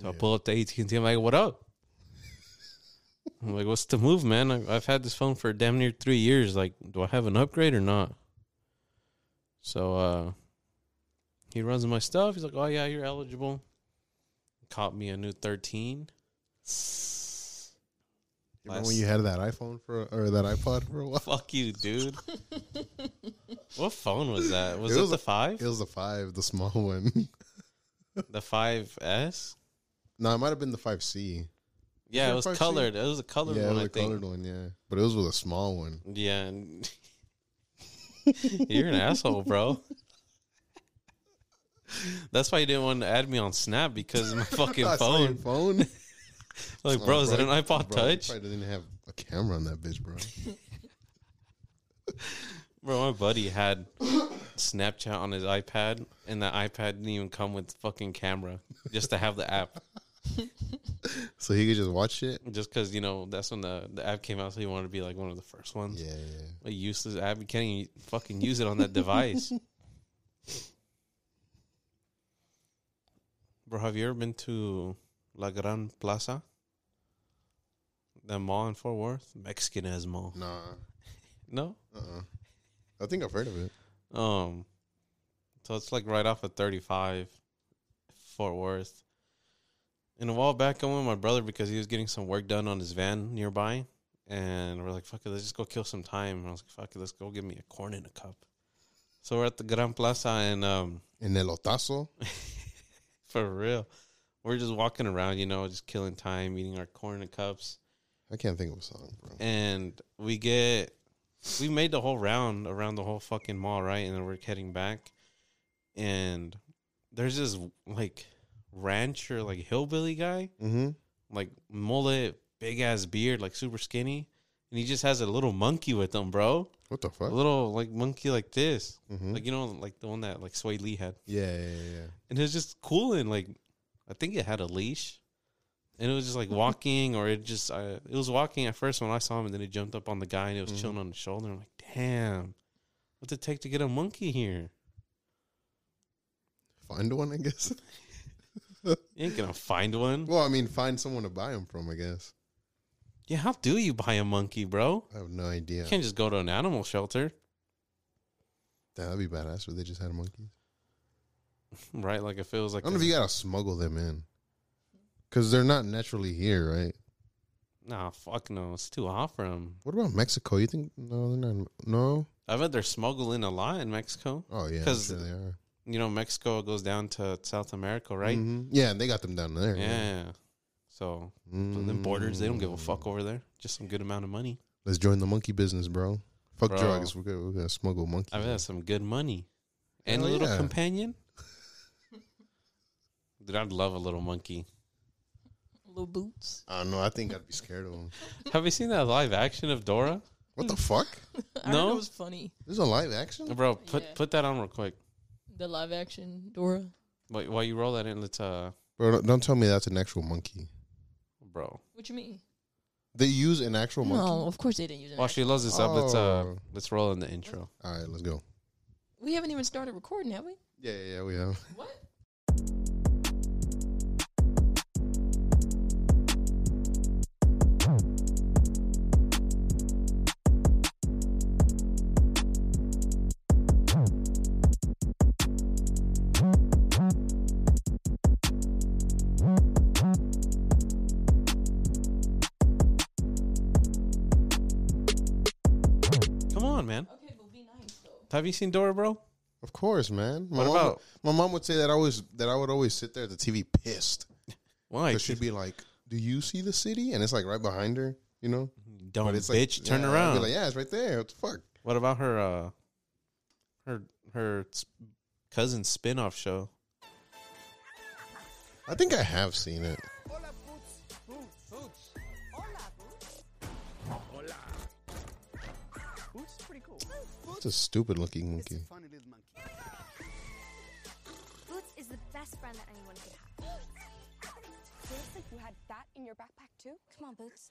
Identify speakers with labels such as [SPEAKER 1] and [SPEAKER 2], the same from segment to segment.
[SPEAKER 1] So I pull up to AT&T. I'm like, what up? I'm like, what's the move, man? I- I've had this phone for damn near three years. Like, do I have an upgrade or not? So uh, he runs my stuff. He's like, oh, yeah, you're eligible. Caught me a new 13. Remember
[SPEAKER 2] Last-
[SPEAKER 1] when you had that iPhone for or that iPod for a while?
[SPEAKER 2] Fuck you, dude. what phone was that? Was
[SPEAKER 1] It
[SPEAKER 2] it,
[SPEAKER 1] was
[SPEAKER 2] the
[SPEAKER 1] a-
[SPEAKER 2] five?
[SPEAKER 1] It was the five, the small one.
[SPEAKER 2] the 5S?
[SPEAKER 1] no, it might have been the five C.
[SPEAKER 2] Yeah,
[SPEAKER 1] there
[SPEAKER 2] it
[SPEAKER 1] a
[SPEAKER 2] was
[SPEAKER 1] 5C?
[SPEAKER 2] colored. It was a colored
[SPEAKER 1] Yeah, it
[SPEAKER 2] one,
[SPEAKER 1] was
[SPEAKER 2] I
[SPEAKER 1] the
[SPEAKER 2] think.
[SPEAKER 1] colored one. Yeah, but it was with a small one.
[SPEAKER 2] Yeah. and- You're an asshole, bro. That's why you didn't want to add me on Snap because of my fucking
[SPEAKER 1] I saw your
[SPEAKER 2] phone.
[SPEAKER 1] phone.
[SPEAKER 2] Like,
[SPEAKER 1] Oh,
[SPEAKER 2] bro, is that an iPod
[SPEAKER 1] bro, you
[SPEAKER 2] Touch?
[SPEAKER 1] Probably didn't have a camera on that bitch, bro.
[SPEAKER 2] Bro, my buddy had Snapchat on his iPad, and that iPad didn't even come with fucking camera just to have the app.
[SPEAKER 1] so he could just watch it.
[SPEAKER 2] Just because, you know, that's when the, the app came out, so he wanted to be like one of the first ones.
[SPEAKER 1] Yeah, yeah.
[SPEAKER 2] A useless app. You can't even fucking use it on that device. Bro, have you ever been to La Gran Plaza? The mall in Fort Worth? Mexican as mall.
[SPEAKER 1] Nah,
[SPEAKER 2] No?
[SPEAKER 1] uh, uh I think I've heard of it.
[SPEAKER 2] Um so it's like right off of thirty five Fort Worth. And a while back I went with my brother because he was getting some work done on his van nearby. And we're like, fuck it, let's just go kill some time. And I was like, fuck it, let's go give me a corn in a cup. So we're at the Gran Plaza and um
[SPEAKER 1] In El Otazo.
[SPEAKER 2] For real. We're just walking around, you know, just killing time, eating our corn and cups.
[SPEAKER 1] I can't think of a song, bro.
[SPEAKER 2] Eh. And we get, we made the whole round around the whole fucking mall, right? And then we're heading back. And there's this like rancher, like hillbilly guy,
[SPEAKER 1] Mm-hmm.
[SPEAKER 2] like mullet, big ass beard, like super skinny. And he just has a little monkey with him, bro.
[SPEAKER 1] What the
[SPEAKER 2] A
[SPEAKER 1] fuck?
[SPEAKER 2] little like monkey like this.
[SPEAKER 1] Mm-hmm.
[SPEAKER 2] Like, you know, like the one that like Sway Lee had.
[SPEAKER 1] yeah, yeah, yeah, yeah.
[SPEAKER 2] and it was just cool and like I think it had a leash, and it was just like walking or it just I, it was walking at first when I saw him, and then it jumped up on the guy and it was
[SPEAKER 1] Mhm.
[SPEAKER 2] chilling on the shoulder. I'm like, damn, what's it take to get a monkey here?
[SPEAKER 1] Find one, I guess.
[SPEAKER 2] You ain't gonna find one.
[SPEAKER 1] well, I mean, find someone to buy them from, I guess.
[SPEAKER 2] Yeah, how do you buy a monkey, bro?
[SPEAKER 1] I have no idea.
[SPEAKER 2] You can't just go to an animal shelter,
[SPEAKER 1] Damn, that'd be badass if they just had monkeys.
[SPEAKER 2] right? Like if it was
[SPEAKER 1] I
[SPEAKER 2] like
[SPEAKER 1] don't know
[SPEAKER 2] a-
[SPEAKER 1] if you gotta smuggle them in, because they're not naturally here, right?
[SPEAKER 2] nah, fuck no, it's too hot for them.
[SPEAKER 1] What about Mexico? You think no, they're not. No.
[SPEAKER 2] I bet they're smuggling a lot in Mexico.
[SPEAKER 1] Oh yeah, I'm
[SPEAKER 2] 'Cause-
[SPEAKER 1] sure they are.
[SPEAKER 2] You know, Mexico goes down to South America, right?
[SPEAKER 1] Mhm. Yeah, and they got them down there.
[SPEAKER 2] Yeah. So So them borders, they don't
[SPEAKER 1] Mm.
[SPEAKER 2] give a fuck over there. Just some good amount of money.
[SPEAKER 1] Let's join the monkey business, bro. Fuck
[SPEAKER 2] Bro.
[SPEAKER 1] drugs. We're gonna, we're gonna smuggle monkeys.
[SPEAKER 2] I bet that's some good money. And a
[SPEAKER 1] Hell
[SPEAKER 2] little
[SPEAKER 1] yeah.
[SPEAKER 2] companion. Dude, I'd love a little monkey.
[SPEAKER 3] Little boots.
[SPEAKER 1] I don't know. I think I'd be scared of them.
[SPEAKER 2] Have you seen that live action of Dora?
[SPEAKER 1] What the fuck?
[SPEAKER 3] I heard
[SPEAKER 2] No?
[SPEAKER 3] it was funny.
[SPEAKER 1] This is a live action.
[SPEAKER 2] Bro, put
[SPEAKER 3] Yeah.
[SPEAKER 2] put that on real quick.
[SPEAKER 3] The live action Dora.
[SPEAKER 2] Wait, while you roll that in, let's uh
[SPEAKER 1] Bro, don't- don't tell me that's an actual monkey.
[SPEAKER 2] bro.
[SPEAKER 3] What you mean?
[SPEAKER 1] They use an actual monkey.
[SPEAKER 3] No, of course they didn't use it.
[SPEAKER 2] While she loves this up, let's uh
[SPEAKER 1] Oh.
[SPEAKER 2] let's roll in the intro.
[SPEAKER 1] All right, let's go.
[SPEAKER 3] We haven't even started recording, have we?
[SPEAKER 1] Yeah, yeah, yeah, we have.
[SPEAKER 3] What?
[SPEAKER 2] Come on, man.
[SPEAKER 3] Okay, but be nice though.
[SPEAKER 2] Have you seen Dora, bro?
[SPEAKER 1] Of course, man. My
[SPEAKER 2] What
[SPEAKER 1] mom,
[SPEAKER 2] about-
[SPEAKER 1] my mom would say that I always that I would always sit there at the TV pissed
[SPEAKER 2] Why?
[SPEAKER 1] because she'd be like, "Do you see the city?" And it's like right behind her, you know.
[SPEAKER 2] Don't
[SPEAKER 1] it's
[SPEAKER 2] bitch,
[SPEAKER 1] like,
[SPEAKER 2] turn
[SPEAKER 1] yeah, I'd be
[SPEAKER 2] around.
[SPEAKER 1] like, yeah, it's right there. What the fuck?
[SPEAKER 2] What about her uh her her s- cousin's spin-off show?
[SPEAKER 1] I think I have seen it.
[SPEAKER 4] Hola, Boots. Boots. Boots. Hola, Boots. Hola. Boots is pretty cool.
[SPEAKER 1] It's a stupid looking
[SPEAKER 4] It's a
[SPEAKER 1] monkey.
[SPEAKER 4] funny little monkey.
[SPEAKER 5] Boots is the best friend that anyone could have.
[SPEAKER 6] Seriously, you had that in your backpack too?
[SPEAKER 5] Come on, Boots.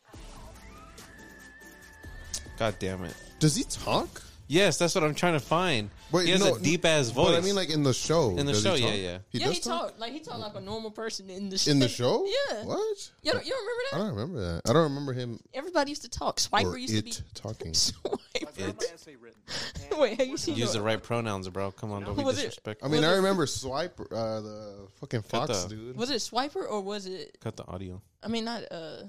[SPEAKER 2] God damn it.
[SPEAKER 1] Does he talk?
[SPEAKER 2] Yes, that's what I'm trying to find.
[SPEAKER 1] Wait,
[SPEAKER 2] he has
[SPEAKER 1] no,
[SPEAKER 2] a deep ass voice.
[SPEAKER 1] But I mean, like in the show.
[SPEAKER 2] In the
[SPEAKER 1] does he
[SPEAKER 2] show,
[SPEAKER 1] talk?
[SPEAKER 2] yeah, yeah.
[SPEAKER 1] He
[SPEAKER 3] yeah,
[SPEAKER 1] does
[SPEAKER 3] he
[SPEAKER 1] talk?
[SPEAKER 3] talked like he talked like a normal person in the
[SPEAKER 1] in the show.
[SPEAKER 3] Yeah.
[SPEAKER 1] What?
[SPEAKER 3] You don't, you don't remember
[SPEAKER 1] I
[SPEAKER 3] that?
[SPEAKER 1] don't remember that. I don't remember him
[SPEAKER 3] Everybody used to talk.
[SPEAKER 1] or
[SPEAKER 3] Swiper used to be.
[SPEAKER 1] it talking.
[SPEAKER 5] I've
[SPEAKER 3] Swiper.
[SPEAKER 5] got my essay written.
[SPEAKER 3] Wait, have you seen
[SPEAKER 2] Use
[SPEAKER 3] your-
[SPEAKER 2] the right pronouns, bro. Come on, don't be
[SPEAKER 3] Was it-
[SPEAKER 1] I
[SPEAKER 2] disrespectful.
[SPEAKER 1] mean,
[SPEAKER 3] Was
[SPEAKER 1] I
[SPEAKER 3] it-
[SPEAKER 1] remember Swipe, uh, the fucking
[SPEAKER 2] Cut
[SPEAKER 1] Fox
[SPEAKER 2] the-
[SPEAKER 1] dude.
[SPEAKER 3] Was it Swiper or was it?
[SPEAKER 2] Cut the audio
[SPEAKER 3] I mean, not. uh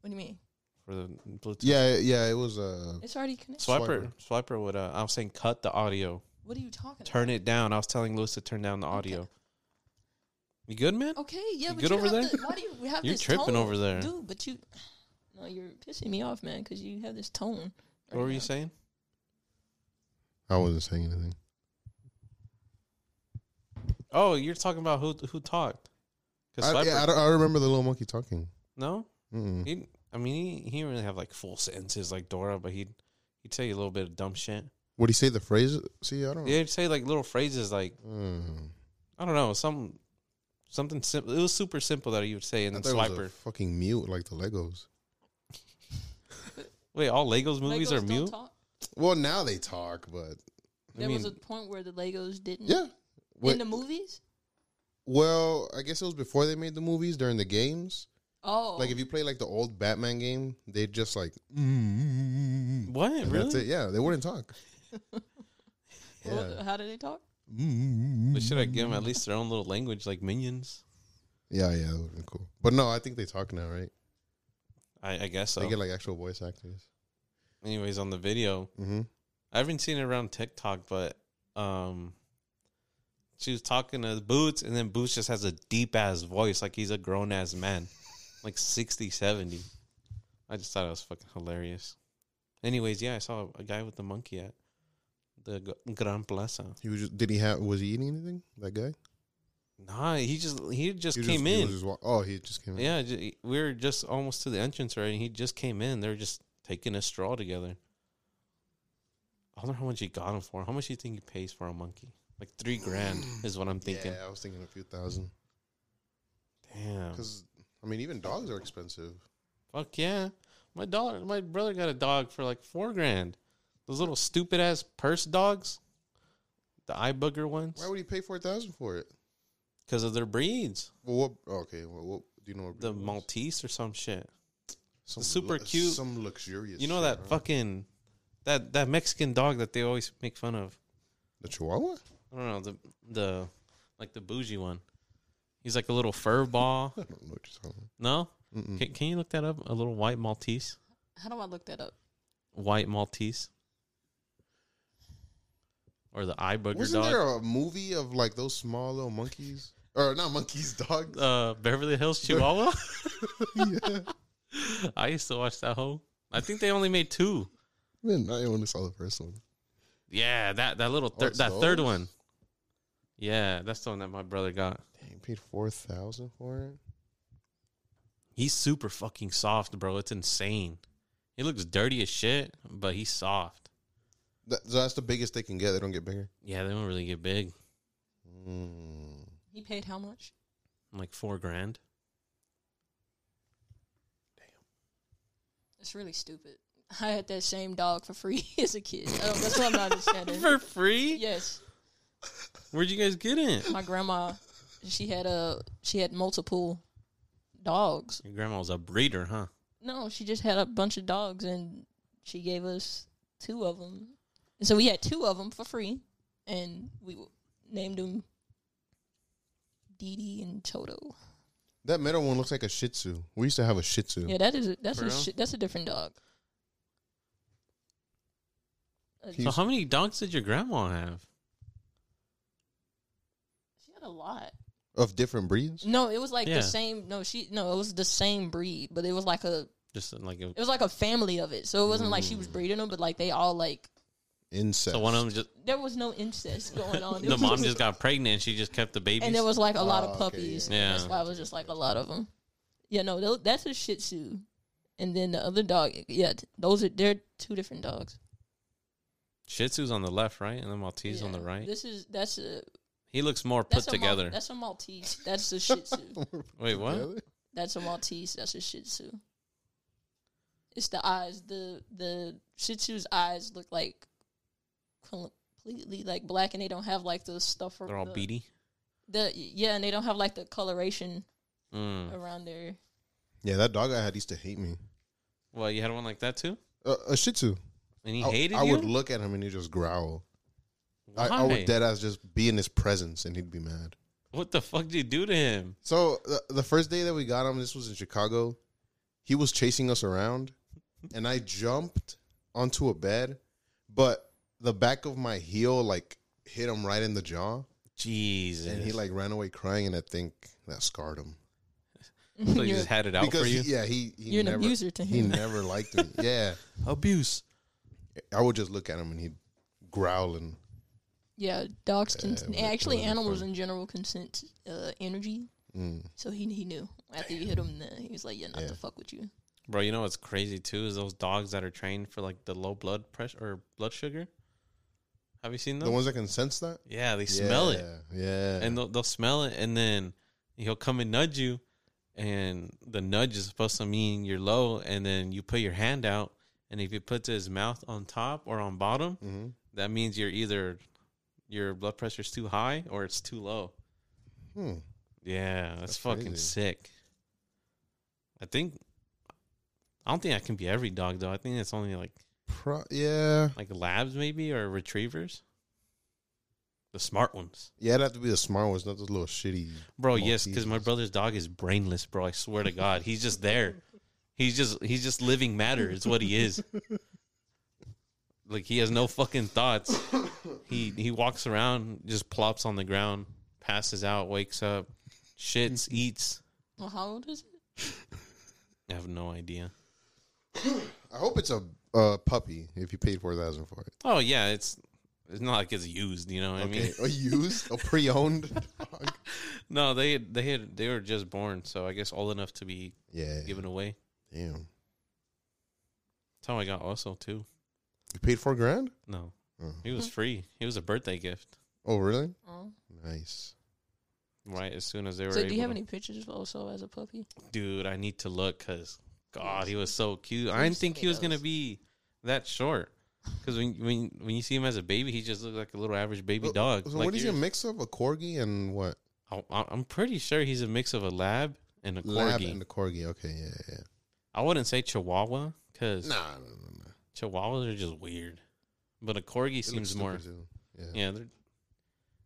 [SPEAKER 3] What do you mean?
[SPEAKER 2] for the Bluetooth.
[SPEAKER 1] Yeah, yeah, it was. Uh,
[SPEAKER 3] It's already connected.
[SPEAKER 2] Swiper, Swiper would. Uh, I was saying, cut the audio.
[SPEAKER 3] What are you talking?
[SPEAKER 2] Turn it down. I was telling Lewis to turn down the audio. You good, man?
[SPEAKER 3] about? Okay, yeah,
[SPEAKER 2] You
[SPEAKER 3] but
[SPEAKER 2] good
[SPEAKER 3] you
[SPEAKER 2] over
[SPEAKER 3] have
[SPEAKER 2] there?
[SPEAKER 3] the- why do you have
[SPEAKER 2] You're
[SPEAKER 3] this
[SPEAKER 2] tripping
[SPEAKER 3] tone?
[SPEAKER 2] over there.
[SPEAKER 3] dude? But you, no, you're pissing me off, man, because you have this tone.
[SPEAKER 2] What were you saying?
[SPEAKER 1] I wasn't saying anything.
[SPEAKER 2] Oh, you're talking about who who talked? 'Cause
[SPEAKER 1] I,
[SPEAKER 2] Swiper,
[SPEAKER 1] yeah, I, don't- I remember the little monkey talking.
[SPEAKER 2] no,
[SPEAKER 1] Mm-mm.
[SPEAKER 2] he. I mean, he he didn't really have like full sentences like Dora, but he'd he'd tell you a little bit of dumb shit.
[SPEAKER 1] Would he say the phrase? See, I don't.
[SPEAKER 2] Yeah, he'd say like little phrases like
[SPEAKER 1] Mm.
[SPEAKER 2] I don't know some something simple. It was super simple that he would say, and
[SPEAKER 1] I
[SPEAKER 2] then
[SPEAKER 1] thought it was
[SPEAKER 2] Swiper.
[SPEAKER 1] a fucking mute like the Legos.
[SPEAKER 2] Wait, all Legos movies are
[SPEAKER 3] Legos don't
[SPEAKER 2] mute?
[SPEAKER 3] Talk.
[SPEAKER 1] Well, now they talk, but
[SPEAKER 3] There was a
[SPEAKER 2] mean-
[SPEAKER 3] point where the Legos didn't.
[SPEAKER 1] yeah.
[SPEAKER 3] In
[SPEAKER 1] Wait,
[SPEAKER 3] the movies.
[SPEAKER 1] well, I guess it was before they made the movies during the games.
[SPEAKER 3] Oh.
[SPEAKER 1] Like if you play like the old Batman game, they just like
[SPEAKER 2] What?
[SPEAKER 1] and
[SPEAKER 2] really?
[SPEAKER 1] that's it. Yeah, they wouldn't talk.
[SPEAKER 3] What-
[SPEAKER 1] yeah.
[SPEAKER 3] How do they talk?
[SPEAKER 2] They should have given 'em at least their own little language, like minions.
[SPEAKER 1] Yeah, yeah, that would have been cool. But no, I think they talk now, right?
[SPEAKER 2] I, I guess so.
[SPEAKER 1] They get like actual voice actors.
[SPEAKER 2] Anyways, on the video,
[SPEAKER 1] Mm-hmm.
[SPEAKER 2] I haven't seen it around TikTok, but um, she was talking to Boots, and then Boots just has a deep ass voice, like he's a grown ass man, like 60, 70. I just thought it was fucking hilarious. Anyways, yeah, I saw a guy with the monkey at the G- Gran Plaza.
[SPEAKER 1] He was just, did he have was he eating anything? That guy
[SPEAKER 2] Nah, he just he just
[SPEAKER 1] He was
[SPEAKER 2] came
[SPEAKER 1] he
[SPEAKER 2] in.
[SPEAKER 1] was just wa- oh, he just came in.
[SPEAKER 2] Yeah, ju- we were just almost to the entrance already. and He just came in. They were just taking a straw together. I wonder how much he got him for. How much do you think he pays for a monkey? Like three grand is what I'm thinking.
[SPEAKER 1] Mm. Yeah, I was thinking a few thousand.
[SPEAKER 2] Damn.
[SPEAKER 1] Because I mean, even dogs are expensive.
[SPEAKER 2] Fuck yeah. My dollar, my brother got a dog for like four grand. Those little stupid ass purse dogs, the eye booger ones,
[SPEAKER 1] Why would he pay four thousand for it?
[SPEAKER 2] because of their breeds.
[SPEAKER 1] Well, what? oh, Okay, well, what, do you know what
[SPEAKER 2] The
[SPEAKER 1] breed it was?
[SPEAKER 2] Maltese or some shit.
[SPEAKER 1] Some
[SPEAKER 2] super cute-
[SPEAKER 1] some luxurious.
[SPEAKER 2] You know
[SPEAKER 1] shit,
[SPEAKER 2] that
[SPEAKER 1] huh?
[SPEAKER 2] fucking that that Mexican dog that they always make fun of.
[SPEAKER 1] the Chihuahua.
[SPEAKER 2] I don't know the the like the bougie one. He's like a little fur ball.
[SPEAKER 1] I don't know what you're talking.
[SPEAKER 2] No,
[SPEAKER 1] About. Mm-mm.
[SPEAKER 2] can, can you look that up? A little white Maltese,
[SPEAKER 3] How do I look that up?
[SPEAKER 2] white Maltese, or the eye booger
[SPEAKER 1] Wasn't
[SPEAKER 2] dog.
[SPEAKER 1] there a movie of like those small little monkeys or not monkeys, dogs?
[SPEAKER 2] uh, Beverly Hills Chihuahua.
[SPEAKER 1] yeah,
[SPEAKER 2] I used to watch that whole. I think they only made two.
[SPEAKER 1] man, I only saw the first one.
[SPEAKER 2] Yeah, that that little
[SPEAKER 1] Oh,
[SPEAKER 2] thir-
[SPEAKER 1] it's
[SPEAKER 2] that third
[SPEAKER 1] those?
[SPEAKER 2] one. Yeah, that's the one that my brother got.
[SPEAKER 1] Dang, he paid four thousand for it.
[SPEAKER 2] He's super fucking soft, bro. It's insane. He looks dirty as shit, but he's soft.
[SPEAKER 1] That, so that's the biggest they can get. They don't get bigger.
[SPEAKER 2] Yeah, they don't really get big.
[SPEAKER 1] Mm.
[SPEAKER 3] He paid how much?
[SPEAKER 2] like four grand.
[SPEAKER 3] It's really stupid. I had that same dog for free as a kid. I don't, that's what I'm not understanding.
[SPEAKER 2] For free?
[SPEAKER 3] yes,
[SPEAKER 2] Where'd you guys get it?
[SPEAKER 3] my grandma, she had a she had multiple dogs.
[SPEAKER 2] Your grandma was a breeder, huh?
[SPEAKER 3] No, she just had a bunch of dogs, and she gave us two of them. And so we had two of them for free, and we w- named them Dee Dee and Toto.
[SPEAKER 1] That middle one looks like a Shih Tzu. We used to have a Shih Tzu.
[SPEAKER 3] Yeah, that is a, that's
[SPEAKER 2] For
[SPEAKER 3] a
[SPEAKER 2] real?
[SPEAKER 3] shi that's a different dog. Uh,
[SPEAKER 1] He's-
[SPEAKER 2] So how many dogs did your grandma have?
[SPEAKER 3] she had a lot.
[SPEAKER 1] Of different breeds.
[SPEAKER 3] No, it was like
[SPEAKER 2] Yeah.
[SPEAKER 3] the same. No, she no, it was the same breed, but it was like a
[SPEAKER 2] Just uh, like a,
[SPEAKER 3] it was like a family of it. So it wasn't like she was breeding them, but like they all like
[SPEAKER 1] Insects.
[SPEAKER 2] so one of them just
[SPEAKER 3] there was no incest going on. It
[SPEAKER 2] the
[SPEAKER 3] was
[SPEAKER 2] mom just got pregnant. and She just kept the babies.
[SPEAKER 3] and there was like a lot
[SPEAKER 1] Oh,
[SPEAKER 3] of
[SPEAKER 1] okay,
[SPEAKER 3] puppies.
[SPEAKER 2] yeah.
[SPEAKER 3] and that's
[SPEAKER 2] Yeah.
[SPEAKER 3] why it was just like a lot of them. Yeah, no, tho- that's a Shih Tzu, and then the other dog. Yeah, t- those are they're two different dogs.
[SPEAKER 2] Shih Tzu's on the left, right, and the Maltese on
[SPEAKER 3] Yeah.
[SPEAKER 2] the right.
[SPEAKER 3] This is that's a
[SPEAKER 2] He looks more put
[SPEAKER 3] that's a Mal-
[SPEAKER 2] together.
[SPEAKER 3] that's a Maltese. That's a Shih Tzu.
[SPEAKER 2] Wait, what?
[SPEAKER 1] Together?
[SPEAKER 3] that's a Maltese. That's a Shih Tzu. It's the eyes. The the Shih Tzu's eyes look like completely like black and they don't have like the stuff.
[SPEAKER 2] They're all
[SPEAKER 3] the,
[SPEAKER 2] beady.
[SPEAKER 3] The yeah, and they don't have like the coloration
[SPEAKER 2] Mm.
[SPEAKER 3] around their
[SPEAKER 1] Yeah, that dog I had used to hate me.
[SPEAKER 2] Well, you had one like that too,
[SPEAKER 1] Uh, a Shih Tzu.
[SPEAKER 2] and he
[SPEAKER 1] I,
[SPEAKER 2] hated
[SPEAKER 1] I
[SPEAKER 2] you.
[SPEAKER 1] would look at him and he'd just growl. I, I
[SPEAKER 2] Why?
[SPEAKER 1] would dead ass just be in his presence and he'd be mad.
[SPEAKER 2] What the fuck did you do to him?
[SPEAKER 1] So the, the first day that we got him, this was in Chicago. He was chasing us around, and I jumped onto a bed, but the back of my heel like hit him right in the jaw,
[SPEAKER 2] Jesus.
[SPEAKER 1] and he like ran away crying, and I think that scarred him.
[SPEAKER 2] so you
[SPEAKER 3] You're-
[SPEAKER 2] just had it out for
[SPEAKER 1] he-
[SPEAKER 2] you.
[SPEAKER 1] yeah, he, he
[SPEAKER 3] You're an
[SPEAKER 1] never,
[SPEAKER 3] abuser to
[SPEAKER 1] He
[SPEAKER 3] him.
[SPEAKER 1] never liked me. Yeah,
[SPEAKER 2] Abuse.
[SPEAKER 1] I would just look at him and he'd growl and
[SPEAKER 3] yeah dogs can
[SPEAKER 1] Yeah, it was-
[SPEAKER 3] actually
[SPEAKER 1] it wasn't
[SPEAKER 3] animals
[SPEAKER 1] fun.
[SPEAKER 3] in general can sense uh, energy.
[SPEAKER 1] mm,
[SPEAKER 3] So he he knew after you hit him, then he was like, "Yeah, not
[SPEAKER 1] Yeah.
[SPEAKER 3] to fuck with you."
[SPEAKER 2] Bro, you know what's crazy too is those dogs that are trained for like the low blood pressure or blood sugar. Have you seen those?
[SPEAKER 1] the ones that can sense that
[SPEAKER 2] yeah, they smell it.
[SPEAKER 1] Yeah, yeah.
[SPEAKER 2] and they'll, they'll smell it, and then he'll come and nudge you, and the nudge is supposed to mean you're low, and then you put your hand out, and if you put his mouth on top or on bottom,
[SPEAKER 1] Mhm.
[SPEAKER 2] that means you're either your blood pressure's too high or it's too low.
[SPEAKER 1] Hmm.
[SPEAKER 2] Yeah, that's,
[SPEAKER 1] That's
[SPEAKER 2] fucking
[SPEAKER 1] crazy.
[SPEAKER 2] sick. I think I don't think I can be every dog though. I think it's only like
[SPEAKER 1] Pro- yeah,
[SPEAKER 2] like labs maybe or retrievers, the smart ones.
[SPEAKER 1] yeah. It'd have to be the smart ones, not those little shitty.
[SPEAKER 2] Bro, yes, because my
[SPEAKER 1] Maltesers.
[SPEAKER 2] brother's dog is brainless, bro. I swear to God, he's just there. He's just he's just living matter. It's what he is. Like he has no fucking thoughts. He he walks around, just plops on the ground, passes out, wakes up, shits, eats.
[SPEAKER 3] Well, how old is it?
[SPEAKER 2] I have no idea.
[SPEAKER 1] I hope it's a uh, puppy. If you paid four thousand for it,
[SPEAKER 2] Oh yeah, it's it's not like it's used. You know what I mean?
[SPEAKER 1] a used, a pre-owned. dog.
[SPEAKER 2] No, they they had they were just born, so I guess old enough to be
[SPEAKER 1] Yeah,
[SPEAKER 2] given away.
[SPEAKER 1] damn.
[SPEAKER 2] That's how I got also too.
[SPEAKER 1] You paid four grand?
[SPEAKER 2] No,
[SPEAKER 1] Oh.
[SPEAKER 2] he
[SPEAKER 3] Mm-hmm.
[SPEAKER 2] was free. He was a birthday gift.
[SPEAKER 1] Oh, really?
[SPEAKER 3] Oh.
[SPEAKER 1] Nice.
[SPEAKER 2] Right as soon as they were.
[SPEAKER 3] So, do you
[SPEAKER 2] able
[SPEAKER 3] have
[SPEAKER 2] to-
[SPEAKER 3] any pictures also as a puppy?
[SPEAKER 2] Dude, I need to look because God, he was so cute.
[SPEAKER 3] Please
[SPEAKER 2] I didn't
[SPEAKER 3] send
[SPEAKER 2] think
[SPEAKER 3] me
[SPEAKER 2] he was gonna
[SPEAKER 3] those.
[SPEAKER 2] be that short. Because when when when you see him as a baby, he just looks like a little average baby dog.
[SPEAKER 1] So
[SPEAKER 2] like
[SPEAKER 1] what is he a
[SPEAKER 2] yours.
[SPEAKER 1] mix of? A corgi and what?
[SPEAKER 2] I- I- I'm pretty sure he's a mix of a lab and a
[SPEAKER 1] Lab
[SPEAKER 2] corgi.
[SPEAKER 1] and a corgi. Okay, yeah, yeah.
[SPEAKER 2] I wouldn't say Chihuahua because
[SPEAKER 1] yeah. Nah, no, no, no.
[SPEAKER 2] Chihuahuas are just weird, but a corgi
[SPEAKER 1] It
[SPEAKER 2] seems
[SPEAKER 1] looks
[SPEAKER 2] more.
[SPEAKER 1] stupid, too. Yeah.
[SPEAKER 2] Yeah, they're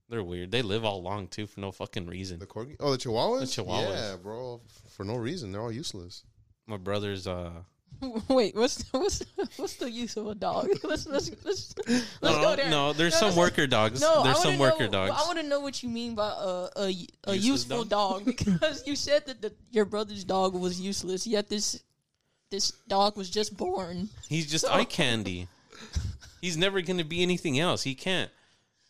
[SPEAKER 2] they're weird. They live all long too for no fucking reason.
[SPEAKER 1] The corgi. Oh, the chihuahuas.
[SPEAKER 2] The Chihuahuas.
[SPEAKER 1] Yeah, bro. f- For no reason, they're all useless.
[SPEAKER 2] My brother's uh
[SPEAKER 3] Wait, what's what's what's the use of a dog? let's let's let's let's
[SPEAKER 2] no,
[SPEAKER 3] go there.
[SPEAKER 2] no, there's
[SPEAKER 3] No,
[SPEAKER 2] some
[SPEAKER 3] that's-
[SPEAKER 2] worker dogs.
[SPEAKER 3] No,
[SPEAKER 2] there's
[SPEAKER 3] I
[SPEAKER 2] some
[SPEAKER 3] wanna
[SPEAKER 2] worker
[SPEAKER 3] know,
[SPEAKER 2] dogs.
[SPEAKER 3] I want to know what you mean by a a, a
[SPEAKER 2] Useless
[SPEAKER 3] useful dog because you said that the, your brother's dog was useless. Yet this this dog was just born.
[SPEAKER 2] He's just eye candy. He's never going to be anything else. He can't.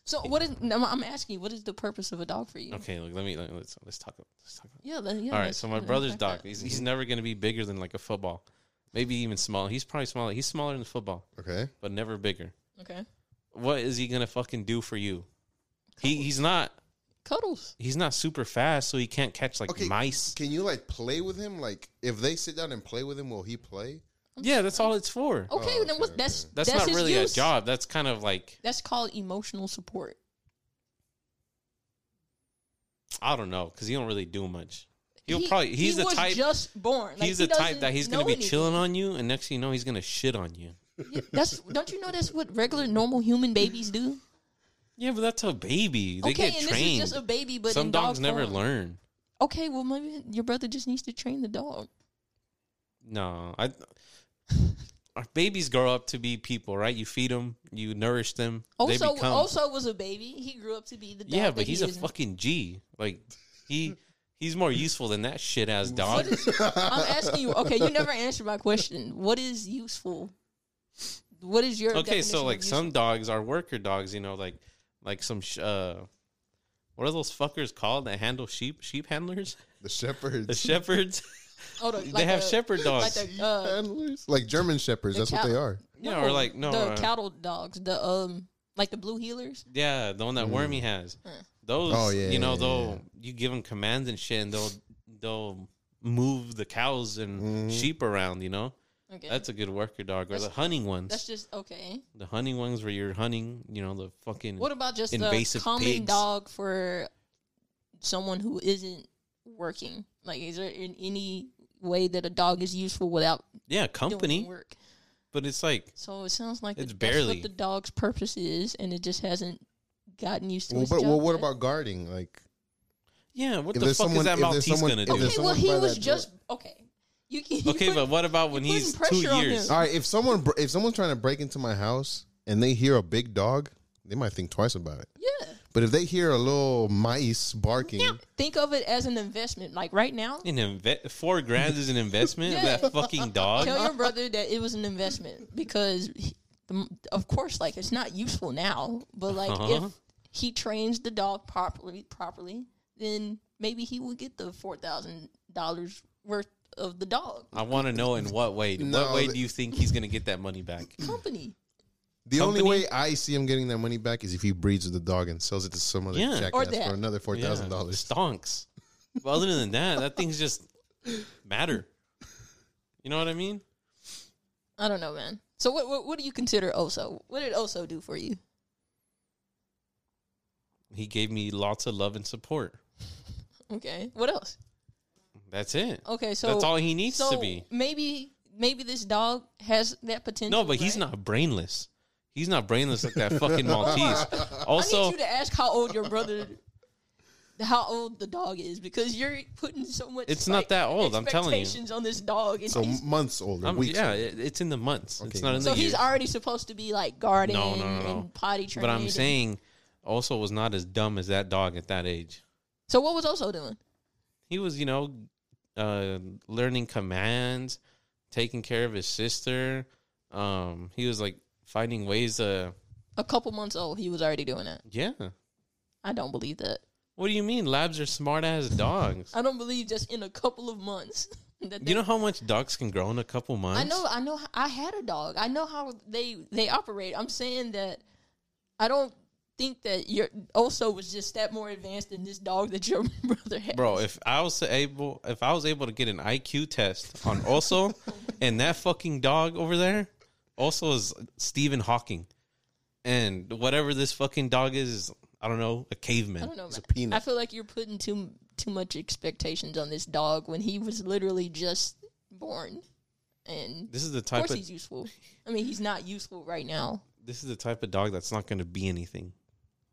[SPEAKER 3] So what is? I'm, I'm asking you, what is the purpose of a dog for you?
[SPEAKER 2] Okay, look, let me let, us let's talk. Let's talk.
[SPEAKER 3] Yeah, that, yeah.
[SPEAKER 2] All right,
[SPEAKER 3] that's-
[SPEAKER 2] so my
[SPEAKER 3] yeah,
[SPEAKER 2] brother's
[SPEAKER 3] like
[SPEAKER 2] dog.
[SPEAKER 3] that.
[SPEAKER 2] He's, he's never going to be bigger than like a football, maybe even smaller. He's probably smaller. He's smaller than football,
[SPEAKER 1] Okay.
[SPEAKER 2] but never bigger.
[SPEAKER 3] Okay,
[SPEAKER 2] What is he going to fucking do for you? He he's not
[SPEAKER 3] cuddles.
[SPEAKER 2] he's not super fast, so he can't catch like
[SPEAKER 1] Okay,
[SPEAKER 2] mice.
[SPEAKER 1] Can you like play with him? Like if they sit down and play with him, will he play?
[SPEAKER 2] Yeah, that's all it's for.
[SPEAKER 3] Okay,
[SPEAKER 1] Oh,
[SPEAKER 3] then
[SPEAKER 1] okay,
[SPEAKER 3] what? That's
[SPEAKER 2] that's, not
[SPEAKER 3] his
[SPEAKER 2] really
[SPEAKER 3] use.
[SPEAKER 2] a job. That's kind of like
[SPEAKER 3] That's called emotional support.
[SPEAKER 2] I don't know because he don't really do much. He'll
[SPEAKER 3] He-
[SPEAKER 2] probably he's
[SPEAKER 3] he
[SPEAKER 2] the
[SPEAKER 3] was
[SPEAKER 2] type
[SPEAKER 3] just born. Like,
[SPEAKER 2] he's
[SPEAKER 3] he
[SPEAKER 2] the type that
[SPEAKER 3] doesn't
[SPEAKER 2] he's gonna
[SPEAKER 3] know
[SPEAKER 2] be
[SPEAKER 3] anything.
[SPEAKER 2] chilling on you, and next thing you know, he's gonna shit on you.
[SPEAKER 3] Yeah, that's don't you know that's what regular normal human babies do?
[SPEAKER 2] Yeah, but that's a baby. They
[SPEAKER 3] okay,
[SPEAKER 2] get
[SPEAKER 3] and
[SPEAKER 2] trained.
[SPEAKER 3] this is just a baby, but
[SPEAKER 2] Some
[SPEAKER 3] in
[SPEAKER 2] dogs
[SPEAKER 3] dog
[SPEAKER 2] never
[SPEAKER 3] form.
[SPEAKER 2] learn.
[SPEAKER 3] Okay, well maybe your brother just needs to train the dog.
[SPEAKER 2] No, I. Our babies grow up to be people, right? You feed them, you nourish them.
[SPEAKER 3] Also,
[SPEAKER 2] they become,
[SPEAKER 3] also was a baby. He grew up to be the dog.
[SPEAKER 2] yeah, but
[SPEAKER 3] that
[SPEAKER 2] he's
[SPEAKER 3] he
[SPEAKER 2] a
[SPEAKER 3] is now.
[SPEAKER 2] fucking G. Like he, he's more useful than that shit ass dog.
[SPEAKER 3] What is- I'm asking you. Okay, you never answered my question. What is useful? What is your
[SPEAKER 2] okay
[SPEAKER 3] definition
[SPEAKER 2] so
[SPEAKER 3] of
[SPEAKER 2] like some
[SPEAKER 3] useful?
[SPEAKER 2] dogs are worker dogs you know like like some sh- uh what are those fuckers called that handle sheep sheep handlers
[SPEAKER 1] The shepherds.
[SPEAKER 2] the shepherds
[SPEAKER 3] Oh, the-
[SPEAKER 2] they
[SPEAKER 3] like
[SPEAKER 2] have
[SPEAKER 3] the-
[SPEAKER 2] shepherd dogs
[SPEAKER 3] like
[SPEAKER 1] Sheep
[SPEAKER 3] the, uh,
[SPEAKER 1] handlers? Like German shepherds.
[SPEAKER 3] the
[SPEAKER 1] That's what
[SPEAKER 3] cow-
[SPEAKER 1] they are.
[SPEAKER 2] Yeah, or like- no,
[SPEAKER 3] the
[SPEAKER 2] uh,
[SPEAKER 3] cattle dogs, the um, like the blue healers.
[SPEAKER 2] yeah the one that wormy has
[SPEAKER 3] Mm.
[SPEAKER 2] those
[SPEAKER 1] Hmm. Oh, yeah,
[SPEAKER 2] you know
[SPEAKER 1] yeah,
[SPEAKER 2] they'll
[SPEAKER 1] yeah.
[SPEAKER 2] you give them commands and shit and they'll they'll move the cows and
[SPEAKER 1] Mhm.
[SPEAKER 2] sheep around you know
[SPEAKER 3] Okay.
[SPEAKER 2] That's a good worker dog. Or
[SPEAKER 3] That's-
[SPEAKER 2] the hunting
[SPEAKER 3] That's
[SPEAKER 2] ones.
[SPEAKER 3] just okay.
[SPEAKER 2] The hunting ones where you're hunting, you know, the fucking.
[SPEAKER 3] What about just a
[SPEAKER 2] Invasive
[SPEAKER 3] common
[SPEAKER 2] pigs.
[SPEAKER 3] dog for someone who isn't working? Like, is there in any way that a dog is useful without
[SPEAKER 2] yeah,
[SPEAKER 3] doing
[SPEAKER 2] company.
[SPEAKER 3] work?
[SPEAKER 2] But it's like,
[SPEAKER 3] So it sounds like
[SPEAKER 2] It's
[SPEAKER 3] that's
[SPEAKER 2] barely-
[SPEAKER 3] what the dog's purpose is, and it just hasn't gotten used to.
[SPEAKER 1] Well,
[SPEAKER 3] its
[SPEAKER 1] but well,
[SPEAKER 3] job
[SPEAKER 1] what
[SPEAKER 3] yet.
[SPEAKER 1] about guarding? Like,
[SPEAKER 2] yeah, what
[SPEAKER 1] If
[SPEAKER 2] the
[SPEAKER 1] there's
[SPEAKER 2] fuck is
[SPEAKER 1] someone-
[SPEAKER 2] that
[SPEAKER 1] if there's
[SPEAKER 2] Maltese
[SPEAKER 1] someone-
[SPEAKER 2] gonna
[SPEAKER 1] if
[SPEAKER 2] do?
[SPEAKER 1] there's
[SPEAKER 3] Okay, well,
[SPEAKER 1] someone
[SPEAKER 3] he
[SPEAKER 1] by
[SPEAKER 3] was
[SPEAKER 1] that
[SPEAKER 3] just okay. You can you
[SPEAKER 2] Okay,
[SPEAKER 3] put-
[SPEAKER 2] but what about when
[SPEAKER 3] you're
[SPEAKER 2] he's
[SPEAKER 3] putting
[SPEAKER 2] two
[SPEAKER 3] pressure on
[SPEAKER 2] years?
[SPEAKER 3] him.
[SPEAKER 1] all right, if someone br- if someone's trying to break into my house and they hear a big dog, they might think twice about it.
[SPEAKER 3] yeah.
[SPEAKER 1] But if they hear a little mice barking,
[SPEAKER 3] Think of it as an investment. Like right now,
[SPEAKER 2] An inve- four grand is an investment.
[SPEAKER 3] Yeah.
[SPEAKER 2] That fucking dog.
[SPEAKER 3] tell your brother that it was an investment because, he- the- of course, like it's not useful now. But like
[SPEAKER 2] Uh-huh.
[SPEAKER 3] if he trains the dog properly, properly, then maybe he will get the four thousand dollars worth of the dog
[SPEAKER 2] I want to know in what way. In
[SPEAKER 1] No,
[SPEAKER 2] what way
[SPEAKER 1] the-
[SPEAKER 2] do you think he's gonna get that money back?
[SPEAKER 3] company.
[SPEAKER 1] the only
[SPEAKER 2] Company-
[SPEAKER 1] way I see him getting that money back is if he breeds the dog and sells it to some other
[SPEAKER 2] Yeah. Or
[SPEAKER 1] jackass
[SPEAKER 3] that.
[SPEAKER 1] for another four
[SPEAKER 2] Yeah,
[SPEAKER 1] thousand dollars.
[SPEAKER 2] Stonks. But other than that, that thing's just matter. You know what I mean?
[SPEAKER 3] I don't know, man. So what what, what do you consider Oso? What did Oso do for you?
[SPEAKER 2] He gave me lots of love and support.
[SPEAKER 3] Okay, what else?
[SPEAKER 2] That's it.
[SPEAKER 3] Okay, Oh, so
[SPEAKER 2] That's all he needs
[SPEAKER 3] so
[SPEAKER 2] to be.
[SPEAKER 3] Maybe maybe this dog has that potential.
[SPEAKER 2] No, but he's
[SPEAKER 3] right?
[SPEAKER 2] not brainless. He's not brainless like that fucking Maltese.
[SPEAKER 3] I
[SPEAKER 2] Also,
[SPEAKER 3] need you to ask how old your brother, how old the dog is, because you're putting so much.
[SPEAKER 2] It's not that old, I'm telling you.
[SPEAKER 3] Expectations on this dog, and
[SPEAKER 1] So
[SPEAKER 3] he's,
[SPEAKER 1] months older,
[SPEAKER 2] I'm,
[SPEAKER 1] weeks.
[SPEAKER 2] yeah,
[SPEAKER 1] older.
[SPEAKER 2] it, it's in the months.
[SPEAKER 1] Okay,
[SPEAKER 2] it's not in
[SPEAKER 3] so
[SPEAKER 2] the
[SPEAKER 3] he's
[SPEAKER 2] years.
[SPEAKER 3] already supposed to be like guarding
[SPEAKER 2] No, no, no, no.
[SPEAKER 3] and potty trained.
[SPEAKER 2] But I'm
[SPEAKER 3] and-
[SPEAKER 2] saying, also was not as dumb as that dog at that age.
[SPEAKER 3] So what was also doing?
[SPEAKER 2] He was, you know, uh, learning commands, taking care of his sister. Um, he was like finding ways to,
[SPEAKER 3] A couple months old, he was already doing that.
[SPEAKER 2] yeah.
[SPEAKER 3] I don't believe that.
[SPEAKER 2] What do you mean? Labs are smart ass dogs.
[SPEAKER 3] I don't believe just in a couple of months. That they-
[SPEAKER 2] you know how much dogs can grow in a couple months?
[SPEAKER 3] I know, I know. I had a dog. I know how they they operate. I'm saying that I don't think that your also was just that more advanced than this dog that your brother had.
[SPEAKER 2] Bro, if I was to able, if I was able to get an IQ test on also, and that fucking dog over there, also is Stephen Hawking, and whatever this fucking dog is, is I don't know, a caveman.
[SPEAKER 3] I don't know.
[SPEAKER 1] It's a
[SPEAKER 3] man.
[SPEAKER 1] peanut.
[SPEAKER 3] I feel like you're putting too too much expectations on this dog when he was literally just born, and
[SPEAKER 2] This is the
[SPEAKER 3] of
[SPEAKER 2] type
[SPEAKER 3] course
[SPEAKER 2] of
[SPEAKER 3] he's useful. I mean, he's not useful right now.
[SPEAKER 2] this is the type of dog that's not going to be anything.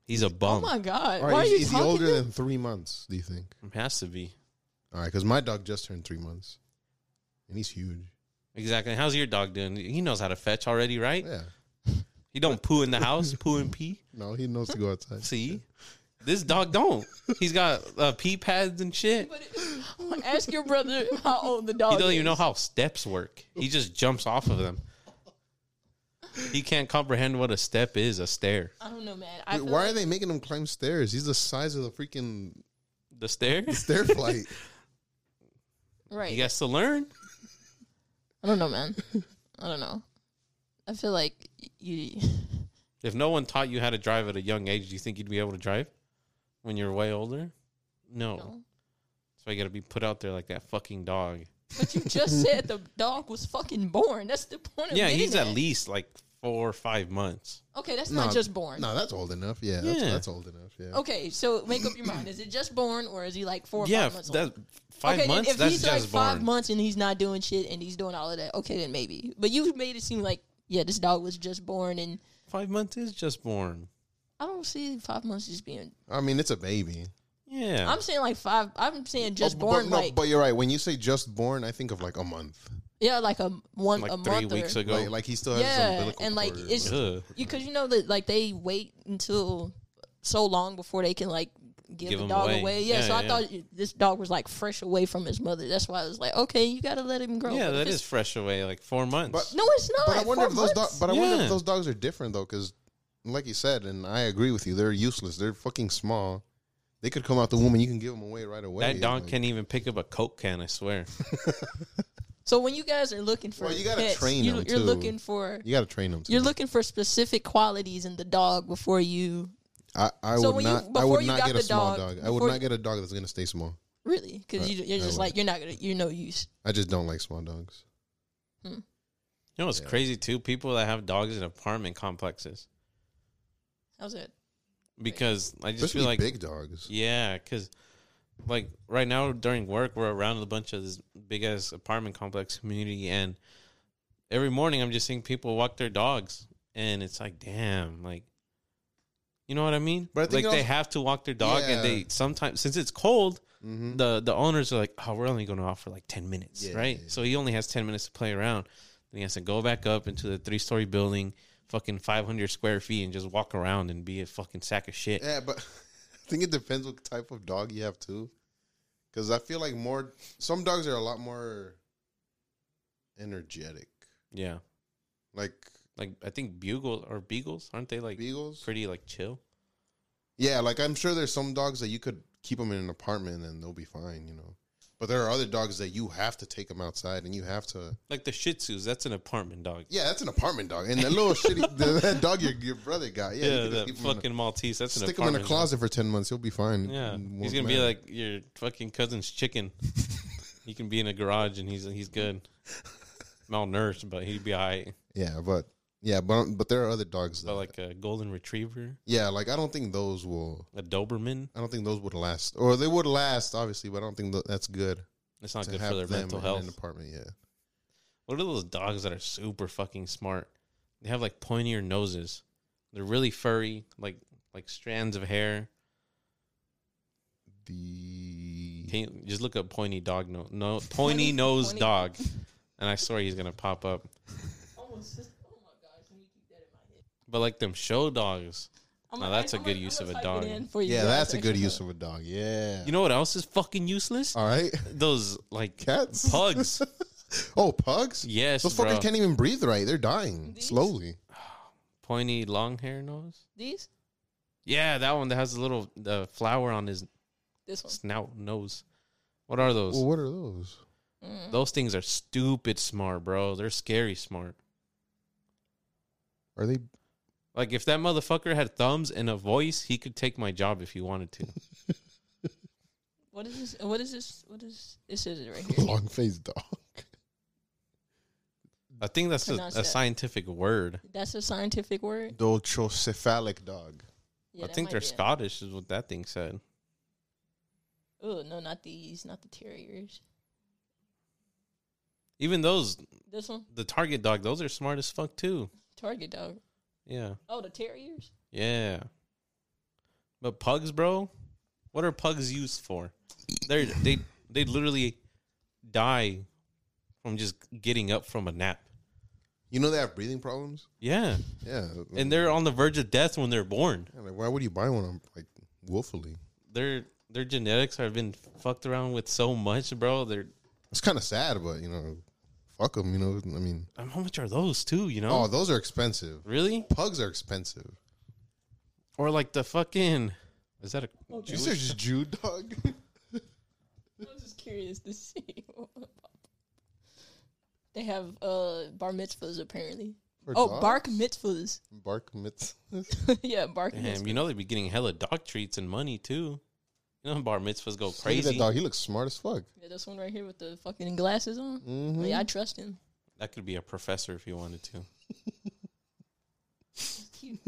[SPEAKER 2] He's a bum.
[SPEAKER 3] oh my god!
[SPEAKER 1] Um, All
[SPEAKER 3] Why
[SPEAKER 1] right,
[SPEAKER 3] are
[SPEAKER 1] is,
[SPEAKER 3] you
[SPEAKER 1] is he
[SPEAKER 3] talking?
[SPEAKER 1] older
[SPEAKER 3] to-
[SPEAKER 1] than three months? Do you think?
[SPEAKER 2] Has to be
[SPEAKER 1] All right, because my dog just turned three months, and he's huge.
[SPEAKER 2] exactly. How's your dog doing? He knows how to fetch already, right?
[SPEAKER 1] Yeah,
[SPEAKER 2] He don't poo in the house, poo and pee.
[SPEAKER 1] no, he knows to go outside.
[SPEAKER 2] See, this dog don't. He's got uh, pee pads and shit.
[SPEAKER 3] But it- ask your brother how old the dog.
[SPEAKER 2] He doesn't
[SPEAKER 3] Oh, is.
[SPEAKER 2] even know how steps work. He just jumps off of them. He can't comprehend what a step is, a stair.
[SPEAKER 3] I don't know, man. I
[SPEAKER 1] Wait,
[SPEAKER 3] feel
[SPEAKER 1] why
[SPEAKER 3] like-
[SPEAKER 1] are they making him climb stairs? He's the size of the freaking
[SPEAKER 2] The stair?
[SPEAKER 1] stair flight.
[SPEAKER 3] Right.
[SPEAKER 2] He has to learn.
[SPEAKER 3] I don't know, man. I don't know. I feel like y- you.
[SPEAKER 2] If no one taught you how to drive at a young age, do you think you'd be able to drive when you're way older? No.
[SPEAKER 3] No.
[SPEAKER 2] So you got to be put out there like that fucking dog.
[SPEAKER 3] But you just said the dog was fucking born. That's the point. Of
[SPEAKER 2] yeah,
[SPEAKER 3] getting
[SPEAKER 2] he's at
[SPEAKER 3] that.
[SPEAKER 2] least like four or five months.
[SPEAKER 3] Okay, that's
[SPEAKER 1] Nah,
[SPEAKER 3] not just born.
[SPEAKER 1] No, that's old enough. Yeah, That's,
[SPEAKER 2] Yeah.
[SPEAKER 1] that's old enough. Yeah.
[SPEAKER 3] Okay, so make up your mind. Is it just born, or is he like four? Or
[SPEAKER 2] yeah,
[SPEAKER 3] five months old?
[SPEAKER 2] that five
[SPEAKER 3] okay, and
[SPEAKER 2] months.
[SPEAKER 3] If
[SPEAKER 2] That's
[SPEAKER 3] he's
[SPEAKER 2] just
[SPEAKER 3] like
[SPEAKER 2] born.
[SPEAKER 3] five months and he's not doing shit and he's doing all of that, okay, then maybe. But you made it seem like yeah, this dog was just born, and
[SPEAKER 2] Five months is just born.
[SPEAKER 3] I don't see five months just being.
[SPEAKER 1] I mean, it's a baby.
[SPEAKER 2] Yeah,
[SPEAKER 3] I'm saying like five. I'm saying just
[SPEAKER 1] Oh, but- But,
[SPEAKER 3] born,
[SPEAKER 1] no,
[SPEAKER 3] like
[SPEAKER 1] but you're right. When you say just born, I think of like a month.
[SPEAKER 3] yeah, like a one
[SPEAKER 2] like
[SPEAKER 3] a
[SPEAKER 2] three
[SPEAKER 3] month
[SPEAKER 2] weeks
[SPEAKER 3] or,
[SPEAKER 2] ago.
[SPEAKER 1] Like, like he still has his
[SPEAKER 3] Yeah,
[SPEAKER 1] umbilical
[SPEAKER 3] and like
[SPEAKER 1] cord.
[SPEAKER 3] it's
[SPEAKER 2] Ugh.
[SPEAKER 3] because you know that like they wait until so long before they can like give,
[SPEAKER 2] Give
[SPEAKER 3] the
[SPEAKER 2] him
[SPEAKER 3] dog away.
[SPEAKER 2] away.
[SPEAKER 3] Yeah,
[SPEAKER 2] Yeah,
[SPEAKER 3] so I
[SPEAKER 2] yeah.
[SPEAKER 3] thought this dog was like fresh away from his mother. That's why I was like, okay, you gotta let him grow.
[SPEAKER 2] yeah,
[SPEAKER 3] But if
[SPEAKER 2] that
[SPEAKER 3] it's-
[SPEAKER 2] is fresh away, like four months.
[SPEAKER 1] But-
[SPEAKER 3] No, it's not.
[SPEAKER 1] but I wonder
[SPEAKER 3] Four
[SPEAKER 1] if those do-
[SPEAKER 3] months?
[SPEAKER 1] but I wonder
[SPEAKER 2] Yeah.
[SPEAKER 1] if those dogs are different though, because like you said, and I agree with you, they're useless. They're fucking small. They could come out the womb and you can give them away right away.
[SPEAKER 2] that dog
[SPEAKER 1] Like-
[SPEAKER 2] can't even pick up a coke can. I swear.
[SPEAKER 3] So when you guys are looking for,
[SPEAKER 1] Well, you gotta
[SPEAKER 3] pets,
[SPEAKER 1] train
[SPEAKER 3] you,
[SPEAKER 1] them,
[SPEAKER 3] You're
[SPEAKER 1] too.
[SPEAKER 3] looking for.
[SPEAKER 1] You got to train them. Too.
[SPEAKER 3] You're looking for specific qualities in the dog before you
[SPEAKER 1] I, I
[SPEAKER 3] So
[SPEAKER 1] would
[SPEAKER 3] when you-
[SPEAKER 1] not. I
[SPEAKER 3] before
[SPEAKER 1] would
[SPEAKER 3] you
[SPEAKER 1] not
[SPEAKER 3] got
[SPEAKER 1] get
[SPEAKER 3] the
[SPEAKER 1] a small
[SPEAKER 3] dog,
[SPEAKER 1] dog. I would
[SPEAKER 3] before you-
[SPEAKER 1] not get a dog that's gonna stay small.
[SPEAKER 3] really because
[SPEAKER 1] Right.
[SPEAKER 3] you, you're just
[SPEAKER 1] Right.
[SPEAKER 3] like you're not gonna you're no use.
[SPEAKER 1] I just don't like small dogs.
[SPEAKER 2] You know what's
[SPEAKER 1] Yeah.
[SPEAKER 2] crazy too? People that have dogs in apartment complexes
[SPEAKER 3] How's it?
[SPEAKER 2] because I just
[SPEAKER 1] especially
[SPEAKER 2] feel like
[SPEAKER 1] big dogs.
[SPEAKER 2] yeah, because like right now during work we're around a bunch of this big ass apartment complex community, and every morning I'm just seeing people walk their dogs, and it's like damn, like you know what I mean?
[SPEAKER 1] But I
[SPEAKER 2] like
[SPEAKER 1] think it
[SPEAKER 2] they
[SPEAKER 1] also-
[SPEAKER 2] have to walk their dog,
[SPEAKER 1] Yeah.
[SPEAKER 2] and they sometimes since it's cold,
[SPEAKER 1] Mm-hmm.
[SPEAKER 2] the the owners are like, oh, we're only going to offer like ten minutes,
[SPEAKER 1] Yeah,
[SPEAKER 2] right?
[SPEAKER 1] yeah, yeah.
[SPEAKER 2] So he only has ten minutes to play around. Then he has to go back up into the three story building, fucking five hundred square feet, and just walk around and be a fucking sack of shit.
[SPEAKER 1] Yeah, but I think it depends what type of dog you have too. Because I feel like more some dogs are a lot more energetic,
[SPEAKER 2] Yeah,
[SPEAKER 1] like
[SPEAKER 2] like I think bugles or beagles aren't they like
[SPEAKER 1] beagles.
[SPEAKER 2] pretty like chill?
[SPEAKER 1] Yeah, like I'm sure there's some dogs that you could keep them in an apartment and they'll be fine, you know. But there are other dogs that you have to take them outside and you have to.
[SPEAKER 2] Like the Shih Tzus, that's an apartment dog.
[SPEAKER 1] Yeah, that's an apartment dog, and that little shitty the, that dog your, your brother got. Yeah, you
[SPEAKER 2] Yeah,
[SPEAKER 1] could just
[SPEAKER 2] that
[SPEAKER 1] keep 'em in a-
[SPEAKER 2] fucking Maltese. That's an
[SPEAKER 1] stick him in a
[SPEAKER 2] apartment dog.
[SPEAKER 1] closet for ten months. He'll be fine.
[SPEAKER 2] Yeah,
[SPEAKER 1] Won't
[SPEAKER 2] he's gonna be
[SPEAKER 1] matter.
[SPEAKER 2] like your fucking cousin's chicken. he can be in a garage and he's he's good. Malnourished, but he'd be alright.
[SPEAKER 1] yeah, but yeah, but um, but there are other dogs that
[SPEAKER 2] But like a golden retriever,
[SPEAKER 1] yeah, like I don't think those will.
[SPEAKER 2] a Doberman.
[SPEAKER 1] I don't think those would last, or they would last, obviously, but I don't think tho- that's good
[SPEAKER 2] It's not
[SPEAKER 1] to
[SPEAKER 2] good
[SPEAKER 1] have
[SPEAKER 2] for their
[SPEAKER 1] them
[SPEAKER 2] mental
[SPEAKER 1] in
[SPEAKER 2] health.
[SPEAKER 1] an apartment. Yeah,
[SPEAKER 2] What are those dogs that are super fucking smart? They have like pointier noses. They're really furry, like like strands of hair.
[SPEAKER 1] the
[SPEAKER 2] Can you just look up pointy dog no no pointy nose
[SPEAKER 3] Pointy-
[SPEAKER 2] dog, and I swear he's gonna pop up.
[SPEAKER 3] Almost. Just, oh my gosh! Let me keep that in my head.
[SPEAKER 2] But like them show dogs,
[SPEAKER 3] I'm
[SPEAKER 2] Now
[SPEAKER 3] gonna-
[SPEAKER 2] that's a
[SPEAKER 3] I'm
[SPEAKER 2] good
[SPEAKER 3] gonna-
[SPEAKER 2] use
[SPEAKER 3] I'm
[SPEAKER 2] of a
[SPEAKER 3] gonna type it
[SPEAKER 2] dog.
[SPEAKER 3] in for you
[SPEAKER 1] yeah,
[SPEAKER 3] guys,
[SPEAKER 1] that's a good
[SPEAKER 3] actually.
[SPEAKER 1] use of a dog. Yeah,
[SPEAKER 2] you know what else is fucking useless?
[SPEAKER 1] all right,
[SPEAKER 2] Those like
[SPEAKER 1] Uh, cats,
[SPEAKER 2] pugs.
[SPEAKER 1] oh, pugs.
[SPEAKER 2] Yes,
[SPEAKER 1] Those
[SPEAKER 2] bro.
[SPEAKER 1] fuckers can't even breathe right. They're dying
[SPEAKER 3] These?
[SPEAKER 1] slowly.
[SPEAKER 2] pointy long hair nose.
[SPEAKER 3] these.
[SPEAKER 2] Yeah, that one that has a little uh, flower on his
[SPEAKER 3] This one.
[SPEAKER 2] snout nose. What are those?
[SPEAKER 1] Well, what are those?
[SPEAKER 3] Mm.
[SPEAKER 2] Those things are stupid smart, bro. They're scary smart.
[SPEAKER 1] Are they?
[SPEAKER 2] Like if that motherfucker had thumbs and a voice, he could take my job if he wanted to.
[SPEAKER 3] What is this? What is this? What is this? Is it right here?
[SPEAKER 1] long faced dog.
[SPEAKER 2] I think that's a,
[SPEAKER 3] Pronounce
[SPEAKER 2] a
[SPEAKER 3] it.
[SPEAKER 2] scientific word.
[SPEAKER 3] That's a scientific word.
[SPEAKER 1] Dolichocephalic dog.
[SPEAKER 2] I think they're Scottish, is what that thing said.
[SPEAKER 3] Oh no, not these, not the terriers.
[SPEAKER 2] Even those,
[SPEAKER 3] This one,
[SPEAKER 2] the target dog, those are smart as fuck too.
[SPEAKER 3] target dog.
[SPEAKER 2] Yeah,
[SPEAKER 3] Oh, the terriers.
[SPEAKER 2] yeah. But pugs, bro, what are pugs used for? They're they they literally die from just getting up from a nap.
[SPEAKER 1] You know they have breathing problems.
[SPEAKER 2] Yeah,
[SPEAKER 1] Yeah,
[SPEAKER 2] and they're on the verge of death when they're born.
[SPEAKER 1] Yeah, like, why would you buy one? on like willfully.
[SPEAKER 2] Their their genetics have been fucked around with so much, bro. They're
[SPEAKER 1] It's kind of sad, but you know, fuck them. You know, I mean,
[SPEAKER 2] Um, how much are those too? You know,
[SPEAKER 1] oh, those are expensive.
[SPEAKER 2] really?
[SPEAKER 1] Pugs are expensive.
[SPEAKER 2] Or like the fucking is that a
[SPEAKER 1] These are just Jew dog.
[SPEAKER 3] I was just curious to see. they have uh bar mitzvahs apparently.
[SPEAKER 1] For
[SPEAKER 3] oh,
[SPEAKER 1] dogs?
[SPEAKER 3] bark mitzvahs.
[SPEAKER 1] bark mitz.
[SPEAKER 3] yeah, bark
[SPEAKER 2] damn?
[SPEAKER 3] mitzvahs.
[SPEAKER 2] You know they'd be getting hella dog treats and money too. You know bar mitzvahs go
[SPEAKER 1] Look at that
[SPEAKER 2] crazy.
[SPEAKER 1] dog. He looks smart as fuck.
[SPEAKER 3] Yeah, this one right here with the fucking glasses on.
[SPEAKER 1] Mhm.
[SPEAKER 3] Yeah, I trust him.
[SPEAKER 2] That could be a professor if you wanted to.
[SPEAKER 3] He's cute.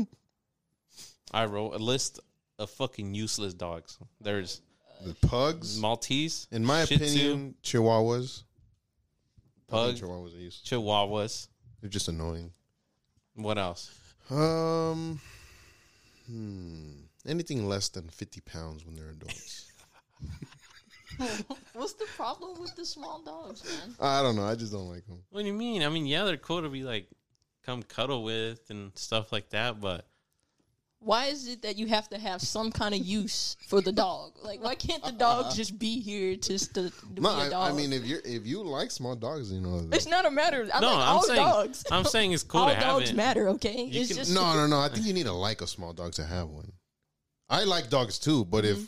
[SPEAKER 2] I wrote a list of fucking useless dogs. There's
[SPEAKER 1] The pugs,
[SPEAKER 2] Maltese,
[SPEAKER 1] in my
[SPEAKER 2] Shih Tzu,
[SPEAKER 1] opinion, chihuahuas. I
[SPEAKER 2] pug,
[SPEAKER 1] think Chihuahuas are useless.
[SPEAKER 2] Chihuahuas.
[SPEAKER 1] They're just annoying.
[SPEAKER 2] What else?
[SPEAKER 1] Um, hmm. Anything less than fifty pounds when they're adults.
[SPEAKER 3] What's the problem with the small dogs, man?
[SPEAKER 1] I don't know. I just don't like them.
[SPEAKER 2] What do you mean? I mean, yeah, they're cool to be like come cuddle with and stuff like that, but
[SPEAKER 3] Why is it that you have to have some kind of use for the dog? Like, why can't the dog just be here just to, to
[SPEAKER 1] Uh-huh. No,
[SPEAKER 3] be a
[SPEAKER 1] I,
[SPEAKER 3] dog?
[SPEAKER 1] I mean, if you if you like small dogs, you know.
[SPEAKER 3] it's not a matter. I
[SPEAKER 2] no,
[SPEAKER 3] like
[SPEAKER 2] I'm
[SPEAKER 3] all
[SPEAKER 2] saying
[SPEAKER 3] dogs.
[SPEAKER 2] I'm saying it's cool
[SPEAKER 3] all
[SPEAKER 2] to have
[SPEAKER 3] dogs
[SPEAKER 2] it.
[SPEAKER 3] matter. Okay,
[SPEAKER 2] You
[SPEAKER 3] it's
[SPEAKER 2] can-
[SPEAKER 3] just
[SPEAKER 1] No, no, no. I think you need to like a small dog to have one. I like dogs too, but if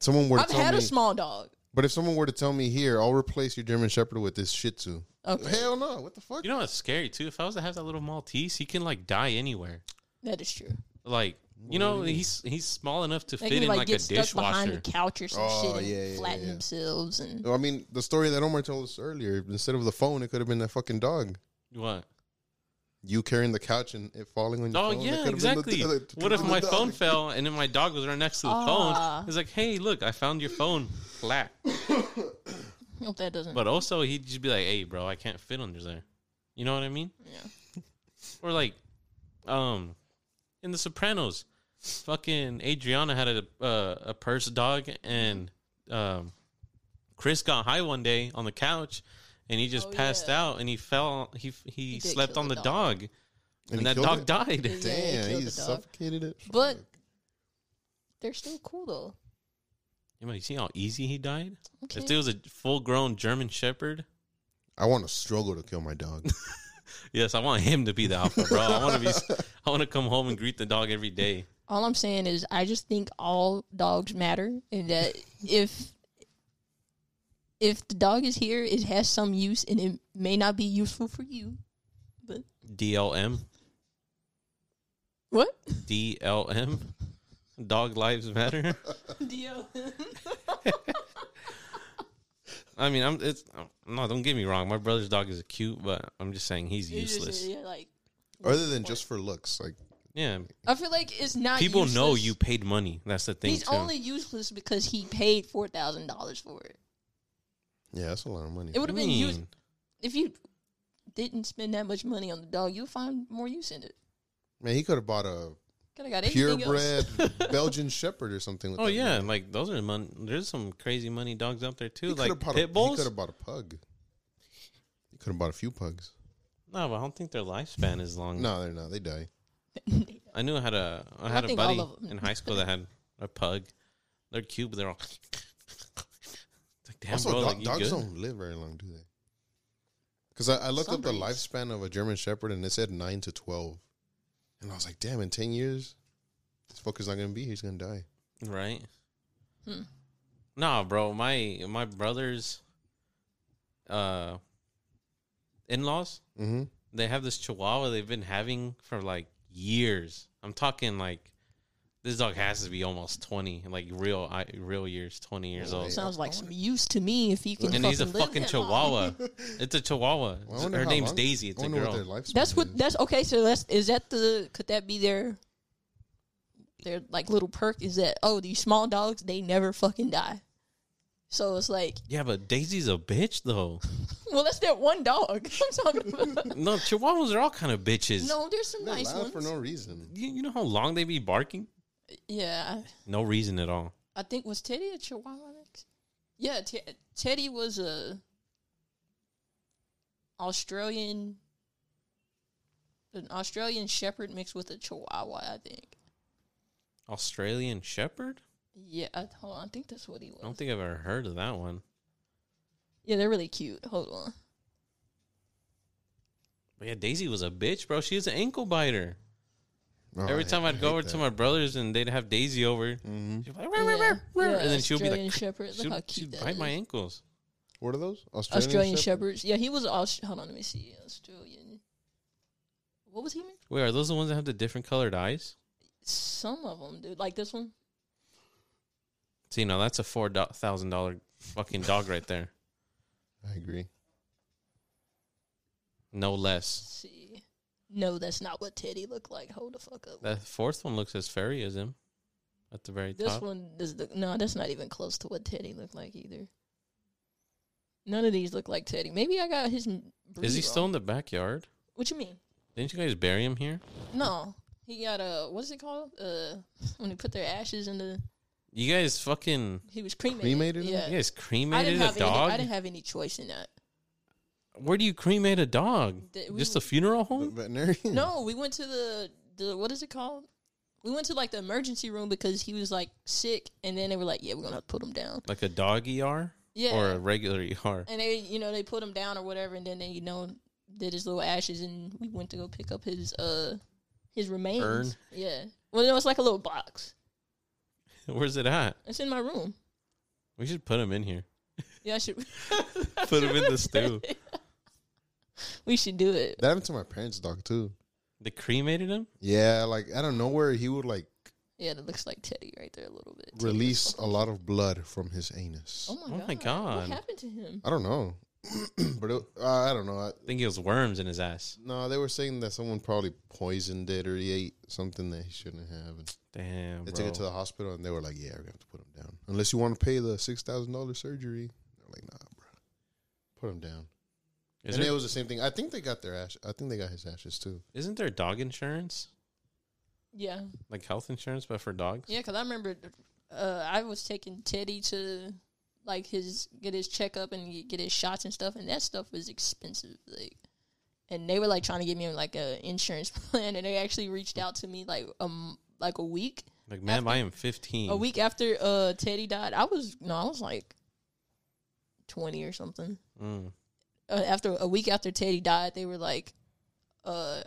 [SPEAKER 1] someone were to
[SPEAKER 3] Mm-hmm. I've
[SPEAKER 1] tell
[SPEAKER 3] had
[SPEAKER 1] me,
[SPEAKER 3] a small dog.
[SPEAKER 1] but if someone were to tell me here, I'll replace your German Shepherd with this Shih Tzu.
[SPEAKER 3] Okay,
[SPEAKER 1] Hell no! What the fuck?
[SPEAKER 2] You know what's scary too? If I was to have that little Maltese, he can like die anywhere.
[SPEAKER 3] that is true.
[SPEAKER 2] Like you know, he's he's small enough to
[SPEAKER 3] They
[SPEAKER 2] fit
[SPEAKER 3] can
[SPEAKER 2] in
[SPEAKER 3] like,
[SPEAKER 2] like, a
[SPEAKER 3] get stuck behind
[SPEAKER 2] dishwasher.
[SPEAKER 3] the couch or some
[SPEAKER 1] Oh,
[SPEAKER 3] shit and
[SPEAKER 1] yeah, yeah,
[SPEAKER 3] flatten
[SPEAKER 1] yeah.
[SPEAKER 3] themselves and
[SPEAKER 1] Well, I mean, the story that Omar told us earlier. Instead of the phone, it could have been that fucking dog.
[SPEAKER 2] What?
[SPEAKER 1] you carrying the couch and it falling on your
[SPEAKER 2] Oh
[SPEAKER 1] phone. That
[SPEAKER 2] yeah,
[SPEAKER 1] could've been the-
[SPEAKER 2] exactly.
[SPEAKER 1] that could've
[SPEAKER 2] What if
[SPEAKER 1] been
[SPEAKER 2] my
[SPEAKER 1] the
[SPEAKER 2] phone
[SPEAKER 1] dog.
[SPEAKER 2] fell and then my dog was right next to the
[SPEAKER 3] Ah.
[SPEAKER 2] phone? He's like, "Hey, look, I found your phone." Flat.
[SPEAKER 3] Hope that doesn't.
[SPEAKER 2] But also, he'd just be like, "Hey, bro, I can't fit under there." You know what I mean?
[SPEAKER 3] yeah.
[SPEAKER 2] Or like, um, in The Sopranos, fucking Adriana had a uh, a purse dog, and um, Chris got high one day on the couch, and he just
[SPEAKER 3] Oh,
[SPEAKER 2] passed
[SPEAKER 3] yeah.
[SPEAKER 2] out, and he fell. He he,
[SPEAKER 3] He did
[SPEAKER 2] slept
[SPEAKER 3] kill
[SPEAKER 2] on the
[SPEAKER 3] the
[SPEAKER 2] dog,
[SPEAKER 3] dog.
[SPEAKER 1] And
[SPEAKER 2] and,
[SPEAKER 1] he
[SPEAKER 2] that
[SPEAKER 1] killed
[SPEAKER 2] dog
[SPEAKER 1] it?
[SPEAKER 2] died.
[SPEAKER 3] Yeah, he
[SPEAKER 1] Damn,
[SPEAKER 3] killed
[SPEAKER 1] he
[SPEAKER 3] the dog.
[SPEAKER 1] suffocated it.
[SPEAKER 3] But they're still cool though.
[SPEAKER 2] You know, you see how easy he died? If
[SPEAKER 3] Okay.
[SPEAKER 2] there was a full grown German Shepherd,
[SPEAKER 1] I want to struggle to kill my dog.
[SPEAKER 2] yes, I want him to be the alpha, bro. I want to be. I want to come home and greet the dog every day.
[SPEAKER 3] All I'm saying is, I just think all dogs matter, and that if if the dog is here, it has some use, and it may not be useful for you. But
[SPEAKER 2] DLM,
[SPEAKER 3] what?
[SPEAKER 2] DLM, dog lives matter.
[SPEAKER 3] Deal.
[SPEAKER 2] I mean, I'm. It's no. Don't get me wrong. My brother's dog is cute, but I'm just saying he's useless.
[SPEAKER 3] like
[SPEAKER 1] Other than just for looks, like
[SPEAKER 2] Yeah,
[SPEAKER 3] I feel like it's not.
[SPEAKER 2] people know
[SPEAKER 3] useless.
[SPEAKER 2] you paid money. That's the thing.
[SPEAKER 3] He's
[SPEAKER 2] too.
[SPEAKER 3] only useless because he paid four thousand dollars for it.
[SPEAKER 1] yeah, that's a lot of money.
[SPEAKER 3] It would have been used
[SPEAKER 2] Mean.
[SPEAKER 3] if you didn't spend that much money on the dog. You'll find more use in it.
[SPEAKER 1] Man, he could have bought a
[SPEAKER 3] Could have got everything
[SPEAKER 1] purebred
[SPEAKER 3] else.
[SPEAKER 1] Belgian Shepherd or something. With
[SPEAKER 2] Oh
[SPEAKER 1] that
[SPEAKER 2] yeah,
[SPEAKER 1] money.
[SPEAKER 2] like those are money. There's some crazy money dogs out there too,
[SPEAKER 1] He
[SPEAKER 2] like
[SPEAKER 1] coulda bought a,
[SPEAKER 2] pit bulls.
[SPEAKER 1] He could have bought a pug. He could have bought a few pugs.
[SPEAKER 2] No, but I don't think their lifespan is long.
[SPEAKER 1] No, they're not. They die.
[SPEAKER 2] I knew I had a I
[SPEAKER 3] I
[SPEAKER 2] had a
[SPEAKER 3] think all
[SPEAKER 2] buddy
[SPEAKER 3] of 'em.
[SPEAKER 2] in high school that had a pug. They're cute, but they're all It's like damn
[SPEAKER 1] also,
[SPEAKER 2] bro,
[SPEAKER 1] dog-
[SPEAKER 2] like, you
[SPEAKER 1] dogs
[SPEAKER 2] good?
[SPEAKER 1] don't live very long, do they? Because I, I looked
[SPEAKER 3] Some
[SPEAKER 1] up the
[SPEAKER 3] breeds.
[SPEAKER 1] lifespan of a German Shepherd and it said nine to twelve, and I was like, damn, in ten years, this fucker's not gonna be here. He's gonna die.
[SPEAKER 2] right?
[SPEAKER 3] Hmm.
[SPEAKER 2] Nah, bro, my my brother's uh in laws
[SPEAKER 1] Mm-hmm.
[SPEAKER 2] they have this chihuahua they've been having for like years. I'm talking like this dog has to be almost twenty, like real I- real years, twenty years
[SPEAKER 1] Oh,
[SPEAKER 2] old.
[SPEAKER 1] yeah.
[SPEAKER 3] Sounds like some use to me if you can.
[SPEAKER 2] And he's a
[SPEAKER 3] live
[SPEAKER 2] fucking
[SPEAKER 3] that long.
[SPEAKER 2] chihuahua. It's a chihuahua. Her name's Daisy. It's
[SPEAKER 1] I
[SPEAKER 2] a
[SPEAKER 1] wonder what their
[SPEAKER 2] girl.
[SPEAKER 1] lifespan.
[SPEAKER 3] That's
[SPEAKER 1] is.
[SPEAKER 3] what. That's okay. So that's is that the could that be their their like little perk is that oh these small dogs they never fucking die. So it's like
[SPEAKER 2] Yeah, but Daisy's a bitch though.
[SPEAKER 3] well that's that one dog I'm talking about.
[SPEAKER 2] No, Chihuahuas are all kind of bitches.
[SPEAKER 3] no, there's some
[SPEAKER 1] They're
[SPEAKER 3] nice
[SPEAKER 1] loud
[SPEAKER 3] ones.
[SPEAKER 1] for no reason.
[SPEAKER 2] You, you know how long they be barking?
[SPEAKER 3] yeah,
[SPEAKER 2] No reason at all.
[SPEAKER 3] I think was Teddy a Chihuahua mix? Yeah, Te- Teddy was a Australian, an Australian Shepherd mixed with a Chihuahua. I think.
[SPEAKER 2] Australian Shepherd?
[SPEAKER 3] Yeah, I, hold on. I think that's what he was.
[SPEAKER 2] I don't think I've ever heard of that one.
[SPEAKER 3] yeah, they're really cute. Hold on.
[SPEAKER 2] But yeah, Daisy was a bitch, bro. She was an ankle biter.
[SPEAKER 1] Oh,
[SPEAKER 2] Every
[SPEAKER 1] I
[SPEAKER 2] time
[SPEAKER 1] hate-
[SPEAKER 2] I'd
[SPEAKER 1] I
[SPEAKER 2] go
[SPEAKER 1] hate
[SPEAKER 2] over
[SPEAKER 1] that.
[SPEAKER 2] to my brothers and they'd have Daisy over,
[SPEAKER 1] Mhm.
[SPEAKER 2] she'd be like, "Rah, rah,
[SPEAKER 3] Yeah.
[SPEAKER 2] rah, rah,"
[SPEAKER 3] Yeah,
[SPEAKER 2] and then she'd be
[SPEAKER 3] Australian
[SPEAKER 2] like,
[SPEAKER 3] Shepherd. Look
[SPEAKER 2] she'd,
[SPEAKER 3] how cute
[SPEAKER 2] she'd
[SPEAKER 3] that
[SPEAKER 2] bite my
[SPEAKER 3] is.
[SPEAKER 2] ankles.
[SPEAKER 1] What are those? Australian,
[SPEAKER 3] Australian
[SPEAKER 1] Shepherd?
[SPEAKER 3] Shepherds. Yeah, he was. Aus- hold on, let me see. Australian. What was he? mixed?
[SPEAKER 2] Wait, are those the ones that have the different colored eyes?
[SPEAKER 3] Some of them, dude. Like this one.
[SPEAKER 2] See, now that's a four thousand dollar fucking dog right there,
[SPEAKER 1] I agree.
[SPEAKER 2] no less.
[SPEAKER 3] Let's see. No, that's not what Teddy looked like. Hold the fuck up.
[SPEAKER 2] That fourth one looks as furry as him at the very
[SPEAKER 3] This
[SPEAKER 2] top.
[SPEAKER 3] one does the no. That's not even close to what Teddy looked like either. None of these look like Teddy. Maybe I got his. m- breed
[SPEAKER 2] Is he
[SPEAKER 3] wrong.
[SPEAKER 2] still in the backyard?
[SPEAKER 3] What you mean?
[SPEAKER 2] Didn't you guys bury him here?
[SPEAKER 3] No, he got a what's it called? Uh, when he put their ashes in the
[SPEAKER 2] You guys fucking
[SPEAKER 3] he was cremated.
[SPEAKER 1] Cremated him?
[SPEAKER 2] you
[SPEAKER 3] Yeah,
[SPEAKER 2] guys
[SPEAKER 3] I didn't
[SPEAKER 2] cremated a
[SPEAKER 3] have any. I
[SPEAKER 2] dog.
[SPEAKER 3] didn't have any choice in that.
[SPEAKER 2] Where do you cremate a dog?
[SPEAKER 3] Th- we
[SPEAKER 2] Just
[SPEAKER 3] were-
[SPEAKER 2] a funeral home?
[SPEAKER 1] Veterinarian?
[SPEAKER 3] No, we went to the the what is it called? We went to like the emergency room because he was like sick, and then they were like, "Yeah, we're gonna have to put him down."
[SPEAKER 2] Like a dog ER
[SPEAKER 3] Yeah,
[SPEAKER 2] or a regular ER?
[SPEAKER 3] and they you know they put him down or whatever, and then they you know did his little ashes, and we went to go pick up his uh his remains.
[SPEAKER 2] Urn?
[SPEAKER 3] Yeah, well, no, it's like a little box.
[SPEAKER 2] Where's it at?
[SPEAKER 3] It's in my room.
[SPEAKER 2] We should put him in here.
[SPEAKER 3] Yeah, I should
[SPEAKER 2] Put him in the stew.
[SPEAKER 3] we should do it.
[SPEAKER 1] That happened to my parents' dog too.
[SPEAKER 2] They cremated him.
[SPEAKER 1] Yeah, like I don't know where he would like
[SPEAKER 3] Yeah, that looks like Teddy right there a little bit. Teddy was
[SPEAKER 1] release
[SPEAKER 3] fucking-
[SPEAKER 1] a lot of blood from his anus.
[SPEAKER 3] Oh my,
[SPEAKER 2] Oh my
[SPEAKER 3] god.
[SPEAKER 2] God.
[SPEAKER 3] What happened to him?
[SPEAKER 1] I don't know. but it, uh, I don't know. I,
[SPEAKER 2] I think it was worms in his ass.
[SPEAKER 1] no, they were saying that someone probably poisoned it or he ate something that he shouldn't have. And
[SPEAKER 2] Damn,
[SPEAKER 1] they
[SPEAKER 2] bro.
[SPEAKER 1] took it to the hospital and they were like, "Yeah, we're gonna have to put him down unless you want to pay the six thousand dollars surgery." They're like, "Nah, bro, put him down."
[SPEAKER 2] Is
[SPEAKER 1] and
[SPEAKER 2] there,
[SPEAKER 1] it was the same thing. I think they got their ash. I think they got his ashes too.
[SPEAKER 2] isn't there dog insurance,
[SPEAKER 3] Yeah.
[SPEAKER 2] like health insurance, but for dogs?
[SPEAKER 3] Yeah, because I remember uh, I was taking Teddy to like his get his checkup and he- get his shots and stuff, and that stuff was expensive. Like, and they were like trying to get me like a insurance plan, and they actually reached out to me like um like a week
[SPEAKER 2] Like, ma'am,
[SPEAKER 3] After-
[SPEAKER 2] I am fifteen.
[SPEAKER 3] a week after uh Teddy died. I was no, I was like twenty or something.
[SPEAKER 2] Mm.
[SPEAKER 3] Uh, after a week after Teddy died, they were like, uh.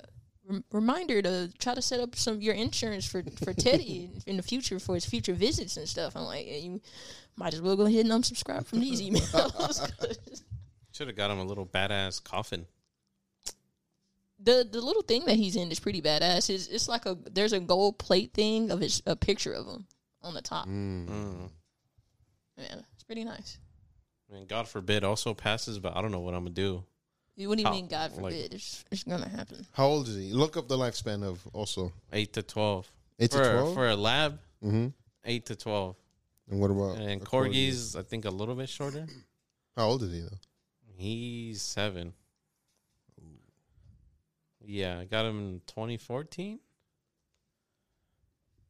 [SPEAKER 3] rem- Reminder to try to set up some your insurance for for Teddy in, in the future for his future visits and stuff. I'm like, "Yeah, you might as well go ahead and unsubscribe from these emails.
[SPEAKER 2] Should have got him a little badass coffin.
[SPEAKER 3] the the little thing that he's in is pretty badass. It's, it's like a there's a gold plate thing of his a picture of him on the top.
[SPEAKER 2] Mm.
[SPEAKER 3] Yeah, it's pretty nice.
[SPEAKER 2] And God forbid, also passes, but I don't know what I'm gonna do.
[SPEAKER 3] What do you
[SPEAKER 2] How-
[SPEAKER 3] mean? God
[SPEAKER 2] like-
[SPEAKER 3] forbid, it's, it's gonna happen.
[SPEAKER 1] How old is he? Look up the lifespan of also
[SPEAKER 2] Eight to twelve.
[SPEAKER 1] eight
[SPEAKER 2] for,
[SPEAKER 1] to twelve.
[SPEAKER 2] for a lab,
[SPEAKER 1] mm-hmm.
[SPEAKER 2] eight to twelve.
[SPEAKER 1] And what about
[SPEAKER 2] and
[SPEAKER 1] Oh, a corgi?
[SPEAKER 2] corgis, I think a little bit shorter.
[SPEAKER 1] How old is he though?
[SPEAKER 2] He's seven. Yeah, I got him in 2014.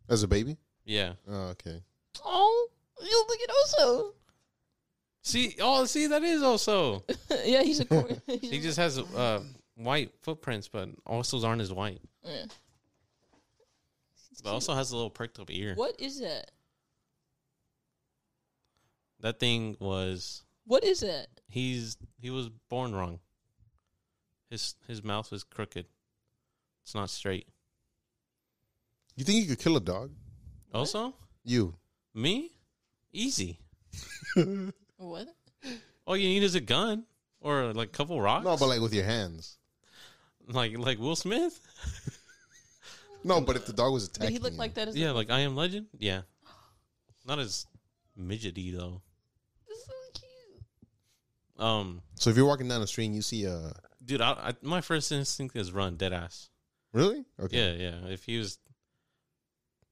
[SPEAKER 1] As a baby?
[SPEAKER 2] Yeah.
[SPEAKER 1] Oh, okay.
[SPEAKER 3] Oh, you look at also.
[SPEAKER 2] See, oh, see, that is also.
[SPEAKER 3] yeah, he's a cor- he's
[SPEAKER 2] He
[SPEAKER 3] a-
[SPEAKER 2] just has uh, white footprints, but also aren't as white.
[SPEAKER 3] yeah.
[SPEAKER 2] But also has a little pricked up ear.
[SPEAKER 3] What is that?
[SPEAKER 2] That thing was
[SPEAKER 3] What is that?
[SPEAKER 2] he's he was born wrong. His his mouth is crooked. It's not straight.
[SPEAKER 1] You think you could kill a dog?
[SPEAKER 2] Also,
[SPEAKER 1] You.
[SPEAKER 2] me, easy.
[SPEAKER 3] What?
[SPEAKER 2] All you need is a gun or like a couple rocks.
[SPEAKER 1] No, but like with your hands.
[SPEAKER 2] like like Will Smith.
[SPEAKER 1] No, but if the dog was
[SPEAKER 3] Did
[SPEAKER 1] attacking
[SPEAKER 3] he look
[SPEAKER 1] you.
[SPEAKER 3] like that? As
[SPEAKER 2] Yeah, like I Am Legend. Yeah, not as midgety though.
[SPEAKER 3] That's so cute.
[SPEAKER 2] Um,
[SPEAKER 1] So if you're walking down the street and you see a
[SPEAKER 2] dude, I, I my first instinct is run, dead ass.
[SPEAKER 1] really okay,
[SPEAKER 2] Yeah, yeah. If he was,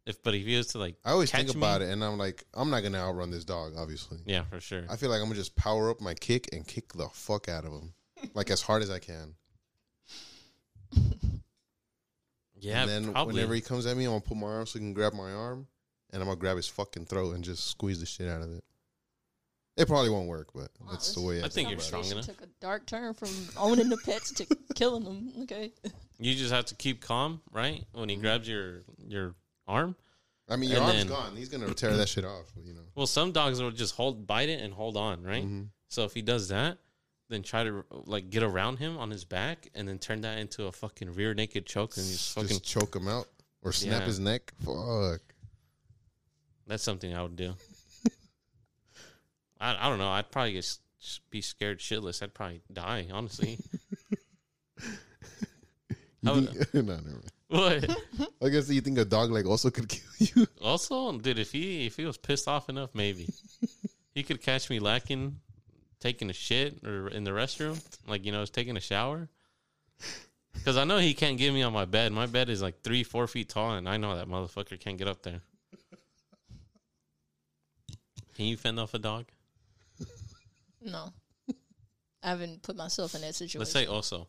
[SPEAKER 2] if but if he was to like,
[SPEAKER 1] I always
[SPEAKER 2] Catch
[SPEAKER 1] think about
[SPEAKER 2] me.
[SPEAKER 1] it and I'm like, I'm not gonna outrun this dog. Obviously,
[SPEAKER 2] yeah, for sure.
[SPEAKER 1] I feel like I'm gonna just power up my kick and kick the fuck out of him, like as hard as I can.
[SPEAKER 2] yeah,
[SPEAKER 1] and then
[SPEAKER 2] probably.
[SPEAKER 1] whenever he comes at me, I'm gonna put my arm so he can grab my arm, and I'm gonna grab his fucking throat and just squeeze the shit out of it. It probably won't work, but
[SPEAKER 3] Wow,
[SPEAKER 1] that's the
[SPEAKER 3] this-
[SPEAKER 1] way.
[SPEAKER 2] I think you're
[SPEAKER 3] Conversation
[SPEAKER 2] strong enough.
[SPEAKER 3] Took a dark turn from owning the pets to killing them. Okay.
[SPEAKER 2] You just have to keep calm, right? When
[SPEAKER 1] Mm-hmm.
[SPEAKER 2] he grabs your your arm.
[SPEAKER 1] I mean, your
[SPEAKER 2] and
[SPEAKER 1] arm's
[SPEAKER 2] then-
[SPEAKER 1] gone. He's gonna tear that shit off. You know.
[SPEAKER 2] Well, some dogs will just hold, bite it, and hold on, right?
[SPEAKER 1] Mm-hmm.
[SPEAKER 2] So if he does that, then try to like get around him on his back, and then turn that into a fucking rear naked choke, and just fucking.
[SPEAKER 1] Just choke him out or snap
[SPEAKER 2] Yeah.
[SPEAKER 1] his neck. Fuck.
[SPEAKER 2] That's something I would do. I I don't know. I'd probably get, s- s- be scared shitless. I'd probably die. Honestly,
[SPEAKER 1] You
[SPEAKER 2] How-
[SPEAKER 1] think- no, never mind.
[SPEAKER 2] what?
[SPEAKER 1] I guess you think a dog like also could kill you.
[SPEAKER 2] Also, dude, if he if he was pissed off enough, maybe he could catch me lacking, taking a shit or in the restroom, like you know, was taking a shower. Because I know he can't get me on my bed. My bed is like three, four feet tall, and I know that motherfucker can't get up there. Can you fend off a dog?
[SPEAKER 3] No. I haven't put myself in that situation.
[SPEAKER 2] Let's say um, also.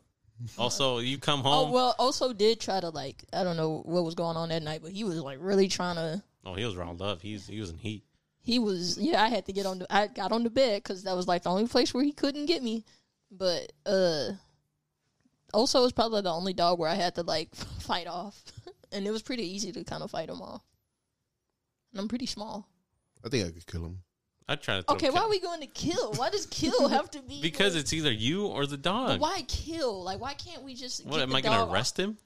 [SPEAKER 2] Also, you come home.
[SPEAKER 3] Oh well, also did try to like I don't know what was going on that night, but he was like really trying to.
[SPEAKER 2] Oh, he was riled up. He's he was in heat.
[SPEAKER 3] He was yeah. I had to get on. The, I got on the bed because that was like the only place where he couldn't get me. But uh, also was probably the only dog where I had to like fight off, and it was pretty easy to kind of fight him off. And I'm pretty small.
[SPEAKER 1] I think I could kill him.
[SPEAKER 2] I try to. Throw
[SPEAKER 3] Okay,
[SPEAKER 2] kick-
[SPEAKER 3] why are we going to kill? Why does kill have to be
[SPEAKER 2] Because
[SPEAKER 3] like-
[SPEAKER 2] it's either you or the
[SPEAKER 3] But
[SPEAKER 2] dog.
[SPEAKER 3] why kill? Like why can't we just
[SPEAKER 2] What
[SPEAKER 3] get
[SPEAKER 2] am
[SPEAKER 3] the
[SPEAKER 2] I gonna
[SPEAKER 3] dog off-
[SPEAKER 2] arrest him?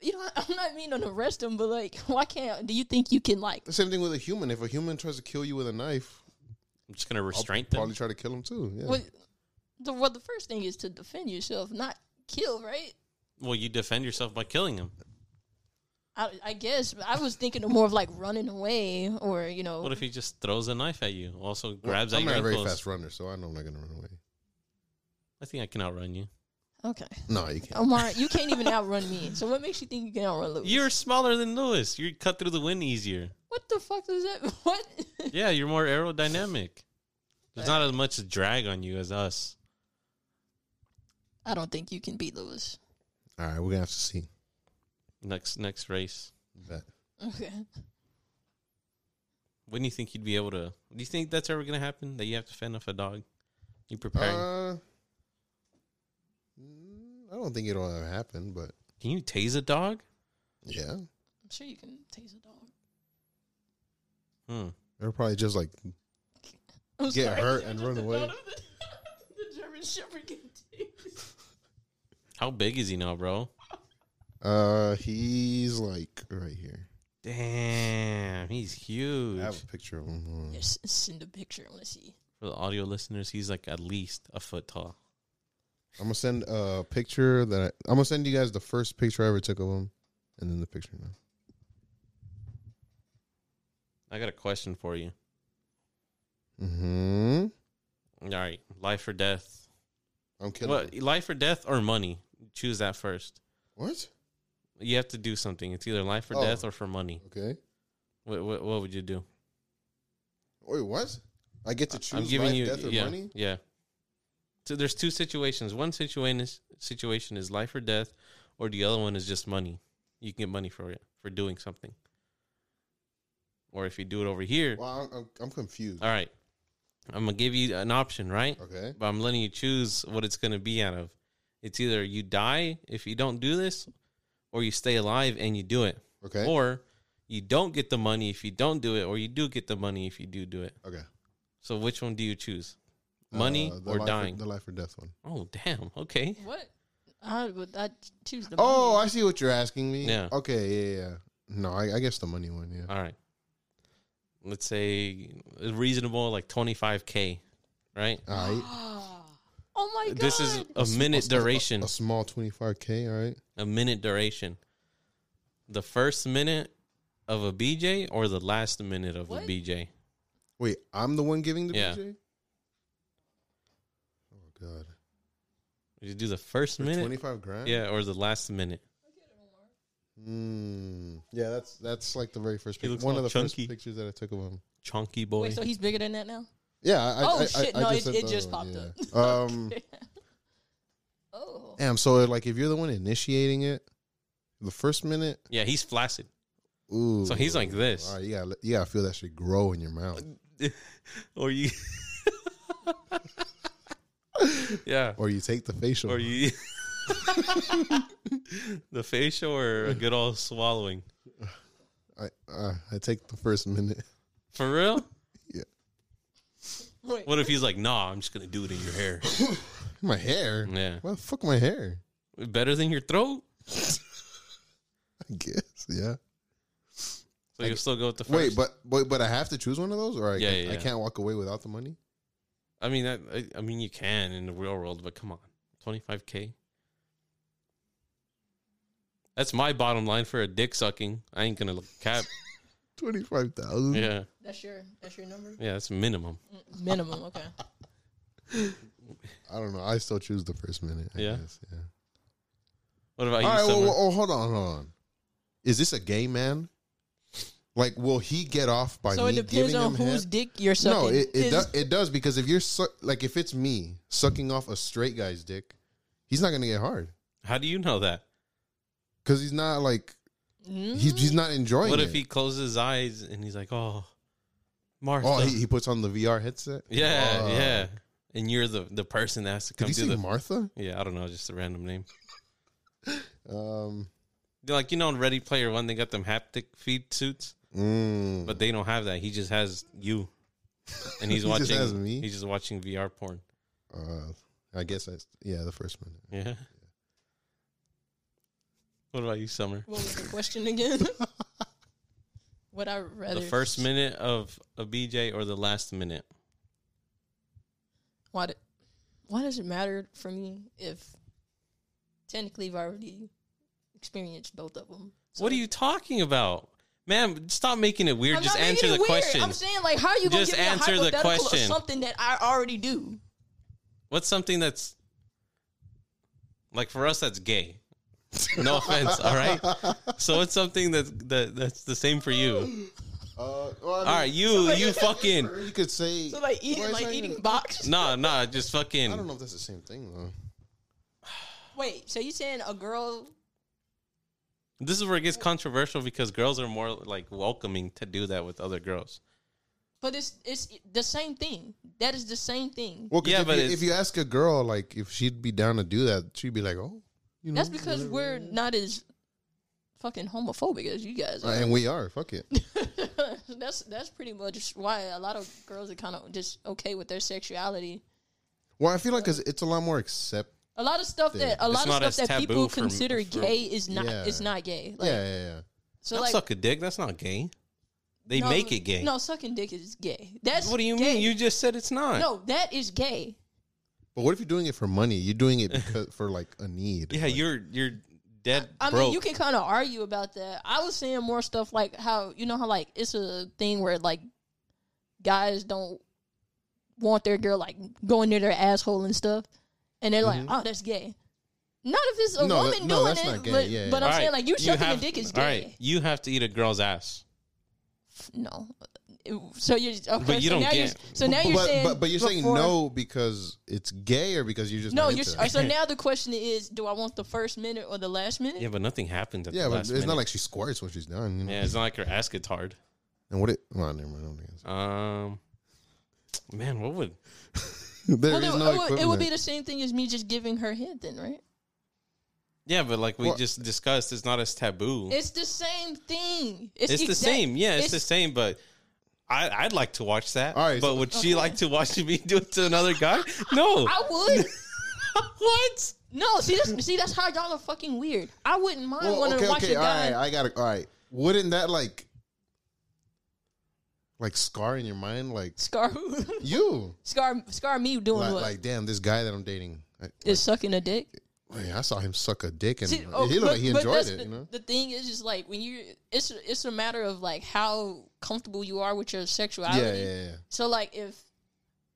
[SPEAKER 3] you know, I'm not meaning to arrest him, but like, why can't? Do you think you can like?
[SPEAKER 1] The same thing with a human. If a human tries to kill you with a knife,
[SPEAKER 2] I'm just gonna
[SPEAKER 1] I'll
[SPEAKER 2] restrain them.
[SPEAKER 1] probably try to kill him too. Yeah.
[SPEAKER 3] Well, the well, the first thing is to defend yourself, not kill, right?
[SPEAKER 2] Well, you defend yourself by killing him.
[SPEAKER 3] I, I guess but I was thinking of more of like running away, or you know,
[SPEAKER 2] What if he just throws a knife at you? Also grabs
[SPEAKER 1] I'm
[SPEAKER 2] at your
[SPEAKER 1] not a very
[SPEAKER 2] ankles.
[SPEAKER 1] fast runner, so I know I'm not gonna run away.
[SPEAKER 2] I think I can outrun you.
[SPEAKER 3] Okay.
[SPEAKER 1] No, you can't.
[SPEAKER 3] Omar, you can't even outrun me. So what makes you think you can outrun Louis?
[SPEAKER 2] You're smaller than Lewis. You cut through the wind easier.
[SPEAKER 3] what the fuck does that? What?
[SPEAKER 2] Yeah, you're more aerodynamic. There's not as much drag on you as us.
[SPEAKER 3] I don't think you can beat Louis.
[SPEAKER 1] All right, we're gonna have to see.
[SPEAKER 2] Next next race.
[SPEAKER 1] But
[SPEAKER 3] Okay.
[SPEAKER 2] When do you think you'd be able to? Do you think that's ever gonna happen? That you have to fend off a dog? You preparing?
[SPEAKER 1] uh, mm, I don't think it'll ever happen. But
[SPEAKER 2] Can you tase a dog?
[SPEAKER 1] yeah,
[SPEAKER 3] I'm sure you can tase a dog.
[SPEAKER 2] Hmm.
[SPEAKER 1] they'll probably just like
[SPEAKER 3] I'm
[SPEAKER 1] Get
[SPEAKER 3] sorry.
[SPEAKER 1] hurt and
[SPEAKER 3] Just
[SPEAKER 1] run
[SPEAKER 3] the
[SPEAKER 1] away.
[SPEAKER 3] thought of The, the German Shepherd can tase.
[SPEAKER 2] How big is he now, bro?
[SPEAKER 1] uh, he's like right here.
[SPEAKER 2] Damn, he's huge.
[SPEAKER 1] I have a picture of him. Hold on.
[SPEAKER 3] Yes, send a picture. I want to see.
[SPEAKER 2] For the audio listeners, he's like at least a foot tall.
[SPEAKER 1] I'm gonna send a picture that I, I'm gonna send you guys the first picture I ever took of him, and then the picture now.
[SPEAKER 2] I got a question for you.
[SPEAKER 1] Hmm.
[SPEAKER 2] All right, life or death?
[SPEAKER 1] I'm kidding.
[SPEAKER 2] What, life or death or money? Choose that first.
[SPEAKER 1] What?
[SPEAKER 2] You have to do something. It's either life or
[SPEAKER 1] Oh.
[SPEAKER 2] death or for money.
[SPEAKER 1] Okay.
[SPEAKER 2] What, what, what would you do?
[SPEAKER 1] Wait, what? I get to choose
[SPEAKER 2] I'm giving
[SPEAKER 1] life,
[SPEAKER 2] you
[SPEAKER 1] death, or
[SPEAKER 2] yeah,
[SPEAKER 1] money.
[SPEAKER 2] Yeah. So there's two situations. One situation is situation is life or death, or the other one is just money. You can get money for it for doing something. Or if you do it over here,
[SPEAKER 1] Well, I'm, I'm, I'm confused.
[SPEAKER 2] all right. I'm gonna give you an option, right?
[SPEAKER 1] Okay.
[SPEAKER 2] But I'm letting you choose what it's gonna be out of. It's either you die if you don't do this, or you stay alive and you do it.
[SPEAKER 1] Okay.
[SPEAKER 2] Or you don't get the money if you don't do it, or you do get the money if you do do it.
[SPEAKER 1] okay.
[SPEAKER 2] So which one do you choose? Money
[SPEAKER 1] Uh, the
[SPEAKER 2] or
[SPEAKER 1] life
[SPEAKER 2] dying?
[SPEAKER 1] the life or death one.
[SPEAKER 2] oh damn. Okay.
[SPEAKER 3] What? I would. I choose the.
[SPEAKER 1] Oh,
[SPEAKER 3] money.
[SPEAKER 1] I see what you're asking me.
[SPEAKER 2] Yeah.
[SPEAKER 1] Okay. Yeah. Yeah. No, I, I guess the money one. Yeah.
[SPEAKER 2] All right. Let's say a reasonable like 25k, right?
[SPEAKER 1] All right.
[SPEAKER 3] Oh my god.
[SPEAKER 2] This is a minute duration.
[SPEAKER 1] A small 25k. All right.
[SPEAKER 2] A minute duration. The first minute of a BJ or the last minute of
[SPEAKER 3] What?
[SPEAKER 2] a BJ?
[SPEAKER 1] Wait, I'm the one giving the
[SPEAKER 2] Yeah.
[SPEAKER 1] BJ. Oh God.
[SPEAKER 2] Would you do the first
[SPEAKER 1] For
[SPEAKER 2] minute?
[SPEAKER 1] 25 grand.
[SPEAKER 2] Yeah, or the last minute.
[SPEAKER 1] Mm, yeah, that's that's like the very first
[SPEAKER 2] He
[SPEAKER 1] picture.
[SPEAKER 2] looks
[SPEAKER 1] One
[SPEAKER 2] all
[SPEAKER 1] of the
[SPEAKER 2] chunky.
[SPEAKER 1] first pictures that I took of him.
[SPEAKER 2] Chunky boy.
[SPEAKER 3] Wait, so he's bigger than that now?
[SPEAKER 1] Yeah. I,
[SPEAKER 3] Oh,
[SPEAKER 1] I- I-
[SPEAKER 3] shit,
[SPEAKER 1] I
[SPEAKER 3] no, it-
[SPEAKER 1] said
[SPEAKER 3] it
[SPEAKER 1] the
[SPEAKER 3] just
[SPEAKER 1] other
[SPEAKER 3] popped
[SPEAKER 1] one,
[SPEAKER 3] up.
[SPEAKER 1] yeah. Um.
[SPEAKER 3] Oh.
[SPEAKER 1] Damn. So like, if you're the one initiating it, the first minute.
[SPEAKER 2] yeah, he's flaccid.
[SPEAKER 1] Ooh.
[SPEAKER 2] So he's like this.
[SPEAKER 1] All right, you gotta let- you gotta feel that shit grow in your mouth,
[SPEAKER 2] Or you Yeah.
[SPEAKER 1] or you take the facial.
[SPEAKER 2] Or you the facial or a good old swallowing?
[SPEAKER 1] I uh, I take the first minute.
[SPEAKER 2] For real?
[SPEAKER 3] Wait.
[SPEAKER 2] What if he's like, nah, I'm just gonna do it in your hair?
[SPEAKER 1] My hair.
[SPEAKER 2] Yeah.
[SPEAKER 1] Well, fuck my hair.
[SPEAKER 2] Better than your throat?
[SPEAKER 1] I guess. Yeah.
[SPEAKER 2] So you still go with the first.
[SPEAKER 1] Wait, but wait, but I have to choose one of those, or I
[SPEAKER 2] Yeah,
[SPEAKER 1] can,
[SPEAKER 2] yeah,
[SPEAKER 1] I
[SPEAKER 2] yeah.
[SPEAKER 1] can't walk away without the money.
[SPEAKER 2] I mean that I, I mean you can in the real world, but come on. Twenty five K. That's my bottom line for a dick sucking. I ain't gonna cap.
[SPEAKER 1] Twenty five thousand.
[SPEAKER 2] yeah.
[SPEAKER 3] That's your that's your number?
[SPEAKER 2] Yeah, that's minimum.
[SPEAKER 3] Minimum, okay.
[SPEAKER 1] I don't know. I still choose the first minute. I
[SPEAKER 2] Yeah.
[SPEAKER 1] Guess, yeah.
[SPEAKER 2] What about
[SPEAKER 1] All
[SPEAKER 2] you,
[SPEAKER 1] right, well,
[SPEAKER 2] Summer?
[SPEAKER 1] well, oh, hold on, hold on. Is this a gay man? Like, will he get off by
[SPEAKER 3] so
[SPEAKER 1] me
[SPEAKER 3] it depends
[SPEAKER 1] giving
[SPEAKER 3] on
[SPEAKER 1] him head?
[SPEAKER 3] whose dick you're sucking.
[SPEAKER 1] No, it it,
[SPEAKER 3] Is-
[SPEAKER 1] does it does because if you're su- like if it's me sucking off a straight guy's dick, he's not gonna get hard
[SPEAKER 2] How do you know that?
[SPEAKER 1] because he's not like
[SPEAKER 3] Mm.
[SPEAKER 1] he's he's not enjoying.
[SPEAKER 2] What if
[SPEAKER 1] it.
[SPEAKER 2] he closes his eyes and he's like, Oh Martha
[SPEAKER 1] Oh, he, he puts on the VR headset.
[SPEAKER 2] Yeah,
[SPEAKER 1] Fuck.
[SPEAKER 2] yeah. And you're the the person that has to
[SPEAKER 1] Did
[SPEAKER 2] come
[SPEAKER 1] he
[SPEAKER 2] do
[SPEAKER 1] say
[SPEAKER 2] the
[SPEAKER 1] Martha?
[SPEAKER 2] Yeah, I don't know, just a random name.
[SPEAKER 1] Um,
[SPEAKER 2] Like you know in Ready Player One they got them haptic feed suits,
[SPEAKER 1] mm.
[SPEAKER 2] but they don't have that. He just has you. And he's
[SPEAKER 1] He
[SPEAKER 2] watching
[SPEAKER 1] just has me?
[SPEAKER 2] he's just watching VR porn.
[SPEAKER 1] uh, I guess that's yeah, the first minute.
[SPEAKER 2] Yeah. What about you, Summer?
[SPEAKER 3] What was the question again? Would I rather
[SPEAKER 2] The first minute of a BJ or the last minute?
[SPEAKER 3] Why, do- why does it matter for me if technically I've already experienced both of them?
[SPEAKER 2] What are you talking about? Ma'am, stop making it weird. just answer the question.
[SPEAKER 3] I'm saying like, how are you gonna
[SPEAKER 2] Just
[SPEAKER 3] give me a
[SPEAKER 2] answer the
[SPEAKER 3] hypothetical of
[SPEAKER 2] question.
[SPEAKER 3] something that I already do?
[SPEAKER 2] What's something that's Like for us, that's gay. No offense, all right. So it's something that's that, that's the same for you.
[SPEAKER 1] Uh, well, I mean,
[SPEAKER 2] All right, you you fucking
[SPEAKER 1] or you could say.
[SPEAKER 3] So like
[SPEAKER 1] Why
[SPEAKER 3] eating
[SPEAKER 1] is
[SPEAKER 3] like
[SPEAKER 1] that
[SPEAKER 3] eating
[SPEAKER 1] even-
[SPEAKER 3] box.
[SPEAKER 2] nah nah just
[SPEAKER 1] I don't
[SPEAKER 2] fucking.
[SPEAKER 1] know if that's the same thing though.
[SPEAKER 3] Wait, so you saying a girl?
[SPEAKER 2] This is where it gets controversial because girls are more like welcoming to do that with other girls.
[SPEAKER 3] But it's it's the same thing. That is the same thing.
[SPEAKER 1] Well, 'cause
[SPEAKER 2] Yeah,
[SPEAKER 1] if,
[SPEAKER 2] but
[SPEAKER 1] you,
[SPEAKER 2] it's-
[SPEAKER 1] if you ask a girl like if she'd be down to do that, she'd be like, "Oh, you know."
[SPEAKER 3] That's because we're not as fucking homophobic as you guys
[SPEAKER 1] Uh,
[SPEAKER 3] are.
[SPEAKER 1] and we are. Fuck it.
[SPEAKER 3] that's that's pretty much why a lot of girls are kind of just okay with their sexuality.
[SPEAKER 1] Well, I feel like 'cause it's a lot more accept.
[SPEAKER 3] A lot of stuff that a lot
[SPEAKER 2] not
[SPEAKER 3] of
[SPEAKER 2] as
[SPEAKER 3] stuff that
[SPEAKER 2] taboo
[SPEAKER 3] people
[SPEAKER 2] for-
[SPEAKER 3] consider
[SPEAKER 2] for-
[SPEAKER 3] gay is not
[SPEAKER 1] Yeah.
[SPEAKER 3] is not gay. Like,
[SPEAKER 1] yeah, yeah, yeah.
[SPEAKER 3] So
[SPEAKER 2] Not
[SPEAKER 3] like
[SPEAKER 2] suck a dick. That's not gay. They
[SPEAKER 3] no,
[SPEAKER 2] make it gay.
[SPEAKER 3] No, sucking dick is gay. That's
[SPEAKER 2] what do you
[SPEAKER 3] gay.
[SPEAKER 2] mean? You just said it's not.
[SPEAKER 3] no, that is gay.
[SPEAKER 1] But what if you're doing it for money? You're doing it because for like a need.
[SPEAKER 2] Yeah, you're you're dead
[SPEAKER 3] I
[SPEAKER 2] broke.
[SPEAKER 3] mean, you can kind of argue about that. I was saying more stuff like how you know how like it's a thing where like guys don't want their girl like going near their asshole and stuff, and they're like, "Oh, that's gay." Not if it's a
[SPEAKER 1] Mm-hmm. No,
[SPEAKER 3] woman
[SPEAKER 1] that-
[SPEAKER 3] doing
[SPEAKER 1] no, that's
[SPEAKER 3] it,
[SPEAKER 1] not gay,
[SPEAKER 3] but,
[SPEAKER 1] yeah.
[SPEAKER 3] but I'm
[SPEAKER 2] All
[SPEAKER 3] saying
[SPEAKER 2] right,
[SPEAKER 3] like you sucking
[SPEAKER 2] have-
[SPEAKER 3] a dick is gay.
[SPEAKER 2] all right, you have to eat a girl's ass.
[SPEAKER 3] No, so you're okay.
[SPEAKER 2] But you
[SPEAKER 3] so
[SPEAKER 2] don't
[SPEAKER 3] now you're,
[SPEAKER 2] get-
[SPEAKER 3] so now
[SPEAKER 1] but,
[SPEAKER 3] you're
[SPEAKER 1] but,
[SPEAKER 3] saying
[SPEAKER 1] but, but you're saying
[SPEAKER 3] before-
[SPEAKER 1] no because it's gay or because you're just
[SPEAKER 3] No,
[SPEAKER 1] not
[SPEAKER 3] you're
[SPEAKER 1] into
[SPEAKER 3] so
[SPEAKER 1] it?
[SPEAKER 3] now the question is, do I want the first minute or the last minute?
[SPEAKER 2] Yeah, but nothing happens at
[SPEAKER 1] yeah,
[SPEAKER 2] the
[SPEAKER 1] but
[SPEAKER 2] last
[SPEAKER 1] it's
[SPEAKER 2] minute.
[SPEAKER 1] not like she squirts when she's done. You know?
[SPEAKER 2] yeah, it's not like her ass gets hard.
[SPEAKER 1] And what it? Well, never mind. I don't think it's-
[SPEAKER 2] Um, man, what would
[SPEAKER 1] There
[SPEAKER 3] Well,
[SPEAKER 1] is
[SPEAKER 3] it,
[SPEAKER 1] no
[SPEAKER 3] it would, it would be
[SPEAKER 1] equivalent.
[SPEAKER 3] the same thing as me just giving her head, then, right?
[SPEAKER 2] yeah? But like we
[SPEAKER 1] Well-
[SPEAKER 2] just discussed, it's not as taboo. It's,
[SPEAKER 3] It's the same thing.
[SPEAKER 2] the
[SPEAKER 3] exact-
[SPEAKER 2] same. Yeah, it's, the
[SPEAKER 3] it's-
[SPEAKER 2] same. But I I'd like to watch that.
[SPEAKER 1] All right,
[SPEAKER 2] but
[SPEAKER 1] so-
[SPEAKER 2] would she like to watch me do it to another guy? No.
[SPEAKER 3] I would
[SPEAKER 2] what?
[SPEAKER 3] no see that's see that's how y'all are fucking weird. I wouldn't mind
[SPEAKER 1] Well,
[SPEAKER 3] wanting
[SPEAKER 1] okay,
[SPEAKER 3] to watch
[SPEAKER 1] okay,
[SPEAKER 3] a
[SPEAKER 1] all
[SPEAKER 3] guy.
[SPEAKER 1] right. I got to All right. Wouldn't that like like scar in your mind? Like
[SPEAKER 3] Scar, who?
[SPEAKER 1] you,
[SPEAKER 3] scar, scar me doing
[SPEAKER 1] like,
[SPEAKER 3] what?
[SPEAKER 1] like damn, this guy that I'm dating. I,
[SPEAKER 3] is sucking a dick.
[SPEAKER 1] Man, I saw him suck a dick, and
[SPEAKER 3] See, oh,
[SPEAKER 1] he looked
[SPEAKER 3] but-
[SPEAKER 1] like he
[SPEAKER 3] but
[SPEAKER 1] enjoyed
[SPEAKER 3] that's
[SPEAKER 1] it.
[SPEAKER 3] the-
[SPEAKER 1] You know,
[SPEAKER 3] the thing is, is like when you, it's it's a matter of like how comfortable you are with your sexuality.
[SPEAKER 1] yeah, yeah, yeah.
[SPEAKER 3] So like if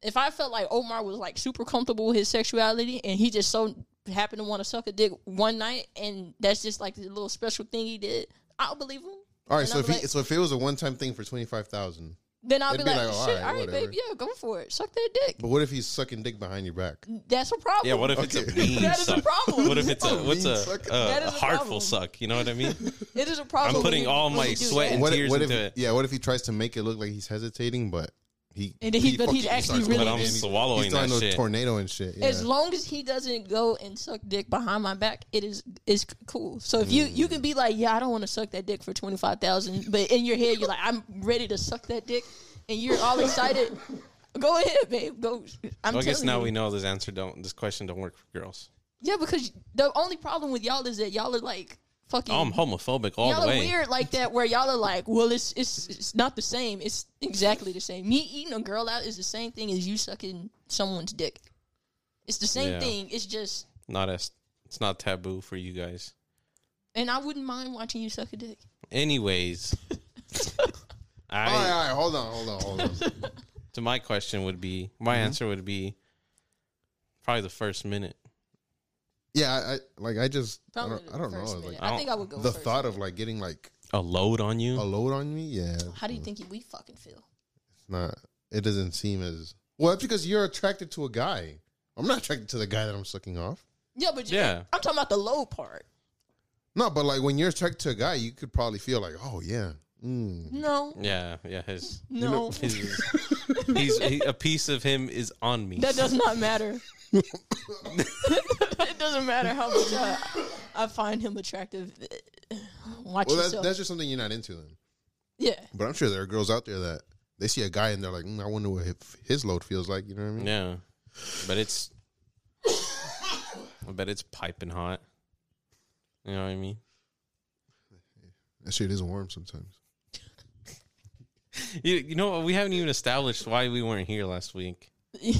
[SPEAKER 3] if I felt like Omar was like super comfortable with his sexuality and he just so happened to want to suck a dick one night and that's just like the little special thing he did, I'll believe him.
[SPEAKER 1] All right,
[SPEAKER 3] And
[SPEAKER 1] so
[SPEAKER 3] I'll
[SPEAKER 1] if
[SPEAKER 3] be
[SPEAKER 1] he,
[SPEAKER 3] like-
[SPEAKER 1] so if it was a one time thing for twenty five thousand,
[SPEAKER 3] Then I'll be,
[SPEAKER 1] It'd
[SPEAKER 3] like, shit, all right,
[SPEAKER 1] whatever."
[SPEAKER 3] babe, yeah, go for it. Suck that dick.
[SPEAKER 1] but what if he's sucking dick behind your back?
[SPEAKER 3] That's a problem.
[SPEAKER 2] Yeah, what if it's a
[SPEAKER 1] Okay.
[SPEAKER 2] mean
[SPEAKER 3] That is a
[SPEAKER 2] suck?
[SPEAKER 3] problem.
[SPEAKER 2] What if it's a
[SPEAKER 1] A
[SPEAKER 2] what's
[SPEAKER 1] mean
[SPEAKER 2] a,
[SPEAKER 1] suck.
[SPEAKER 2] a,
[SPEAKER 3] That is a problem.
[SPEAKER 2] heartful suck? You know what I mean?
[SPEAKER 3] it is a problem?
[SPEAKER 2] I'm
[SPEAKER 3] when
[SPEAKER 2] putting
[SPEAKER 3] you-
[SPEAKER 2] all
[SPEAKER 3] when
[SPEAKER 2] my
[SPEAKER 3] you do
[SPEAKER 2] sweat
[SPEAKER 3] that.
[SPEAKER 2] and
[SPEAKER 1] What if,
[SPEAKER 2] tears
[SPEAKER 1] what if
[SPEAKER 2] into it.
[SPEAKER 1] yeah? What if he tries to make it look like he's hesitating, but he
[SPEAKER 3] And then he- but he's
[SPEAKER 1] fucking
[SPEAKER 3] actually
[SPEAKER 1] starts
[SPEAKER 3] really
[SPEAKER 2] But I'm
[SPEAKER 1] going in.
[SPEAKER 2] swallowing
[SPEAKER 1] he's
[SPEAKER 2] that
[SPEAKER 1] throwing a
[SPEAKER 2] shit.
[SPEAKER 1] tornado and shit. Yeah.
[SPEAKER 3] As long as he doesn't go and suck dick behind my back, it is is cool. So if you
[SPEAKER 2] Mm.
[SPEAKER 3] you can be like, yeah, I don't want to suck that dick for twenty five thousand, but in your head you're like, I'm ready to suck that dick, and you're all excited. go ahead, babe. Go. I'm
[SPEAKER 2] I guess
[SPEAKER 3] telling
[SPEAKER 2] now
[SPEAKER 3] you.
[SPEAKER 2] we know this answer don't this question don't work for girls.
[SPEAKER 3] Yeah, because the only problem with y'all is that y'all are like fucking.
[SPEAKER 2] Oh, I'm homophobic all
[SPEAKER 3] y'all
[SPEAKER 2] the
[SPEAKER 3] are
[SPEAKER 2] way.
[SPEAKER 3] weird like that, where y'all are like, well, it's it's it's not the same. It's exactly the same. Me eating a girl out is the same thing as you sucking someone's dick. It's the same
[SPEAKER 2] Yeah.
[SPEAKER 3] thing. It's just.
[SPEAKER 2] Not as it's not taboo for you guys.
[SPEAKER 3] And I wouldn't mind watching you suck a dick.
[SPEAKER 2] Anyways,
[SPEAKER 1] all right,
[SPEAKER 2] I
[SPEAKER 1] all right, hold on, hold on, hold on.
[SPEAKER 2] to my question would be my
[SPEAKER 1] Mm-hmm.
[SPEAKER 2] answer would be probably the first minute.
[SPEAKER 1] yeah, I, I like I just I
[SPEAKER 3] Probably
[SPEAKER 1] don't, I don't know.
[SPEAKER 3] first
[SPEAKER 1] Like
[SPEAKER 3] minute. I, think I would go
[SPEAKER 1] the
[SPEAKER 3] first.
[SPEAKER 1] thought of like getting like
[SPEAKER 2] A load on you.
[SPEAKER 1] a load on me, yeah,
[SPEAKER 3] How do you think we fucking feel?
[SPEAKER 1] it's not. It doesn't seem as well. It's because you're attracted to a guy. I'm not attracted to the guy that I'm sucking off.
[SPEAKER 3] Yeah, but you,
[SPEAKER 2] Yeah.
[SPEAKER 3] I'm talking about the low part.
[SPEAKER 1] No, but like when you're attracted to a guy, you could probably feel like, oh yeah, mm.
[SPEAKER 3] No,
[SPEAKER 2] Yeah, yeah. His
[SPEAKER 3] no,
[SPEAKER 2] his he's he, a piece of him is on me.
[SPEAKER 3] that does not matter. it doesn't matter how much I, I find him attractive. uh, Watch
[SPEAKER 1] Well, that's,
[SPEAKER 3] yourself.
[SPEAKER 1] that's just something you're not into then.
[SPEAKER 3] yeah,
[SPEAKER 1] But I'm sure there are girls out there that they see a guy and they're like, mm, I wonder what his, his load feels like. You know what I mean?
[SPEAKER 2] Yeah, but it's I bet it's piping hot. You know what I mean?
[SPEAKER 1] That shit is warm sometimes.
[SPEAKER 2] You, you know what? We haven't even established why we weren't here last week.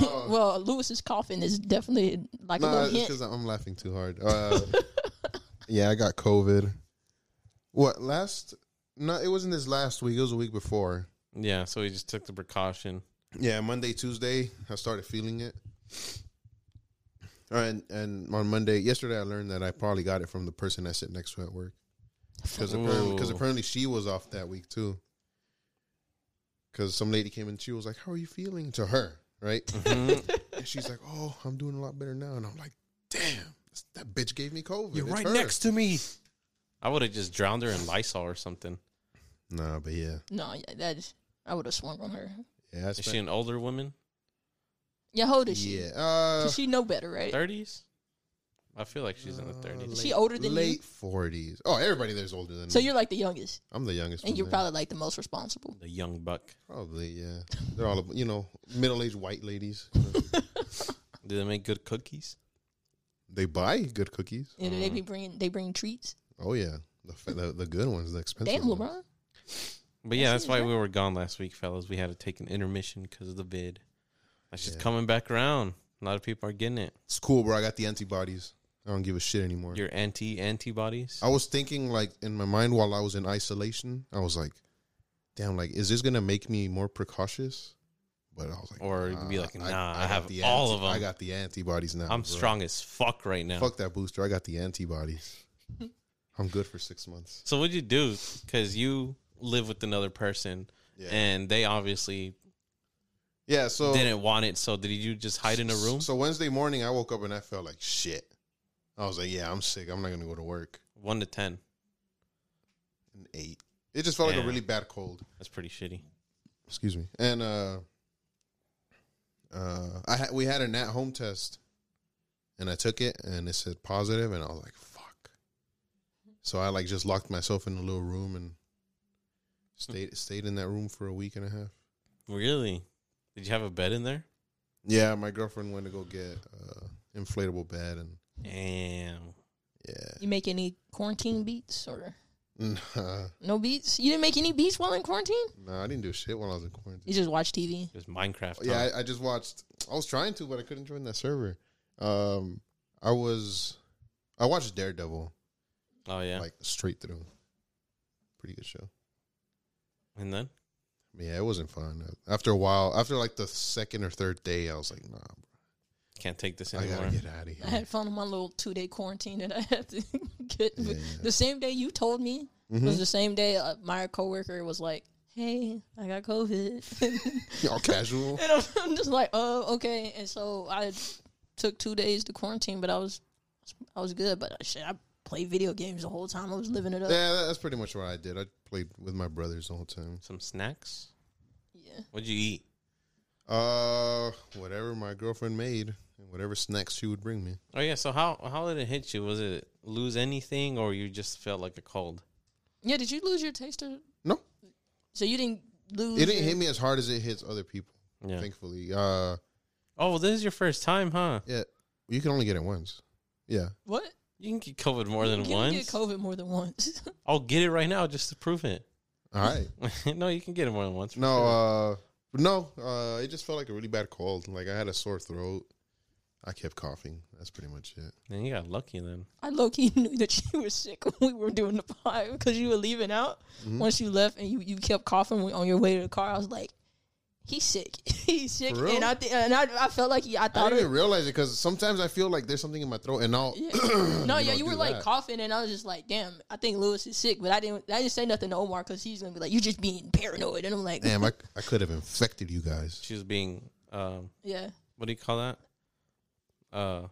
[SPEAKER 3] well, Lewis's coughing is definitely like a
[SPEAKER 1] No,
[SPEAKER 3] little
[SPEAKER 1] Uh. it's
[SPEAKER 3] hint.
[SPEAKER 1] because I'm laughing too hard. Uh, yeah, I got COVID. What last? No, it wasn't this last week. It was a week before.
[SPEAKER 2] Yeah, so we just took the precaution.
[SPEAKER 1] Yeah, Monday, Tuesday, I started feeling it. All right, and, and on Monday, yesterday, I learned that I probably got it from the person I sit next to at work. Because apparently, 'cause
[SPEAKER 4] Ooh.
[SPEAKER 1] apparently she was off that week too. Because some lady came in, she was like, "How are you feeling?" To her, right?
[SPEAKER 2] Mm-hmm.
[SPEAKER 1] and she's like, "Oh, I'm doing a lot better now." And I'm like, "Damn, that bitch gave me COVID."
[SPEAKER 4] You're
[SPEAKER 1] It's
[SPEAKER 4] right
[SPEAKER 1] her."
[SPEAKER 4] next to me.
[SPEAKER 2] I would have just drowned her in Lysol or something.
[SPEAKER 1] Nah, but yeah,
[SPEAKER 3] No, yeah, that is, I would have swung on her.
[SPEAKER 1] yeah, I
[SPEAKER 2] Is she
[SPEAKER 1] spent,
[SPEAKER 2] an older woman?
[SPEAKER 3] Yeah, how old is she?
[SPEAKER 1] yeah. Uh,
[SPEAKER 3] Does she know better, right?
[SPEAKER 2] Thirties? I feel like she's in the
[SPEAKER 1] uh,
[SPEAKER 2] thirties.
[SPEAKER 3] Is she older than you?
[SPEAKER 1] late forties. Oh, everybody there's older than
[SPEAKER 3] So
[SPEAKER 1] me.
[SPEAKER 3] you're like the youngest,
[SPEAKER 1] I'm the youngest,
[SPEAKER 3] and
[SPEAKER 1] one
[SPEAKER 3] you're
[SPEAKER 1] there.
[SPEAKER 3] probably like the most responsible.
[SPEAKER 2] The young buck.
[SPEAKER 1] probably yeah. They're all you know middle aged white ladies.
[SPEAKER 2] Do they make good cookies?
[SPEAKER 1] they buy good cookies.
[SPEAKER 3] You know, they be bringing they bring treats.
[SPEAKER 1] Oh yeah, the fa- the, the good ones, the expensive.
[SPEAKER 3] Damn,
[SPEAKER 1] ones.
[SPEAKER 3] LeBron.
[SPEAKER 2] But yeah, that's why we were gone last week, fellas. We had to take an intermission because of the vid. That's just
[SPEAKER 1] Yeah.
[SPEAKER 2] coming back around. A lot of people are getting it.
[SPEAKER 1] It's cool, bro. I got the antibodies. I don't give a shit anymore.
[SPEAKER 2] Your anti antibodies.
[SPEAKER 1] I was thinking like in my mind while I was in isolation, I was like, damn, like is this gonna make me more precautious? But I was like,
[SPEAKER 2] Or you could be like, nah, I
[SPEAKER 1] got
[SPEAKER 2] have all of 'em.
[SPEAKER 1] I got the antibodies now.
[SPEAKER 2] I'm
[SPEAKER 1] bro.
[SPEAKER 2] strong as fuck right now.
[SPEAKER 1] Fuck that booster. I got the antibodies. I'm good for six months.
[SPEAKER 2] So what'd you do? Because you live with another person,
[SPEAKER 1] Yeah.
[SPEAKER 2] and they obviously
[SPEAKER 1] Yeah. So
[SPEAKER 2] didn't want it. So did you just hide in a room?
[SPEAKER 1] So Wednesday morning, I woke up and I felt like shit. I was like, yeah, I'm sick. I'm not gonna go to work.
[SPEAKER 2] One to ten.
[SPEAKER 1] And eight. It just felt like
[SPEAKER 2] Yeah.
[SPEAKER 1] a really bad cold.
[SPEAKER 2] That's pretty shitty.
[SPEAKER 1] excuse me and uh uh i ha- we had an at home test and i took it and it said positive and i was like fuck so i like just locked myself in a little room and stayed stayed in that room for a week and a half
[SPEAKER 2] Really? Did you have a bed in there?
[SPEAKER 1] yeah my girlfriend went to go get uh inflatable bed and
[SPEAKER 2] Damn.
[SPEAKER 1] yeah
[SPEAKER 3] You make any quarantine beats or
[SPEAKER 1] nah,
[SPEAKER 3] no beats? You didn't make any beats while in quarantine.
[SPEAKER 1] nah i didn't do shit while i was in quarantine
[SPEAKER 3] You just watch TV.
[SPEAKER 2] It was Minecraft. huh?
[SPEAKER 1] yeah I, I just watched i was trying to but i couldn't join that server um i was i watched daredevil
[SPEAKER 2] oh yeah.
[SPEAKER 1] like straight through. Pretty good show.
[SPEAKER 2] and then
[SPEAKER 1] Yeah, it wasn't fun. After a while, after like the second or third day, I was like, nah,
[SPEAKER 2] can't take this
[SPEAKER 1] bro, I
[SPEAKER 2] anymore.
[SPEAKER 1] gotta get out of
[SPEAKER 3] I
[SPEAKER 1] here.
[SPEAKER 3] had fun on my little two day quarantine that I had to get.
[SPEAKER 1] Yeah. Hmm?
[SPEAKER 3] The same day you told me
[SPEAKER 1] Mm-hmm.
[SPEAKER 3] was the same day uh, my coworker was like, "Hey, I got COVID."
[SPEAKER 1] All casual.
[SPEAKER 3] And I'm, I'm just like, oh, okay. And so I took two days to quarantine, but I was, I was good. But uh, shit, I played video games the whole time. I was living it up. Yeah.
[SPEAKER 1] Yeah, that- that's pretty much what I did. I played with my brothers the whole time.
[SPEAKER 2] Some snacks. What'd you eat?
[SPEAKER 1] Uh, whatever my girlfriend made and whatever snacks she would bring me.
[SPEAKER 2] Oh yeah. So how how did it hit you? Was it lose anything, or you just felt like a cold?
[SPEAKER 3] Yeah. Did you lose your taster?
[SPEAKER 1] No,
[SPEAKER 3] So you didn't lose.
[SPEAKER 1] it didn't
[SPEAKER 3] your-
[SPEAKER 1] hit me as hard as it hits other people.
[SPEAKER 2] Yeah.
[SPEAKER 1] Thankfully, uh,
[SPEAKER 2] Oh, well, this is your first time, huh?
[SPEAKER 1] yeah, you can only get it once. Yeah,
[SPEAKER 3] What?
[SPEAKER 2] You can get COVID more than
[SPEAKER 3] you can
[SPEAKER 2] once.
[SPEAKER 3] get COVID more than once.
[SPEAKER 2] I'll get it right now just to prove it.
[SPEAKER 1] all right.
[SPEAKER 2] no, you can get it more than once. for
[SPEAKER 1] No,
[SPEAKER 2] sure.
[SPEAKER 1] uh, no, uh, it just felt like a really bad cold. Like I had a sore throat. I kept coughing. That's pretty much it.
[SPEAKER 2] Then you got lucky then.
[SPEAKER 3] I low key knew that you were sick when we were doing the pod because you were leaving out.
[SPEAKER 1] Mm-hmm.
[SPEAKER 3] Once you left and you, you kept coughing when- on your way to the car, I was like, he's sick. he's sick.
[SPEAKER 1] For real?
[SPEAKER 3] And I thi- and I, I felt like he, I
[SPEAKER 1] I
[SPEAKER 3] thought
[SPEAKER 1] didn't
[SPEAKER 3] it,
[SPEAKER 1] even realize it because sometimes I feel like there's something in my throat, and I'll
[SPEAKER 3] No,
[SPEAKER 1] You
[SPEAKER 3] yeah,
[SPEAKER 1] don't
[SPEAKER 3] you
[SPEAKER 1] do
[SPEAKER 3] were like
[SPEAKER 1] that.
[SPEAKER 3] coughing, and I was just like, "Damn, I think Lewis is sick." But I didn't, I didn't say nothing to Omar because he's gonna be like, "You're just being paranoid," and I'm like,
[SPEAKER 1] damn, I, I could have infected you guys.
[SPEAKER 2] She was being, um,
[SPEAKER 3] "Yeah,
[SPEAKER 2] what do you call that? Uh,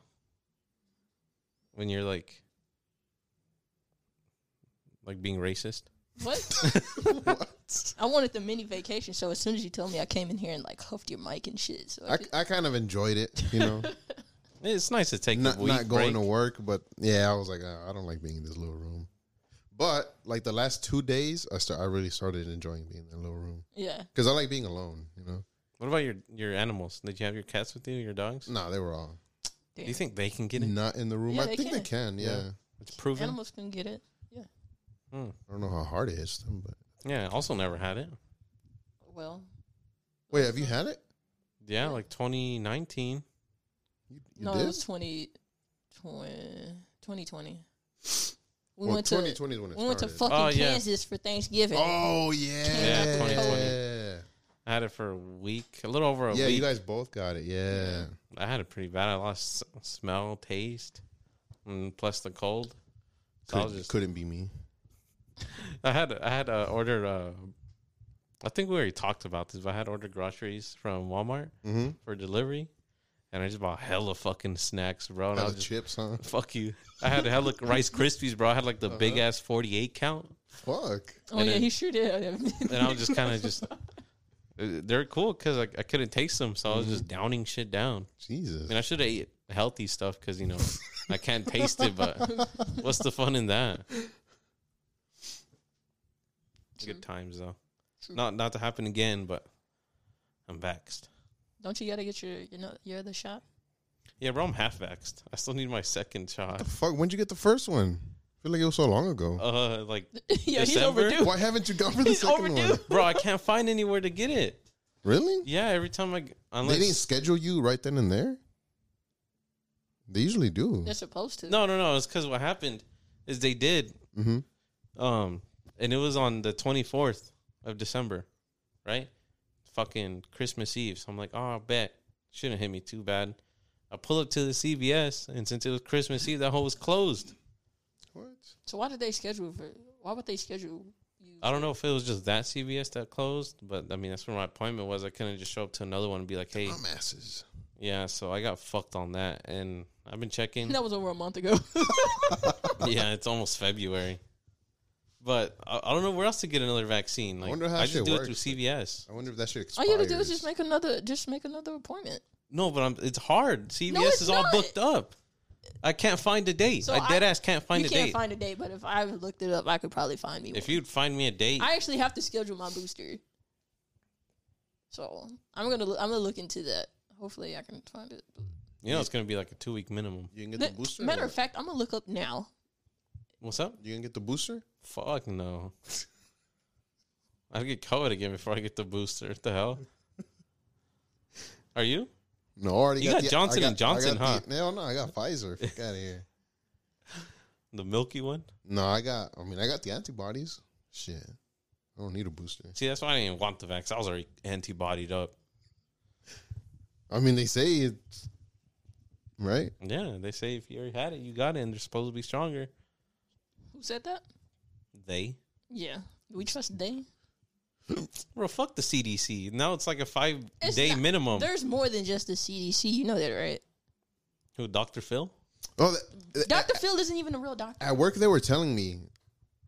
[SPEAKER 2] when you're like, like being racist.
[SPEAKER 3] what?" I wanted the mini vacation, so as soon as you told me, I came in here and like huffed your mic and shit. So I
[SPEAKER 1] I,
[SPEAKER 3] could-
[SPEAKER 1] I kind of enjoyed it, you know,
[SPEAKER 2] It's nice to take
[SPEAKER 1] not
[SPEAKER 2] a week
[SPEAKER 1] not going
[SPEAKER 2] break.
[SPEAKER 1] to work, but yeah, I was like, "Ah, I don't like being in this little room. But like the last two days, I start I really started enjoying being in that little room
[SPEAKER 3] yeah,
[SPEAKER 1] because I like being alone, you know.
[SPEAKER 2] What about your your animals? Did you have your cats with you? Your dogs?
[SPEAKER 1] No, they were all
[SPEAKER 2] Do you think they can get it?
[SPEAKER 1] not in the room.
[SPEAKER 3] Yeah,
[SPEAKER 1] I
[SPEAKER 3] they
[SPEAKER 1] think they can, yeah.
[SPEAKER 2] Yeah. It's proven. Hmm.
[SPEAKER 3] animals can get it. Yeah,
[SPEAKER 1] I don't know how hard it is, but
[SPEAKER 2] Yeah, also never had it.
[SPEAKER 3] well,
[SPEAKER 1] wait, have you had it?
[SPEAKER 2] Yeah, like 2019.
[SPEAKER 1] You, you
[SPEAKER 3] no,
[SPEAKER 1] did?
[SPEAKER 3] it was 20, 2020. We
[SPEAKER 1] Well,
[SPEAKER 3] went to
[SPEAKER 1] 2020 is when it
[SPEAKER 3] we went to
[SPEAKER 1] started.
[SPEAKER 3] fucking
[SPEAKER 2] Oh, yeah.
[SPEAKER 3] Kansas for Thanksgiving.
[SPEAKER 1] Oh yeah,
[SPEAKER 2] Yeah, 2020. I had it for a week, a little over a
[SPEAKER 1] Yeah,
[SPEAKER 2] week.
[SPEAKER 1] you guys both got it. Yeah.
[SPEAKER 2] I had it pretty bad. I lost s- smell, taste, and plus the cold. So I was
[SPEAKER 1] Could,
[SPEAKER 2] just,
[SPEAKER 1] couldn't be me.
[SPEAKER 2] I had I had uh, ordered. Uh, I think we already talked about this, but I had ordered groceries from Walmart
[SPEAKER 1] Mm-hmm.
[SPEAKER 2] for delivery, and I just bought hella fucking snacks, bro. And I
[SPEAKER 1] Hella
[SPEAKER 2] was just,
[SPEAKER 1] chips, huh?
[SPEAKER 2] fuck you. I had hella Rice Krispies, bro. I had like
[SPEAKER 1] Uh-huh.
[SPEAKER 2] the big ass forty eight count,
[SPEAKER 1] Fuck.
[SPEAKER 3] Oh
[SPEAKER 2] And
[SPEAKER 3] yeah,
[SPEAKER 2] then-
[SPEAKER 3] he sure did.
[SPEAKER 2] and I was just kind of just. uh, They're cool because I, I couldn't taste them, so I was
[SPEAKER 1] Mm-hmm.
[SPEAKER 2] just downing shit down. I
[SPEAKER 1] Jesus.
[SPEAKER 2] mean, I should have ate healthy stuff because you know I can't taste it. But what's the fun in that? Good times though. Not not to happen again, but I'm vaxxed.
[SPEAKER 3] Don't you gotta get your your, no- your other shot?
[SPEAKER 2] Yeah, bro, I'm half vaxxed. I still need my second shot.
[SPEAKER 1] Fuck, when'd you get the first one? I feel like it was so long ago.
[SPEAKER 2] Uh, like,
[SPEAKER 3] yeah, he's
[SPEAKER 2] December?
[SPEAKER 3] overdue.
[SPEAKER 1] Why haven't you gone for the
[SPEAKER 3] He's
[SPEAKER 1] second one?
[SPEAKER 3] overdue.
[SPEAKER 2] bro, I can't find anywhere to get it.
[SPEAKER 1] Really?
[SPEAKER 2] Yeah, every time I g-
[SPEAKER 1] They didn't
[SPEAKER 2] unless
[SPEAKER 1] schedule you right then and there? They usually do.
[SPEAKER 3] They're supposed to.
[SPEAKER 2] no, no, no. It's because what happened is they did,
[SPEAKER 1] Mm-hmm.
[SPEAKER 2] um, and it was on the 24th of December, right? Fucking Christmas Eve. So I'm like, oh, I bet shouldn't hit me too bad. I pull up to the CVS, and since it was Christmas Eve, that hole was closed.
[SPEAKER 1] What?
[SPEAKER 3] So why did they schedule for? Why would they schedule you?
[SPEAKER 2] I don't know if it was just that CVS that closed, but I mean that's where my appointment was. I couldn't just show up to another one and be like, hey.
[SPEAKER 1] Dumbasses.
[SPEAKER 2] Yeah, so I got fucked on that, and I've been checking.
[SPEAKER 3] That was over a month ago.
[SPEAKER 2] yeah, it's almost February, but I, I don't know where else to get another vaccine. Like, I,
[SPEAKER 1] wonder how
[SPEAKER 2] just
[SPEAKER 1] shit
[SPEAKER 2] do
[SPEAKER 1] works.
[SPEAKER 2] it through CVS.
[SPEAKER 1] I wonder if that shit
[SPEAKER 3] All
[SPEAKER 1] expires.
[SPEAKER 3] you gotta do is just make another, just make another appointment.
[SPEAKER 2] No, but I'm, it's hard. CVS
[SPEAKER 3] it's
[SPEAKER 2] is all
[SPEAKER 3] not.
[SPEAKER 2] booked up. I can't find a date.
[SPEAKER 3] So
[SPEAKER 2] I
[SPEAKER 3] I-
[SPEAKER 2] dead ass can't find
[SPEAKER 3] you
[SPEAKER 2] a
[SPEAKER 3] can't
[SPEAKER 2] date.
[SPEAKER 3] find a date, but if I looked it up, I could probably find me.
[SPEAKER 2] if
[SPEAKER 3] one.
[SPEAKER 2] you'd find me a date,
[SPEAKER 3] I actually have to schedule my booster, so I'm gonna I'm gonna look into that. Hopefully, I can find it.
[SPEAKER 2] you know it's gonna be like a two week minimum.
[SPEAKER 1] You can get the booster?
[SPEAKER 3] Matter
[SPEAKER 1] or
[SPEAKER 3] of fact, I'm gonna look up now.
[SPEAKER 2] What's up?
[SPEAKER 1] what? You can get the booster?
[SPEAKER 2] Fuck no. I'd get COVID again before I get the booster. What the hell? Are you?
[SPEAKER 1] No, I already
[SPEAKER 2] You got
[SPEAKER 1] the- I
[SPEAKER 2] Johnson and
[SPEAKER 1] I
[SPEAKER 2] Johnson,
[SPEAKER 1] got the- no, no, I got Pfizer. Fuck out of here.
[SPEAKER 2] The milky one?
[SPEAKER 1] No, I got. I mean, I got the antibodies. Shit, I don't need a booster.
[SPEAKER 2] See, that's why I didn't even want the vaccine. I was already antibodied up.
[SPEAKER 1] I mean, they say it's right.
[SPEAKER 2] Yeah, they say if you already had it, you got it, and they're supposed to be stronger.
[SPEAKER 3] Who said that?
[SPEAKER 2] They,
[SPEAKER 3] Yeah, we trust they.
[SPEAKER 2] bro, fuck the CDC. Now it's like a five
[SPEAKER 3] It's
[SPEAKER 2] day
[SPEAKER 3] not-
[SPEAKER 2] minimum.
[SPEAKER 3] There's more than just the CDC. You know that, right?
[SPEAKER 2] Who, Doctor Phil?
[SPEAKER 1] Oh, the, the-
[SPEAKER 3] Doctor Phil isn't even a real doctor.
[SPEAKER 1] at work they were telling me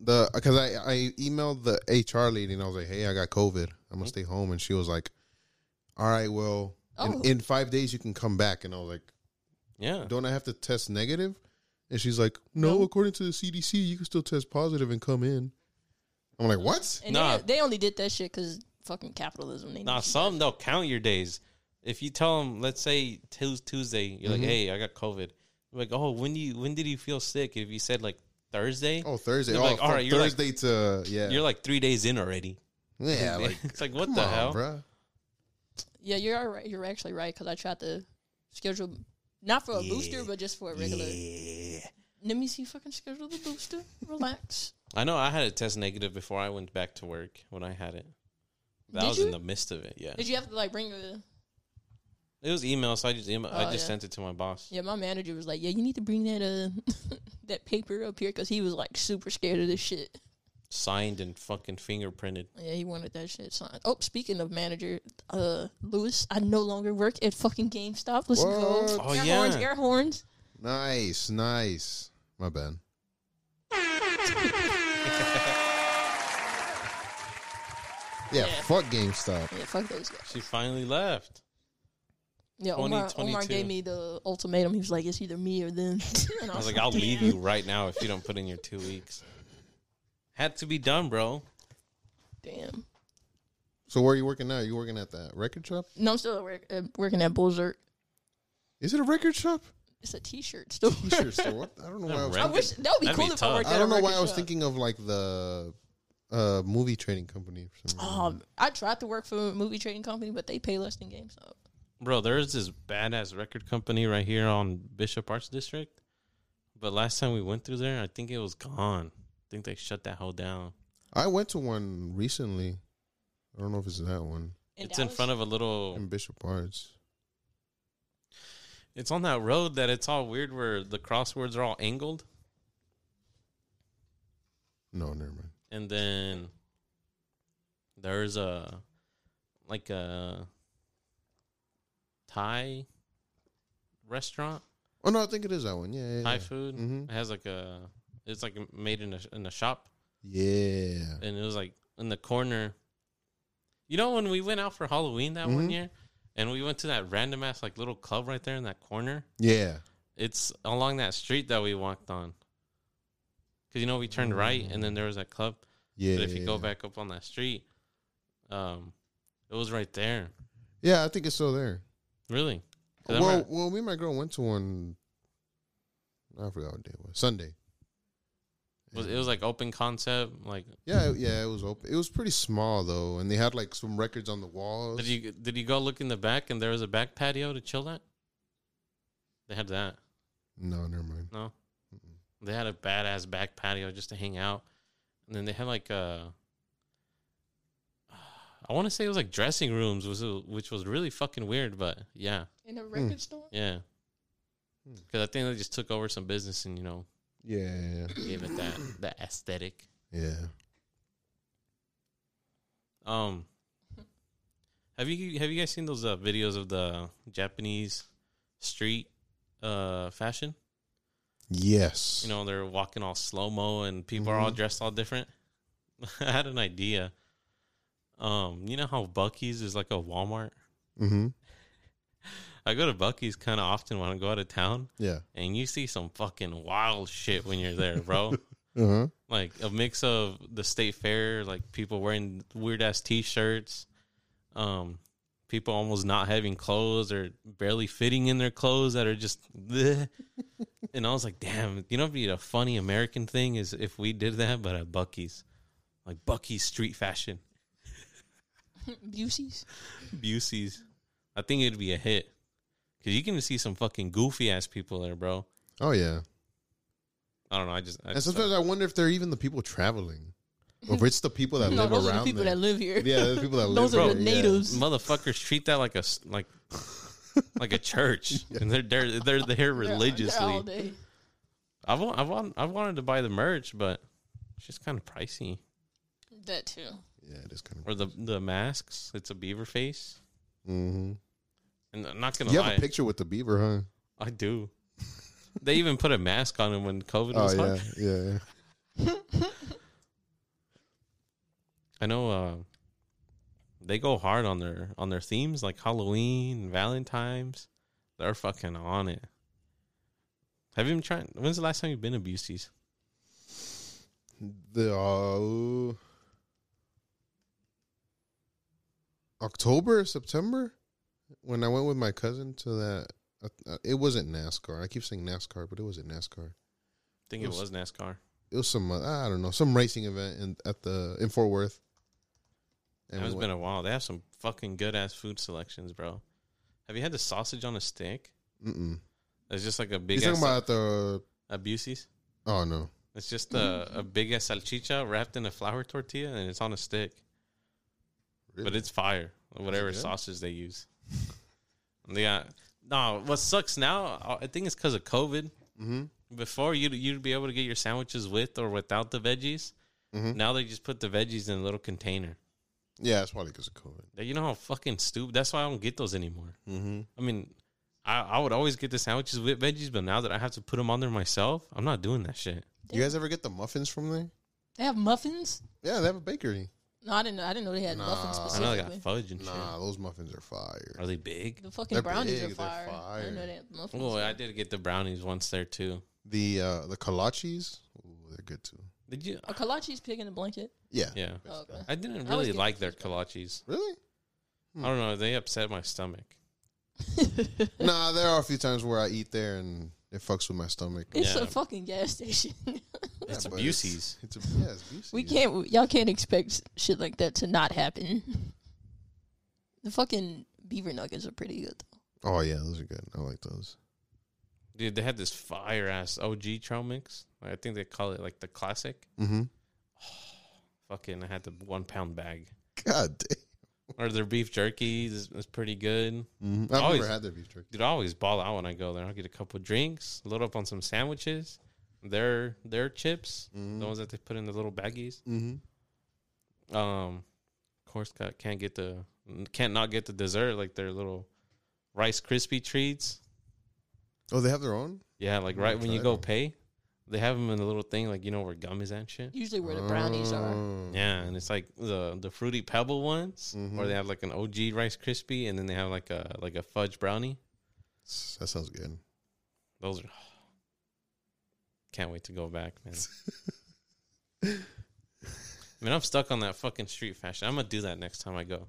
[SPEAKER 1] the because I I emailed the HR lady and I was like, hey, I got COVID. I'm
[SPEAKER 2] Mm-hmm.
[SPEAKER 1] gonna stay home, and she was like, all right, well,
[SPEAKER 3] Oh.
[SPEAKER 1] in, in five days you can come back, and I was like,
[SPEAKER 2] Yeah,
[SPEAKER 1] don't I have to test negative? And she's like, no,
[SPEAKER 3] No.
[SPEAKER 1] according to the CDC, you can still test positive and come in. I'm like, what?
[SPEAKER 3] And
[SPEAKER 2] Nah.
[SPEAKER 3] they, they only did that shit because fucking capitalism. They
[SPEAKER 2] now
[SPEAKER 3] need-
[SPEAKER 2] some they'll count your days. If you tell them, let's say Tues- Tuesday, you're like,
[SPEAKER 1] Mm-hmm.
[SPEAKER 2] hey, I got COVID. They're like, oh, when you when did you feel sick? If you said like Thursday,
[SPEAKER 1] Oh, Thursday.
[SPEAKER 2] They're
[SPEAKER 1] Oh,
[SPEAKER 2] like, all
[SPEAKER 1] from
[SPEAKER 2] right, you're like-
[SPEAKER 1] Thursday to yeah,
[SPEAKER 2] you're like three days in already.
[SPEAKER 1] yeah. Like,
[SPEAKER 2] it's like what
[SPEAKER 1] come
[SPEAKER 2] the
[SPEAKER 1] on,
[SPEAKER 2] hell?
[SPEAKER 1] bruh.
[SPEAKER 3] Yeah, you're all right. You're actually right because I tried to schedule not for a booster,
[SPEAKER 2] Yeah.
[SPEAKER 3] but just for a regular.
[SPEAKER 2] Yeah.
[SPEAKER 3] Let me see if I can schedule the booster. Relax.
[SPEAKER 2] I know I had a test negative before I went back to work when I had it. That
[SPEAKER 3] Did
[SPEAKER 2] was
[SPEAKER 3] you?
[SPEAKER 2] in the midst of it. Yeah,
[SPEAKER 3] Did you have to like bring a?
[SPEAKER 2] it was email, so I just email, I
[SPEAKER 3] Oh,
[SPEAKER 2] just
[SPEAKER 3] yeah.
[SPEAKER 2] sent it to my boss.
[SPEAKER 3] Yeah, my manager was like, "Yeah, you need to bring that uh that paper up here because he was like super scared of this shit."
[SPEAKER 2] signed and fucking fingerprinted.
[SPEAKER 3] Yeah, he wanted that shit signed. Oh, speaking of manager, uh, Lewis, I no longer work at fucking GameStop. Listen
[SPEAKER 1] What?
[SPEAKER 3] go.
[SPEAKER 2] Oh,
[SPEAKER 3] air
[SPEAKER 2] yeah.
[SPEAKER 3] horns, air horns.
[SPEAKER 1] Nice, nice. My bad. yeah,
[SPEAKER 3] Yeah.
[SPEAKER 1] fuck GameStop.
[SPEAKER 3] Yeah, fuck those guys.
[SPEAKER 2] She finally left.
[SPEAKER 3] Yeah, Omar, Omar
[SPEAKER 2] 2022.
[SPEAKER 3] gave me the ultimatum. He was like, it's either me or them. and
[SPEAKER 2] I was like, I'll leave you right now if you don't put in your two weeks. Had to be done, bro.
[SPEAKER 3] damn.
[SPEAKER 1] So where are you working now? Are you working at that record shop?
[SPEAKER 3] No, I'm still at work, uh, working at Bullsert.
[SPEAKER 1] Is it a record shop?
[SPEAKER 3] It's a t-shirt still.
[SPEAKER 1] T-shirt store. What? I don't know why. I, was,
[SPEAKER 3] I wish that would be
[SPEAKER 2] That'd
[SPEAKER 3] cool
[SPEAKER 2] be
[SPEAKER 3] if
[SPEAKER 2] tough.
[SPEAKER 3] I worked at
[SPEAKER 1] I don't
[SPEAKER 3] a
[SPEAKER 1] know why
[SPEAKER 3] record
[SPEAKER 1] I was
[SPEAKER 3] shop.
[SPEAKER 1] thinking of like the uh, movie trading company. For some reason.
[SPEAKER 3] Um, I tried to work for a movie trading company, but they pay less than GameStop.
[SPEAKER 2] Bro, there is this badass record company right here on Bishop Arts District. But last time we went through there, I think it was gone. I think they shut that whole down.
[SPEAKER 1] I went to one recently. I don't know if it's that one.
[SPEAKER 3] In
[SPEAKER 2] it's in front of a little.
[SPEAKER 1] in Bishop Barnes.
[SPEAKER 2] It's on that road that it's all weird where the crosswords are all angled,
[SPEAKER 1] No, never mind.
[SPEAKER 2] and then there's a like a Thai restaurant,
[SPEAKER 1] Oh no, I think it is that one. Yeah, yeah.
[SPEAKER 2] Thai
[SPEAKER 1] yeah.
[SPEAKER 2] food.
[SPEAKER 1] Mhm.
[SPEAKER 2] It has like a. It's like made in a in a shop,
[SPEAKER 1] Yeah.
[SPEAKER 2] and it was like in the corner. You know when we went out for Halloween that one
[SPEAKER 1] Mhm.
[SPEAKER 2] year, and we went to that random ass like little club right there in that corner.
[SPEAKER 1] Yeah.
[SPEAKER 2] It's along that street that we walked on. Cause you know we turned right and then there was that club.
[SPEAKER 1] Yeah.
[SPEAKER 2] but if you
[SPEAKER 1] yeah,
[SPEAKER 2] go
[SPEAKER 1] yeah.
[SPEAKER 2] back up on that street, um, it was right there.
[SPEAKER 1] Yeah, I think it's still there.
[SPEAKER 2] Really? 'Cause I
[SPEAKER 1] Well,
[SPEAKER 2] remember-
[SPEAKER 1] well, me and my girl went to one. I forgot what day it was. Sunday.
[SPEAKER 2] was, it was like open concept. Like,
[SPEAKER 1] Yeah, it- yeah, it was open. It was pretty small though, and they had like some records on the walls.
[SPEAKER 2] did you did you go look in the back and there was a back patio to chill at? They had that.
[SPEAKER 1] No, never mind.
[SPEAKER 2] No. They had a badass back patio just to hang out. And then they had like a I want to say it was like dressing rooms was uh, which was really fucking weird, but yeah.
[SPEAKER 3] in a
[SPEAKER 1] Hmm.
[SPEAKER 3] record store.
[SPEAKER 2] Yeah. Cuz I think they just took over some business and you know,
[SPEAKER 1] Yeah,
[SPEAKER 2] gave it that that aesthetic.
[SPEAKER 1] yeah, yeah.
[SPEAKER 2] Um Have you have you guys seen those uh, videos of the Japanese street uh fashion?
[SPEAKER 1] Yes.
[SPEAKER 2] you know they're walking all slow mo and people are all dressed all different. I had an idea. Um, you know how Bucky's is like a Walmart.
[SPEAKER 1] Mm-hmm.
[SPEAKER 2] I go to Bucky's kind of often when I go out of town,
[SPEAKER 1] Yeah.
[SPEAKER 2] and you see some fucking wild shit when you're there, bro.
[SPEAKER 1] Uh huh.
[SPEAKER 2] like a mix of the state fair, like people wearing weird ass t-shirts, um, people almost not having clothes or barely fitting in their clothes that are just. bleh. and I was like, damn, you know, it'd be a funny American thing is if we did that, but at Bucky's, like Bucky's street fashion,
[SPEAKER 3] Mm, Busey's.
[SPEAKER 2] Busey's. I think it'd be a hit because you can see some fucking goofy ass people there, bro.
[SPEAKER 1] Oh yeah.
[SPEAKER 2] I don't know. I just I
[SPEAKER 1] And
[SPEAKER 2] just-
[SPEAKER 1] sometimes I wonder if they're even the people traveling, or if it's the people that
[SPEAKER 3] No,
[SPEAKER 1] live
[SPEAKER 3] those are
[SPEAKER 1] around.
[SPEAKER 3] the people
[SPEAKER 1] there.
[SPEAKER 3] that live here.
[SPEAKER 1] yeah, they're the people that
[SPEAKER 3] Those
[SPEAKER 1] live
[SPEAKER 3] are the
[SPEAKER 1] there, yeah.
[SPEAKER 3] natives.
[SPEAKER 2] motherfuckers treat that like a s- like like a church, and they're they're they're there
[SPEAKER 3] They're- they're all
[SPEAKER 2] religiously.
[SPEAKER 3] day.
[SPEAKER 2] I want I want I wanted to buy the merch, but it's just kind of pricey.
[SPEAKER 3] That too.
[SPEAKER 1] Yeah, it is kind of.
[SPEAKER 2] Or the the masks, it's a beaver face,
[SPEAKER 1] Mm-hmm.
[SPEAKER 2] and I'm not gonna
[SPEAKER 1] You
[SPEAKER 2] lie,
[SPEAKER 1] have a picture with the beaver, huh?
[SPEAKER 2] I do. They even put a mask on him when COVID was
[SPEAKER 1] oh
[SPEAKER 2] hard.
[SPEAKER 1] yeah, yeah.
[SPEAKER 2] I know uh, they go hard on their on their themes like Halloween, Valentine's. They're fucking on it. Have you been trying? When's the last time you've been to Busey's?
[SPEAKER 1] The uh, October, September, when I went with my cousin to that, uh, uh, it wasn't NASCAR. I keep saying NASCAR, but it wasn't NASCAR.
[SPEAKER 2] I think it was NASCAR.
[SPEAKER 1] It was some uh, I don't know some racing event in at the in Fort Worth.
[SPEAKER 2] That has
[SPEAKER 1] we
[SPEAKER 2] been a while. They have some fucking good ass food selections, bro. Have you had the sausage on a stick?
[SPEAKER 1] went- Mm-mm.
[SPEAKER 2] It's just like a big
[SPEAKER 1] He's
[SPEAKER 2] ass
[SPEAKER 1] talking about the
[SPEAKER 2] abuses.
[SPEAKER 1] oh no,
[SPEAKER 2] It's just a, a big ass salchicha wrapped in a flour tortilla and it's on a stick. But
[SPEAKER 1] Really?
[SPEAKER 2] it's fire. Whatever
[SPEAKER 1] good?
[SPEAKER 2] sausage they use. And they got no. What sucks now? uh, I think it's because of COVID.
[SPEAKER 1] Mhm.
[SPEAKER 2] Before you'd you'd be able to get your sandwiches with or without the veggies.
[SPEAKER 1] Mhm.
[SPEAKER 2] Now they just put the veggies in a little container.
[SPEAKER 1] yeah, it's probably because of COVID.
[SPEAKER 2] You know how fucking stupid. That's why I don't get those anymore.
[SPEAKER 1] Mm-hmm.
[SPEAKER 2] I mean, I, I would always get the sandwiches with veggies, but now that I have to put them on there myself, I'm not doing that shit.
[SPEAKER 1] You guys ever get the muffins from there?
[SPEAKER 3] They have muffins.
[SPEAKER 1] Yeah, they have a bakery.
[SPEAKER 3] No, I didn't. know. I didn't know they had
[SPEAKER 1] Nah.
[SPEAKER 3] muffins
[SPEAKER 2] I know I
[SPEAKER 3] specifically.
[SPEAKER 2] got fudge and
[SPEAKER 1] Nah, those muffins are fire.
[SPEAKER 2] shit. Are they big?
[SPEAKER 3] the fucking
[SPEAKER 1] They're
[SPEAKER 3] brownies
[SPEAKER 1] big, they're
[SPEAKER 3] are fire. I didn't know
[SPEAKER 1] fire.
[SPEAKER 3] they had muffins.
[SPEAKER 2] Oh, I did get the brownies once there too.
[SPEAKER 1] The uh the kolaches, ooh, they're good too.
[SPEAKER 2] Did you?
[SPEAKER 3] A kolache's pig in a blanket.
[SPEAKER 1] Yeah.
[SPEAKER 2] Yeah,
[SPEAKER 3] Oh, okay.
[SPEAKER 2] I didn't
[SPEAKER 3] I always
[SPEAKER 2] really
[SPEAKER 3] get
[SPEAKER 2] like their kolaches.
[SPEAKER 1] Really?
[SPEAKER 2] I don't know. They upset my stomach.
[SPEAKER 1] nah, there are a few times where I eat there and it fucks with my stomach.
[SPEAKER 3] It's
[SPEAKER 2] Yeah.
[SPEAKER 3] a fucking gas station.
[SPEAKER 1] Yeah,
[SPEAKER 2] it's
[SPEAKER 1] but
[SPEAKER 2] Busey's.
[SPEAKER 1] It's, it's a, yeah, it's Busey's.
[SPEAKER 3] we can't. Y'all can't expect shit like that to not happen. The fucking beaver nuggets are pretty good. though.
[SPEAKER 1] Oh yeah, those are good. I like those.
[SPEAKER 2] Dude, they had this fire ass OG trail mix. I think they call it like the classic.
[SPEAKER 1] Mm-hmm.
[SPEAKER 2] Fucking, I had the one pound bag.
[SPEAKER 1] God damn.
[SPEAKER 2] or their beef jerky is, is pretty good.
[SPEAKER 1] Mhm. I've
[SPEAKER 2] Always-
[SPEAKER 1] never had their beef jerky.
[SPEAKER 2] Dude, I always ball out when I go there. I'll get a couple drinks, load up on some sandwiches, their their chips, the ones that they put in the little baggies.
[SPEAKER 1] Mm-hmm.
[SPEAKER 2] Um, of course, ca- can't get the can't not get the dessert like their little Rice crispy treats.
[SPEAKER 1] Oh, they have their own.
[SPEAKER 2] Yeah, like
[SPEAKER 1] Mm,
[SPEAKER 2] right when you
[SPEAKER 1] try
[SPEAKER 2] go
[SPEAKER 1] them.
[SPEAKER 2] pay, they have them in a little thing like you know where gum is and shit.
[SPEAKER 3] Usually where the brownies
[SPEAKER 2] Mm.
[SPEAKER 3] are.
[SPEAKER 1] Oh.
[SPEAKER 2] Yeah, and it's like the the fruity pebble ones, or
[SPEAKER 1] Mhm.
[SPEAKER 2] they have like an OG Rice crispy, and then they have like a like a fudge brownie.
[SPEAKER 1] S- That sounds good.
[SPEAKER 2] Those are. Can't wait to go back, man. I mean, I'm stuck on that fucking street fashion. I'm gonna do that next time I go.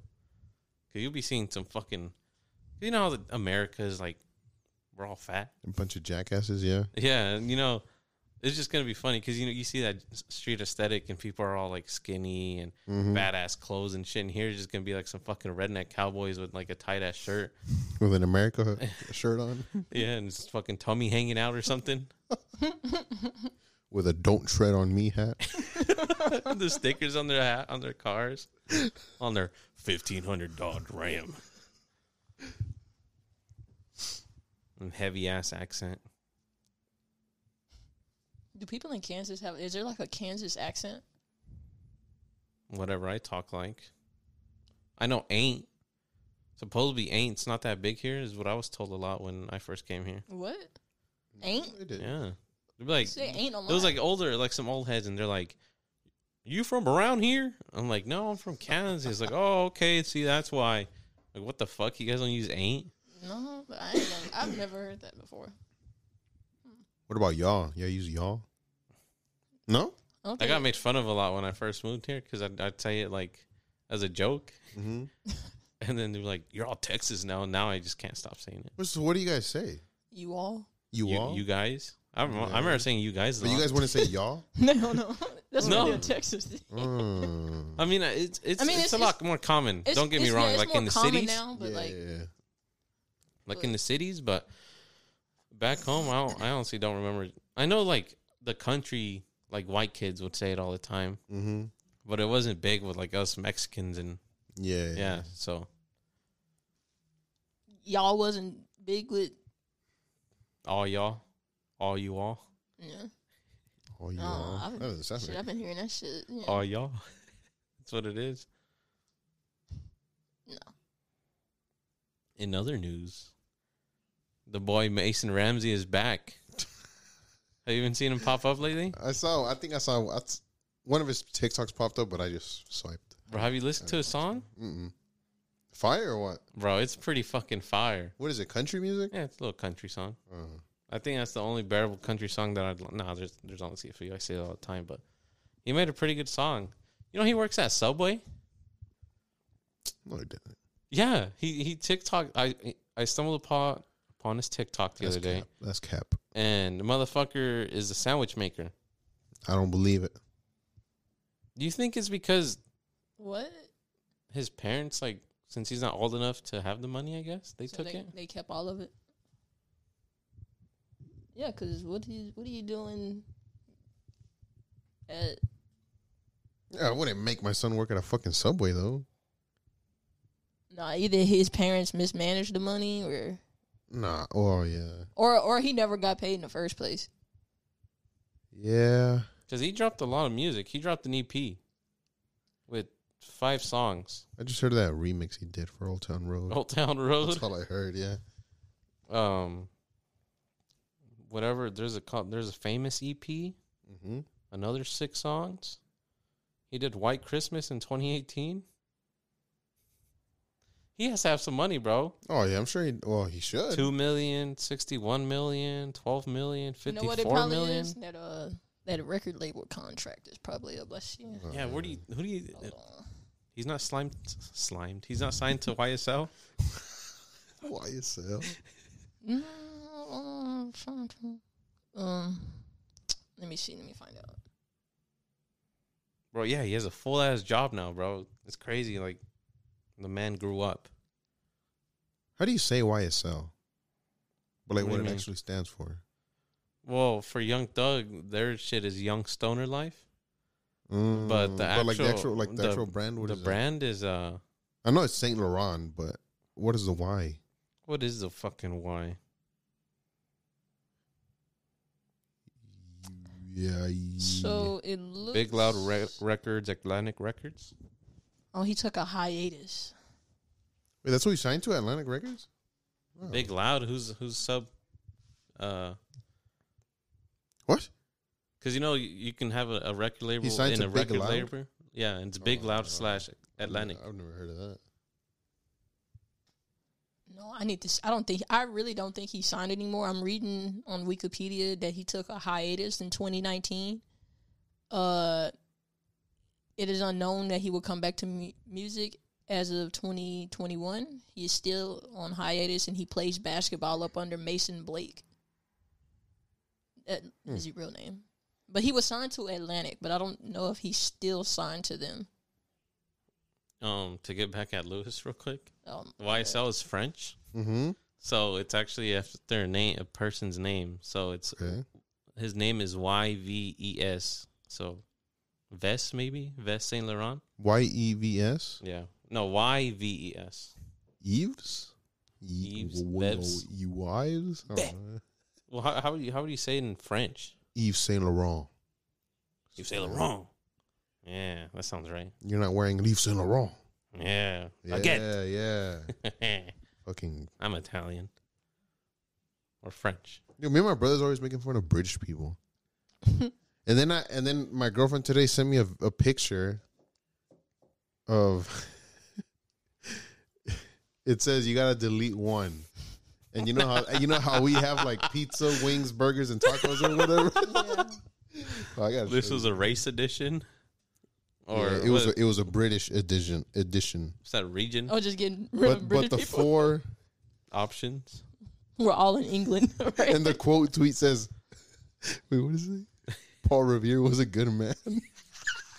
[SPEAKER 2] Cause you'll be seeing some fucking. You know how the- America is like, we're all fat.
[SPEAKER 1] A bunch of jackasses. Yeah.
[SPEAKER 2] Yeah, and you know, it's just gonna be funny because you know you see that s- street aesthetic and people are all like skinny and
[SPEAKER 1] Mhm.
[SPEAKER 2] badass clothes and shit. And here's just gonna be like some fucking redneck cowboys with like a tight ass shirt.
[SPEAKER 1] With an America h- shirt on,
[SPEAKER 2] Yeah, and his fucking tummy hanging out or something.
[SPEAKER 1] with a "Don't tread on me" hat.
[SPEAKER 2] the stickers on their hat, on their cars, on their fifteen hundred Dodge Ram, and heavy ass accent.
[SPEAKER 3] Do people in Kansas have? Is there like a Kansas accent?
[SPEAKER 2] Whatever I talk like, I know ain't. Supposedly ain't's not that big here is what I was told a lot when I first came here.
[SPEAKER 3] What? Ain't
[SPEAKER 1] They did.
[SPEAKER 2] Yeah, They'd be like
[SPEAKER 3] say ain't a lot.
[SPEAKER 2] Mm. it was like older, like some old heads, and they're like, "You from around here?" I'm like, "No, I'm from Kansas." He's like, "Oh, okay. See, that's why." Like, what the fuck? You guys don't use ain't?
[SPEAKER 3] no, but I ain't never, I've never heard that before.
[SPEAKER 1] What about y'all? Y'all use y'all? No.
[SPEAKER 3] I, don't
[SPEAKER 2] I got
[SPEAKER 3] think-
[SPEAKER 2] made fun of a lot when I first moved here because I'd, I'd say it like as a joke,
[SPEAKER 1] Mm-hmm.
[SPEAKER 2] and then they're like, "You're all Texas now." And now I just can't stop saying it.
[SPEAKER 1] So what do you guys say?
[SPEAKER 3] you all.
[SPEAKER 1] You,
[SPEAKER 2] You,
[SPEAKER 1] all?
[SPEAKER 2] you guys. I remember, I
[SPEAKER 1] Yeah.
[SPEAKER 2] remember saying you guys. a
[SPEAKER 1] but Oh, you
[SPEAKER 2] lot.
[SPEAKER 1] guys wouldn't say y'all.
[SPEAKER 3] No, no, that's
[SPEAKER 2] No.
[SPEAKER 3] not what they do in Texas.
[SPEAKER 1] Mm.
[SPEAKER 2] I mean, it's it's
[SPEAKER 3] I mean,
[SPEAKER 2] it's,
[SPEAKER 3] it's-
[SPEAKER 2] a lot more common.
[SPEAKER 3] It's-
[SPEAKER 2] Don't get me
[SPEAKER 3] it's-
[SPEAKER 2] wrong.
[SPEAKER 3] yeah, it's
[SPEAKER 2] like
[SPEAKER 3] more
[SPEAKER 2] in the
[SPEAKER 3] common
[SPEAKER 2] cities,
[SPEAKER 3] now, but
[SPEAKER 1] yeah,
[SPEAKER 3] like
[SPEAKER 1] yeah, yeah.
[SPEAKER 2] like in the cities, but back home, I don't, I honestly don't remember. I know like the country, like white kids would say it all the time,
[SPEAKER 1] Mm-hmm.
[SPEAKER 2] but it wasn't big with like us Mexicans and
[SPEAKER 1] Yeah.
[SPEAKER 2] yeah. So
[SPEAKER 3] y'all wasn't big with.
[SPEAKER 2] all y'all, all you all,
[SPEAKER 3] Yeah,
[SPEAKER 1] Oh, you
[SPEAKER 3] No,
[SPEAKER 1] all.
[SPEAKER 3] I've-
[SPEAKER 1] that doesn't sound
[SPEAKER 3] shit,
[SPEAKER 1] right.
[SPEAKER 3] I've been hearing that shit. Yeah.
[SPEAKER 2] all y'all. That's what it is.
[SPEAKER 3] no,
[SPEAKER 2] In other news, the boy Mason Ramsey is back. Have you even seen him pop up lately?
[SPEAKER 1] I saw. I think I saw. I t- one of his TikToks popped up, but I just swiped.
[SPEAKER 2] Bro, have you listened to his song?
[SPEAKER 1] Mm-mm. Fire or what?
[SPEAKER 2] Bro, it's pretty fucking fire.
[SPEAKER 1] What is it? Country music?
[SPEAKER 2] Yeah, it's a little country song.
[SPEAKER 1] Uh,
[SPEAKER 2] I think that's the only bearable country song that I'd. Nah, there's there's honestly a few. I say it all the time, but he made a pretty good song. You know, he works at Subway.
[SPEAKER 1] no, it didn't.
[SPEAKER 2] Yeah, he he TikTok. I I stumbled upon upon his TikTok the
[SPEAKER 1] That's
[SPEAKER 2] other day,
[SPEAKER 1] cap. That's cap.
[SPEAKER 2] and the motherfucker is a sandwich maker.
[SPEAKER 1] I don't believe it.
[SPEAKER 2] Do you think it's because
[SPEAKER 3] what?
[SPEAKER 2] his parents like since he's not old enough to have the money? I guess they
[SPEAKER 3] So
[SPEAKER 2] took
[SPEAKER 3] they,
[SPEAKER 2] it.
[SPEAKER 3] they kept all of it. Yeah, because what is what are you doing? At
[SPEAKER 1] Yeah, I wouldn't make my son work at a fucking subway though.
[SPEAKER 3] nah, either his parents mismanaged the money, or
[SPEAKER 1] Nah. Oh yeah.
[SPEAKER 3] or or he never got paid in the first place.
[SPEAKER 1] Yeah.
[SPEAKER 2] Because he dropped a lot of music. He dropped an EP with five songs.
[SPEAKER 1] I just heard of that remix he did for Old Town Road.
[SPEAKER 2] Old Town Road.
[SPEAKER 1] That's all I heard. Yeah.
[SPEAKER 2] um whatever there's a co- there's a famous EP,
[SPEAKER 1] hmm
[SPEAKER 2] another 6 songs. He did White Christmas in 2018. He has to have some money, bro.
[SPEAKER 1] Oh yeah, I'm sure he. Well, he should.
[SPEAKER 2] 2 million, 61 million, 12 million,
[SPEAKER 3] You know what it
[SPEAKER 2] 54
[SPEAKER 3] probably
[SPEAKER 2] million.
[SPEAKER 3] is that uh that record label contract is probably up. Let's see.
[SPEAKER 1] Oh,
[SPEAKER 2] Yeah, where do you who do you
[SPEAKER 3] Hold on.
[SPEAKER 2] He's not slimed slimed. He's not signed to YSL.
[SPEAKER 1] YSL.
[SPEAKER 3] No, Mm, hold on, I'm trying to- Um, let me see. Let me find out.
[SPEAKER 2] Bro, yeah, he has a full ass job now, bro. It's crazy like the man grew up.
[SPEAKER 1] How do you say YSL? But like
[SPEAKER 2] What do you
[SPEAKER 1] what, it
[SPEAKER 2] mean?
[SPEAKER 1] actually stands for.
[SPEAKER 2] Well, for Young Thug, their shit is Young Stoner Life. But the
[SPEAKER 1] Mm, like the
[SPEAKER 2] actual-
[SPEAKER 1] actual like the,
[SPEAKER 2] the-
[SPEAKER 1] actual brand. What
[SPEAKER 2] the
[SPEAKER 1] is it?
[SPEAKER 2] brand is uh
[SPEAKER 1] I know it's Saint Laurent, but what is the Y?
[SPEAKER 2] What is the fucking why?
[SPEAKER 1] Yeah.
[SPEAKER 3] So it looks
[SPEAKER 2] Big Loud Re- Records, Atlantic Records.
[SPEAKER 3] Oh, he took a hiatus.
[SPEAKER 1] Wait, that's what he signed to Atlantic Records. Oh.
[SPEAKER 2] Big Loud. Who's who's sub? Uh,
[SPEAKER 1] What?
[SPEAKER 2] because you know you, you can have a, a record label
[SPEAKER 1] signed
[SPEAKER 2] in
[SPEAKER 1] to
[SPEAKER 2] a
[SPEAKER 1] Big
[SPEAKER 2] record
[SPEAKER 1] Loud?
[SPEAKER 2] label. Yeah, and it's Big
[SPEAKER 1] Oh,
[SPEAKER 2] Loud
[SPEAKER 1] no.
[SPEAKER 2] slash Atlantic.
[SPEAKER 1] I've never heard of that.
[SPEAKER 3] No, I need to. s- I don't think. I really don't think he signed anymore. I'm reading on Wikipedia that he took a hiatus in 2019. Uh, it is unknown that he will come back to mu- music as of 2021. He is still on hiatus and he plays basketball up under Mason Blake. That is
[SPEAKER 1] Hmm.
[SPEAKER 3] his real name. But he was signed to Atlantic, but I don't know if he's still signed to them.
[SPEAKER 2] Um, to get back at Lewis real quick,
[SPEAKER 3] Um,
[SPEAKER 2] YSL is French,
[SPEAKER 1] Mm-hmm.
[SPEAKER 2] so it's actually after a name, a person's name. So it's
[SPEAKER 1] Okay.
[SPEAKER 2] his name is Y V E S. So, Vest maybe Vest Saint Laurent.
[SPEAKER 1] Y e v s.
[SPEAKER 2] Yeah, no Y V E S.
[SPEAKER 1] Eves. E-
[SPEAKER 2] Eves, Bevs.
[SPEAKER 1] You wives. I don't know.
[SPEAKER 2] Well, how how would you how would you say it in French?
[SPEAKER 1] Yves Saint Laurent.
[SPEAKER 2] You say Laurent. Yeah, that sounds right.
[SPEAKER 1] You're not wearing Yves Saint Laurent.
[SPEAKER 2] Yeah,
[SPEAKER 1] Yeah, yeah.
[SPEAKER 2] again.
[SPEAKER 1] Fucking.
[SPEAKER 2] I'm Italian or French.
[SPEAKER 1] Yo, me and my brother's always making fun of British people. and then I and then my girlfriend today sent me a, a picture of it says you gotta delete one. And you know how you know how we have like pizza, wings, burgers, and tacos or whatever? Oh, I gotta
[SPEAKER 2] This
[SPEAKER 1] show
[SPEAKER 2] was
[SPEAKER 1] you.
[SPEAKER 2] a race edition, or
[SPEAKER 1] Yeah, it was a, it was a British edition edition.
[SPEAKER 2] what's that region
[SPEAKER 3] I was just getting rid
[SPEAKER 1] But
[SPEAKER 3] of British
[SPEAKER 1] but the
[SPEAKER 3] people.
[SPEAKER 1] four
[SPEAKER 2] options?
[SPEAKER 3] We're all in England, right?
[SPEAKER 1] and the quote tweet says Wait, what is it? Paul Revere was a good man.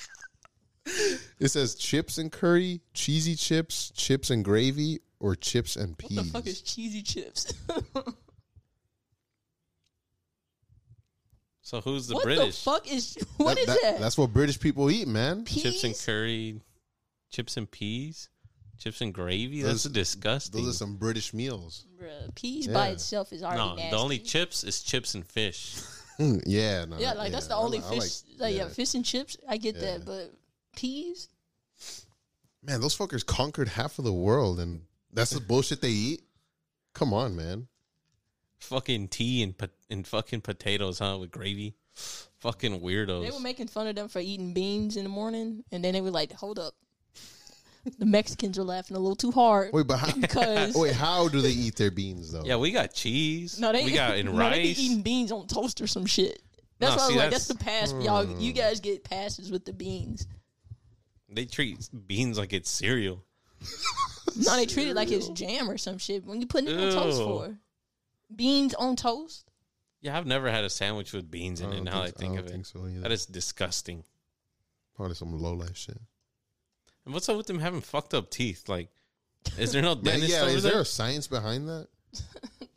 [SPEAKER 1] it says chips and curry, cheesy chips, chips and gravy, or chips and peas.
[SPEAKER 3] What the fuck is cheesy chips?
[SPEAKER 2] So who's the
[SPEAKER 3] what
[SPEAKER 2] British?
[SPEAKER 3] the fuck is what is that?
[SPEAKER 1] That's what British people eat, man.
[SPEAKER 2] Chips and
[SPEAKER 3] Peas?
[SPEAKER 2] curry, chips and peas, chips and gravy. That's
[SPEAKER 1] Those-
[SPEAKER 2] disgusting.
[SPEAKER 1] Those are some British meals.
[SPEAKER 3] Bruh, peas by
[SPEAKER 1] Yeah.
[SPEAKER 3] itself is already
[SPEAKER 2] no,
[SPEAKER 3] nasty.
[SPEAKER 2] the only chips is chips and fish.
[SPEAKER 1] Mm, yeah, no,
[SPEAKER 3] Yeah, like that's the
[SPEAKER 1] I
[SPEAKER 3] only
[SPEAKER 1] li- I
[SPEAKER 3] fish. Like, yeah. fish and chips. I get
[SPEAKER 1] Yeah.
[SPEAKER 3] that, but peas.
[SPEAKER 1] Man, those fuckers conquered half of the world, and that's the bullshit they eat. Come on, man.
[SPEAKER 2] fucking tea and pot- and fucking potatoes, huh? With gravy. Fucking weirdos.
[SPEAKER 3] They were making fun of them for eating beans in the morning, and then they were like, "Hold up." The Mexicans are laughing a little too hard
[SPEAKER 1] Wait, but how,
[SPEAKER 3] because
[SPEAKER 1] wait, how do they eat their beans though?
[SPEAKER 2] yeah, we got cheese.
[SPEAKER 3] no, they
[SPEAKER 2] we got in
[SPEAKER 3] no, They
[SPEAKER 2] rice.
[SPEAKER 3] be eating beans on toast or some shit. That's
[SPEAKER 2] No,
[SPEAKER 3] why I was
[SPEAKER 2] see,
[SPEAKER 3] like,
[SPEAKER 2] that's-
[SPEAKER 3] that's the pass, y'all.
[SPEAKER 1] Mm.
[SPEAKER 3] You guys get passes with the beans.
[SPEAKER 2] They treat beans like it's cereal.
[SPEAKER 3] No, they treat it like it's jam or some shit. When you putting it on toast
[SPEAKER 2] Ew.
[SPEAKER 3] for beans on toast,
[SPEAKER 2] Yeah, I've never had a sandwich with beans
[SPEAKER 1] I
[SPEAKER 2] in it.
[SPEAKER 1] don't
[SPEAKER 2] Now
[SPEAKER 1] think-
[SPEAKER 2] that I think
[SPEAKER 1] I
[SPEAKER 2] of
[SPEAKER 1] don't
[SPEAKER 2] it,
[SPEAKER 1] think so either.
[SPEAKER 2] that is disgusting.
[SPEAKER 1] probably some low life shit.
[SPEAKER 2] And what's up with them having fucked up teeth? Like, is there no
[SPEAKER 1] Yeah,
[SPEAKER 2] dentist
[SPEAKER 1] yeah.
[SPEAKER 2] over
[SPEAKER 1] Is
[SPEAKER 2] there?
[SPEAKER 1] there a science behind that?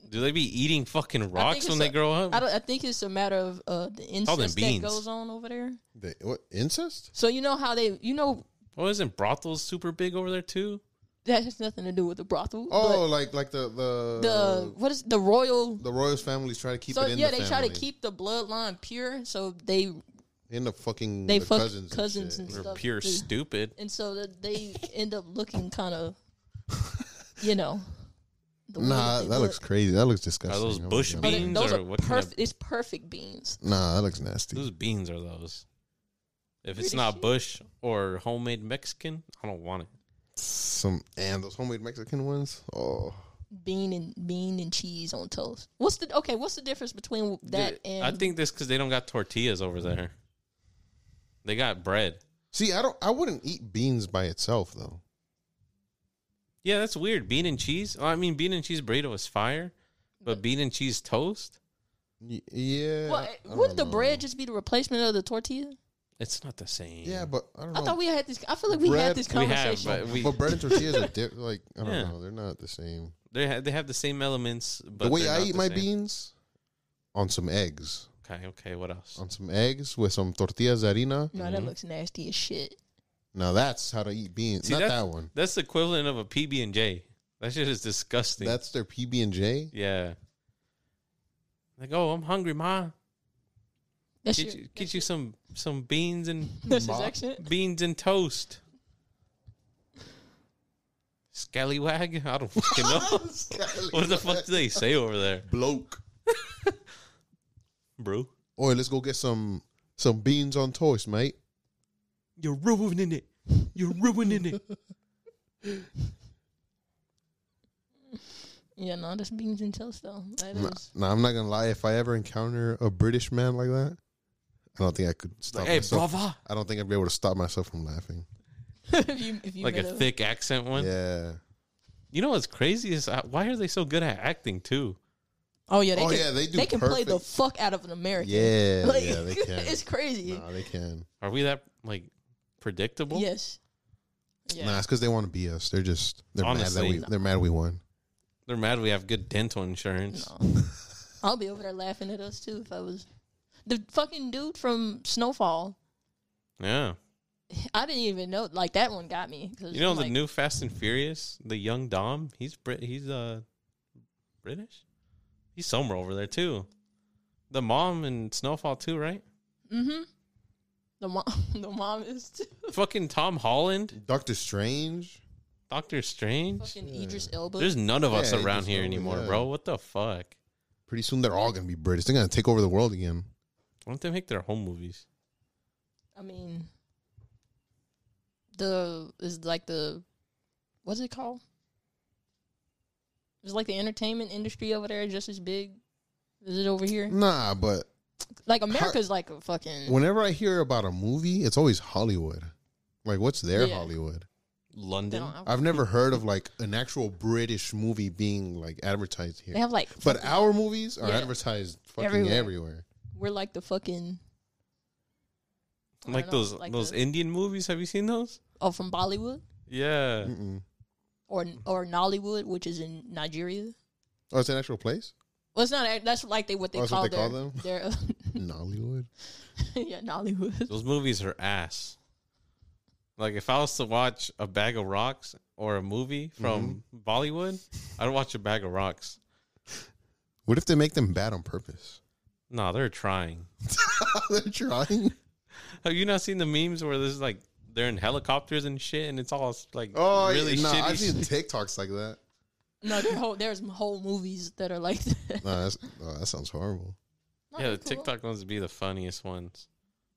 [SPEAKER 2] Do they be eating fucking
[SPEAKER 3] I think
[SPEAKER 2] rocks when
[SPEAKER 3] it's
[SPEAKER 2] they
[SPEAKER 3] a-
[SPEAKER 2] grow up?
[SPEAKER 3] I, don't, I think it's a matter of
[SPEAKER 2] all
[SPEAKER 3] uh, the
[SPEAKER 2] them
[SPEAKER 3] incest that
[SPEAKER 2] beans.
[SPEAKER 3] goes on over there.
[SPEAKER 1] They, what incest?
[SPEAKER 3] So you know how they, you know,
[SPEAKER 2] Oh, isn't brothels super big over there too?
[SPEAKER 3] that has nothing to do with the brothel.
[SPEAKER 1] Oh, like like the the
[SPEAKER 3] but the what is the royal?
[SPEAKER 1] the royals families try to keep
[SPEAKER 3] So
[SPEAKER 1] it in
[SPEAKER 3] yeah,
[SPEAKER 1] the
[SPEAKER 3] they
[SPEAKER 1] family.
[SPEAKER 3] try to keep the bloodline pure. So they
[SPEAKER 1] in the fucking
[SPEAKER 3] they
[SPEAKER 1] the
[SPEAKER 3] fuck
[SPEAKER 1] cousins
[SPEAKER 3] cousins, and,
[SPEAKER 1] and,
[SPEAKER 2] They're
[SPEAKER 1] shit.
[SPEAKER 3] stuff,
[SPEAKER 2] pure
[SPEAKER 3] too.
[SPEAKER 2] stupid.
[SPEAKER 3] and so that they end up looking kind of, you know, the way
[SPEAKER 1] Nah,
[SPEAKER 3] they
[SPEAKER 1] that looks
[SPEAKER 3] look.
[SPEAKER 1] crazy. That looks disgusting.
[SPEAKER 2] Are those
[SPEAKER 1] Oh my
[SPEAKER 2] bush
[SPEAKER 1] God.
[SPEAKER 3] But it-
[SPEAKER 2] beans
[SPEAKER 3] those
[SPEAKER 2] or
[SPEAKER 3] are
[SPEAKER 2] what kind of-
[SPEAKER 3] perfect. It's perfect beans.
[SPEAKER 1] Nah, that looks nasty.
[SPEAKER 2] Whose beans are those? If it's
[SPEAKER 3] British
[SPEAKER 2] not
[SPEAKER 3] shit.
[SPEAKER 2] bush or homemade Mexican, I don't want it.
[SPEAKER 1] Some and those homemade Mexican ones. Oh,
[SPEAKER 3] bean and bean and cheese on toast. What's the okay? What's the difference between that
[SPEAKER 2] Dude,
[SPEAKER 3] and
[SPEAKER 2] I think this because they don't got tortillas over there. They got bread.
[SPEAKER 1] see, I don't. I wouldn't eat beans by itself though.
[SPEAKER 2] Yeah, that's weird. Bean and cheese. I mean, bean and cheese burrito is fire, but bean and cheese toast.
[SPEAKER 1] Y- yeah.
[SPEAKER 3] Well,
[SPEAKER 1] I don't
[SPEAKER 3] wouldn't the
[SPEAKER 1] know.
[SPEAKER 3] bread just be the replacement of the tortilla?
[SPEAKER 2] It's not the same.
[SPEAKER 1] Yeah, but I don't know.
[SPEAKER 3] I thought we had this. I feel like we
[SPEAKER 1] Bread-
[SPEAKER 3] had this
[SPEAKER 2] we have,
[SPEAKER 3] conversation.
[SPEAKER 2] but we
[SPEAKER 1] but bread and tortillas are di- like I don't
[SPEAKER 2] Yeah.
[SPEAKER 1] know. They're not the same.
[SPEAKER 2] they have, they have the same elements. But
[SPEAKER 1] the way
[SPEAKER 2] they're
[SPEAKER 1] I
[SPEAKER 2] not
[SPEAKER 1] eat
[SPEAKER 2] the
[SPEAKER 1] my
[SPEAKER 2] same.
[SPEAKER 1] beans, on some eggs,
[SPEAKER 2] Okay, okay. What else?
[SPEAKER 1] on some eggs with some tortillas de harina.
[SPEAKER 3] no, that looks nasty as shit.
[SPEAKER 1] Now that's how to eat beans.
[SPEAKER 2] See,
[SPEAKER 1] Not
[SPEAKER 2] that's-
[SPEAKER 1] that one.
[SPEAKER 2] That's the equivalent of a PB and J. That shit is disgusting.
[SPEAKER 1] That's their PB and J.
[SPEAKER 2] yeah. Like, oh, I'm hungry, ma.
[SPEAKER 3] That's
[SPEAKER 2] Get
[SPEAKER 3] your,
[SPEAKER 2] you, get you some some beans and
[SPEAKER 3] that's his accent.
[SPEAKER 2] beans and toast. Scallywag? I don't fucking know. what the fuck do they say over there,
[SPEAKER 1] Bloke.
[SPEAKER 2] bro?
[SPEAKER 1] Oi, let's go get some some beans on toast, mate.
[SPEAKER 2] You're ruining it. You're ruining it.
[SPEAKER 3] Yeah, no, that's beans and toast though. That
[SPEAKER 1] Nah,
[SPEAKER 3] is-
[SPEAKER 1] nah, I'm not gonna lie. If I ever encounter a British man like that, I don't think I could stop
[SPEAKER 2] hey,
[SPEAKER 1] myself.
[SPEAKER 2] brother.
[SPEAKER 1] I don't think I'd be able to stop myself from laughing.
[SPEAKER 3] if you if you
[SPEAKER 2] Like a
[SPEAKER 3] met
[SPEAKER 2] thick accent one.
[SPEAKER 1] Yeah.
[SPEAKER 2] You know what's crazy is uh, why are they so good at acting too?
[SPEAKER 3] Oh yeah, they
[SPEAKER 1] Oh,
[SPEAKER 3] can,
[SPEAKER 1] yeah, they do
[SPEAKER 3] They can play the
[SPEAKER 1] perfect.
[SPEAKER 3] fuck out of an American.
[SPEAKER 1] Yeah.
[SPEAKER 3] Like,
[SPEAKER 1] yeah, they can.
[SPEAKER 3] it's crazy.
[SPEAKER 1] Nah, they can.
[SPEAKER 2] Are we that like predictable?
[SPEAKER 3] Yes. Yeah.
[SPEAKER 1] Nah, it's because they want to be us. They're just they're mad
[SPEAKER 2] Honestly.
[SPEAKER 1] that we they're mad we won.
[SPEAKER 2] They're mad we have good dental insurance.
[SPEAKER 3] No. I'll be over there laughing at us too if I was the fucking dude from Snowfall.
[SPEAKER 2] Yeah.
[SPEAKER 3] I didn't even know like that one got me. 'cause,
[SPEAKER 2] You know
[SPEAKER 3] like,
[SPEAKER 2] the new Fast and Furious, the young Dom. He's Brit. He's uh British. He's somewhere over there too. The mom in Snowfall too, right?
[SPEAKER 3] Mhm. The mom, the mom is too.
[SPEAKER 2] Fucking Tom Holland,
[SPEAKER 1] Doctor Strange.
[SPEAKER 2] Doctor Strange.
[SPEAKER 3] fucking Idris Elba.
[SPEAKER 2] There's none of us
[SPEAKER 1] Yeah,
[SPEAKER 2] around
[SPEAKER 1] just
[SPEAKER 2] here
[SPEAKER 1] over
[SPEAKER 2] anymore,
[SPEAKER 1] there.
[SPEAKER 2] bro. What the fuck?
[SPEAKER 1] Pretty soon they're all gonna be British. They're gonna take over the world again.
[SPEAKER 2] Why don't they make their home movies?
[SPEAKER 3] I mean, the is like the what's it called? It's like the entertainment industry over there just as big as it over here.
[SPEAKER 1] Nah, but
[SPEAKER 3] Like America's like a fucking
[SPEAKER 1] whenever I hear about a movie, it's always Hollywood. Like, what's their
[SPEAKER 3] Yeah.
[SPEAKER 1] Hollywood?
[SPEAKER 3] they,
[SPEAKER 2] London.
[SPEAKER 3] don't have,
[SPEAKER 1] I've never heard of like an actual British movie being like advertised here.
[SPEAKER 3] they have like
[SPEAKER 1] but our movies are
[SPEAKER 3] Yeah.
[SPEAKER 1] advertised fucking
[SPEAKER 3] Everywhere.
[SPEAKER 1] everywhere.
[SPEAKER 3] we're like the fucking I
[SPEAKER 2] like
[SPEAKER 3] don't know,
[SPEAKER 2] those
[SPEAKER 3] like
[SPEAKER 2] those
[SPEAKER 3] the-
[SPEAKER 2] Indian movies. Have you seen those?
[SPEAKER 3] oh from Bollywood
[SPEAKER 2] Yeah.
[SPEAKER 1] Mm-mm.
[SPEAKER 3] or or Nollywood, which is in Nigeria.
[SPEAKER 1] Oh, it's an actual place.
[SPEAKER 3] Well, it's not. That's like they what they
[SPEAKER 1] Oh, that's
[SPEAKER 3] call
[SPEAKER 1] what they
[SPEAKER 3] their,
[SPEAKER 1] call them?
[SPEAKER 3] their
[SPEAKER 1] Nollywood.
[SPEAKER 3] yeah Nollywood.
[SPEAKER 2] Those movies are ass. Like if I was to watch a bag of rocks or a movie from
[SPEAKER 1] Mm-hmm.
[SPEAKER 2] Bollywood, I'd watch a bag of rocks.
[SPEAKER 1] What if they make them bad on purpose? Oh,
[SPEAKER 2] No, they're trying.
[SPEAKER 1] They're trying.
[SPEAKER 2] Have you not seen the memes where there's like they're in helicopters and shit, and it's all like
[SPEAKER 1] Oh,
[SPEAKER 2] really
[SPEAKER 1] really? No,
[SPEAKER 2] shitty?
[SPEAKER 1] I've seen
[SPEAKER 2] shit?
[SPEAKER 1] TikToks like that.
[SPEAKER 3] No, there whole there's whole movies that are like that.
[SPEAKER 1] No, that's, oh, that sounds horrible.
[SPEAKER 3] No,
[SPEAKER 2] yeah,
[SPEAKER 3] they're
[SPEAKER 2] the
[SPEAKER 3] cool.
[SPEAKER 2] TikTok ones would be the funniest ones.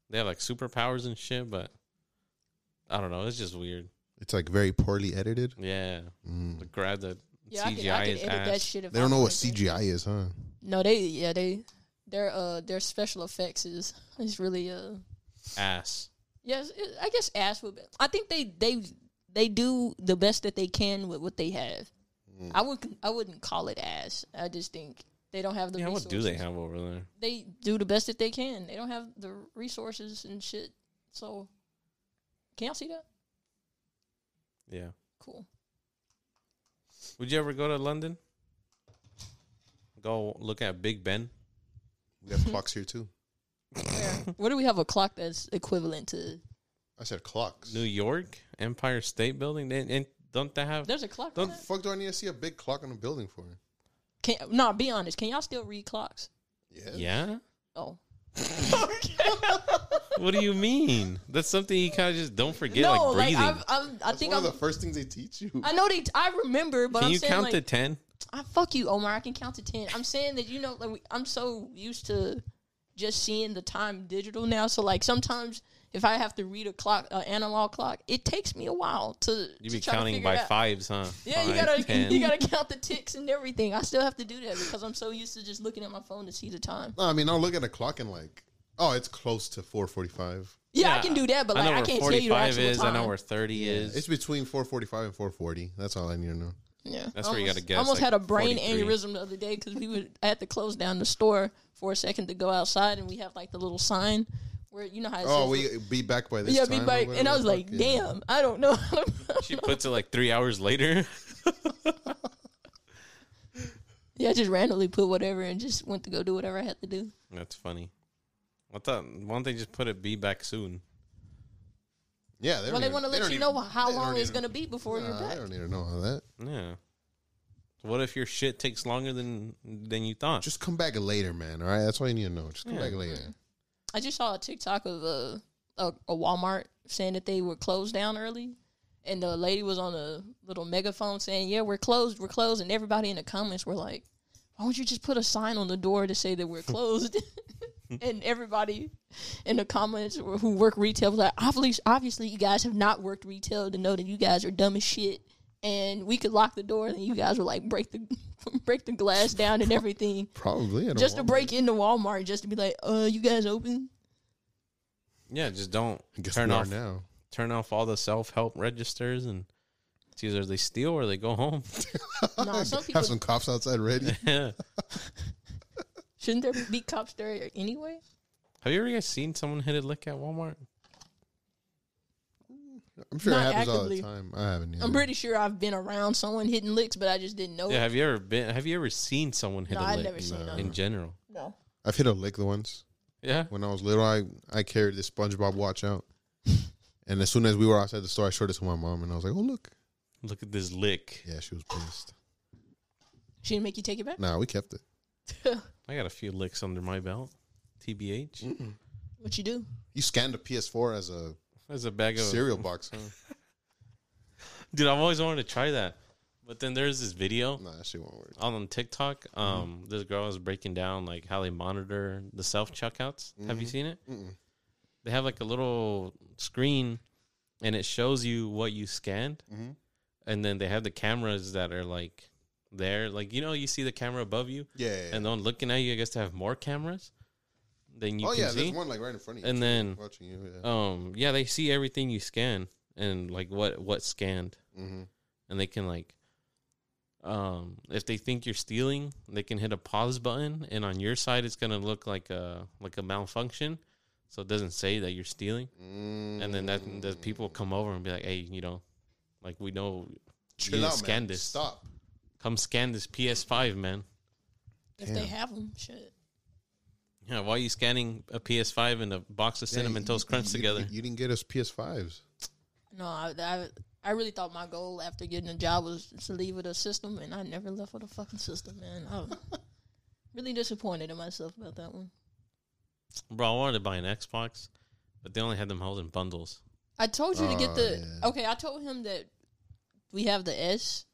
[SPEAKER 2] They have like superpowers and shit, but I don't know. It's just weird.
[SPEAKER 1] It's like very poorly edited.
[SPEAKER 2] Yeah,
[SPEAKER 1] Mm.
[SPEAKER 2] Like, grab the
[SPEAKER 3] Yeah, I
[SPEAKER 2] CGI
[SPEAKER 3] could, I could
[SPEAKER 2] is
[SPEAKER 3] edit
[SPEAKER 2] ass.
[SPEAKER 3] that shit. If
[SPEAKER 1] They
[SPEAKER 3] I
[SPEAKER 1] don't know what
[SPEAKER 3] wanted to.
[SPEAKER 1] CGI is, huh?
[SPEAKER 3] No, they yeah they their uh their special effects is is really uh
[SPEAKER 2] ass.
[SPEAKER 3] yes it, I guess ass would be, I think they they they do the best that they can with what they have.
[SPEAKER 1] Mm.
[SPEAKER 3] I would I wouldn't call it ass. I just think they don't have the.
[SPEAKER 2] Yeah, what
[SPEAKER 3] resources.
[SPEAKER 2] do they have over there?
[SPEAKER 3] They do the best that they can. They don't have the resources and shit. So, can y'all see that?
[SPEAKER 2] Yeah.
[SPEAKER 3] Cool.
[SPEAKER 2] Would you ever go to London? Go look at Big Ben.
[SPEAKER 1] We have clocks here too.
[SPEAKER 2] Hmm.
[SPEAKER 3] Where do we have a clock that's equivalent to?
[SPEAKER 1] I said clocks.
[SPEAKER 2] New York, Empire State Building, and, and don't they have?
[SPEAKER 3] There's a clock.
[SPEAKER 1] What
[SPEAKER 3] on
[SPEAKER 1] the
[SPEAKER 3] that?
[SPEAKER 1] fuck do I need to see a big clock on a building for?
[SPEAKER 3] Can no, be honest. Can y'all still read clocks?
[SPEAKER 2] Yeah.
[SPEAKER 3] Oh,
[SPEAKER 2] What do you mean? That's something you kind of just don't forget,
[SPEAKER 3] no,
[SPEAKER 2] like
[SPEAKER 3] like,
[SPEAKER 2] breathing.
[SPEAKER 3] I've, I'm, I
[SPEAKER 1] That's
[SPEAKER 3] think
[SPEAKER 1] one
[SPEAKER 3] I'm.
[SPEAKER 1] of the first things they teach you.
[SPEAKER 3] I know they. I remember, but
[SPEAKER 2] Can
[SPEAKER 3] I'm
[SPEAKER 2] you
[SPEAKER 3] saying
[SPEAKER 2] count
[SPEAKER 3] like,
[SPEAKER 2] to ten?
[SPEAKER 3] I fuck you, Omar. I can count to ten. I'm saying that you know, like we, I'm so used to just seeing the time digital now. So like sometimes if I have to read a clock, an analog clock, it takes me a while to.
[SPEAKER 2] You
[SPEAKER 3] to
[SPEAKER 2] be
[SPEAKER 3] try to
[SPEAKER 2] counting
[SPEAKER 3] figure
[SPEAKER 2] by
[SPEAKER 3] it out.
[SPEAKER 2] fives, huh?
[SPEAKER 3] Yeah, you
[SPEAKER 2] Five,
[SPEAKER 3] gotta
[SPEAKER 2] 10.
[SPEAKER 3] you gotta count the ticks and everything. I still have to do that because I'm so used to just looking at my phone to see the time.
[SPEAKER 1] No, I mean I'll look at a clock and like, oh, it's close to 4:45.
[SPEAKER 3] Yeah, I
[SPEAKER 2] Yeah,
[SPEAKER 3] can do that, but
[SPEAKER 2] I
[SPEAKER 3] like
[SPEAKER 2] know
[SPEAKER 3] I,
[SPEAKER 2] where
[SPEAKER 3] can't tell you the
[SPEAKER 2] forty-five
[SPEAKER 3] actual
[SPEAKER 2] is.
[SPEAKER 3] time.
[SPEAKER 2] I know where thirty is.
[SPEAKER 1] It's between 4:45 and 4:40. That's all I need to know.
[SPEAKER 3] Yeah,
[SPEAKER 2] That's where you gotta guess,
[SPEAKER 3] I almost
[SPEAKER 2] like,
[SPEAKER 3] had a brain
[SPEAKER 2] 43.
[SPEAKER 3] aneurysm the other day because we were I had to close down the store for a second to go outside, and we have like the little sign where you know how. It
[SPEAKER 1] Oh,
[SPEAKER 3] says,
[SPEAKER 1] we be back by this.
[SPEAKER 3] yeah,
[SPEAKER 1] time
[SPEAKER 3] be
[SPEAKER 1] or
[SPEAKER 3] back. And I
[SPEAKER 1] whatever
[SPEAKER 3] was
[SPEAKER 1] the
[SPEAKER 3] like,
[SPEAKER 1] fuck, yeah.
[SPEAKER 3] damn, I don't know.
[SPEAKER 2] she puts it like three hours later.
[SPEAKER 3] yeah, I just randomly put whatever and just went to go do whatever I had to do.
[SPEAKER 2] That's funny. What the? Why don't they just put it? Be back soon.
[SPEAKER 1] Yeah, they
[SPEAKER 3] well, they
[SPEAKER 1] want to
[SPEAKER 3] let you know how
[SPEAKER 1] they don't
[SPEAKER 3] long it's
[SPEAKER 1] even-
[SPEAKER 3] going to be before you're
[SPEAKER 1] I
[SPEAKER 3] back.
[SPEAKER 1] don't need to know all that.
[SPEAKER 2] Yeah. What if your shit takes longer than than you thought?
[SPEAKER 1] Just come back later, man. All right, that's all you need to know. Just come
[SPEAKER 2] Yeah.
[SPEAKER 1] back later.
[SPEAKER 3] I just saw a TikTok of a, a a Walmart saying that they were closed down early, and the lady was on a little megaphone saying, "Yeah, we're closed, we're closed," and everybody in the comments were like, "Why don't you just put a sign on the door to say that we're closed?" and everybody in the comments were- who work retail was like, "Obviously, obviously, you guys have not worked retail to know that you guys are dumb as shit." And we could lock the door, and you guys would like break the break the glass down and everything,
[SPEAKER 1] Probably. I don't
[SPEAKER 3] just to
[SPEAKER 1] want-
[SPEAKER 3] break into Walmart, just to be like, "Uh, you guys open?"
[SPEAKER 2] yeah, just don't
[SPEAKER 1] I guess
[SPEAKER 2] turn
[SPEAKER 1] we are
[SPEAKER 2] off
[SPEAKER 1] now.
[SPEAKER 2] turn off all the self help registers and it's either they steal or they go home.
[SPEAKER 3] No, some people
[SPEAKER 1] Have some cops outside ready.
[SPEAKER 2] yeah.
[SPEAKER 3] shouldn't there be cops there anyway?
[SPEAKER 2] Have you ever guys seen someone hit a lick at Walmart?
[SPEAKER 1] I'm sure it
[SPEAKER 3] Not
[SPEAKER 1] happens all the
[SPEAKER 3] actively.
[SPEAKER 1] time. I haven't. Either.
[SPEAKER 3] I'm pretty sure I've been around someone hitting licks, but I just didn't know.
[SPEAKER 2] Yeah,
[SPEAKER 3] it.
[SPEAKER 2] have you ever been have you ever seen someone hit
[SPEAKER 3] Oh. No,
[SPEAKER 2] a
[SPEAKER 3] I've
[SPEAKER 2] lick
[SPEAKER 3] never seen
[SPEAKER 1] No.
[SPEAKER 3] no.
[SPEAKER 2] in general?
[SPEAKER 3] No,
[SPEAKER 1] I've hit a lick the once
[SPEAKER 2] Yeah.
[SPEAKER 1] when I was little. I I carried this SpongeBob watch out, and as soon as we were outside the store, I showed it to my mom, and I was like, "Oh look,
[SPEAKER 2] Look at this lick.
[SPEAKER 1] yeah." She was pissed.
[SPEAKER 3] she didn't make you take it back.
[SPEAKER 1] Nah, we kept it.
[SPEAKER 2] I got a few licks under my belt. TBH.
[SPEAKER 3] What you do?
[SPEAKER 1] You scanned a PS4 as a
[SPEAKER 2] There's a bag of
[SPEAKER 1] cereal box. Huh?
[SPEAKER 2] Dude, I've always wanted to try that. But then there's this video
[SPEAKER 1] Nah, that shit won't work.
[SPEAKER 2] on TikTok. Um, this girl is breaking down like how they monitor the self checkouts. Have
[SPEAKER 1] Mm-hmm.
[SPEAKER 2] you seen it? They have like a little screen, and it shows you what you scanned,
[SPEAKER 1] Mm-hmm.
[SPEAKER 2] and then they have the cameras that are like there, like you know, you see the camera above you,
[SPEAKER 1] Yeah. yeah, yeah.
[SPEAKER 2] and the one looking at you. I guess they have more cameras than you
[SPEAKER 1] oh
[SPEAKER 2] can
[SPEAKER 1] yeah,
[SPEAKER 2] see.
[SPEAKER 1] there's one like right in front of you.
[SPEAKER 2] And
[SPEAKER 1] too,
[SPEAKER 2] then-
[SPEAKER 1] watching you. Yeah.
[SPEAKER 2] Um, yeah, they see everything you scan and like what what scanned.
[SPEAKER 1] hmm
[SPEAKER 2] and they can like um if they think you're stealing they can hit a pause button and on your side it's going to look like a like a malfunction so it doesn't say that you're stealing
[SPEAKER 1] Mm,
[SPEAKER 2] and then that the people come over and be like hey you know like we know
[SPEAKER 1] Chill
[SPEAKER 2] you
[SPEAKER 1] out,
[SPEAKER 2] scan
[SPEAKER 1] man.
[SPEAKER 2] this
[SPEAKER 1] Stop.
[SPEAKER 2] come scan this ps5 man
[SPEAKER 3] If they have them, shit.
[SPEAKER 2] yeah why are you scanning a ps5 and a box of cinnamon
[SPEAKER 1] Yeah,
[SPEAKER 2] toast
[SPEAKER 1] you-
[SPEAKER 2] crunch
[SPEAKER 1] you-
[SPEAKER 2] together
[SPEAKER 1] You didn't get us PS5s.
[SPEAKER 3] No, I, I, I really thought my goal after getting a job was to leave with a system, and I never left with a fucking system, man. I'm really disappointed in myself about that one.
[SPEAKER 2] bro i wanted to buy an xbox but they only had them held in bundles
[SPEAKER 3] I told you to
[SPEAKER 1] Oh,
[SPEAKER 3] get the.
[SPEAKER 1] yeah.
[SPEAKER 3] Okay, I told him that we have the S,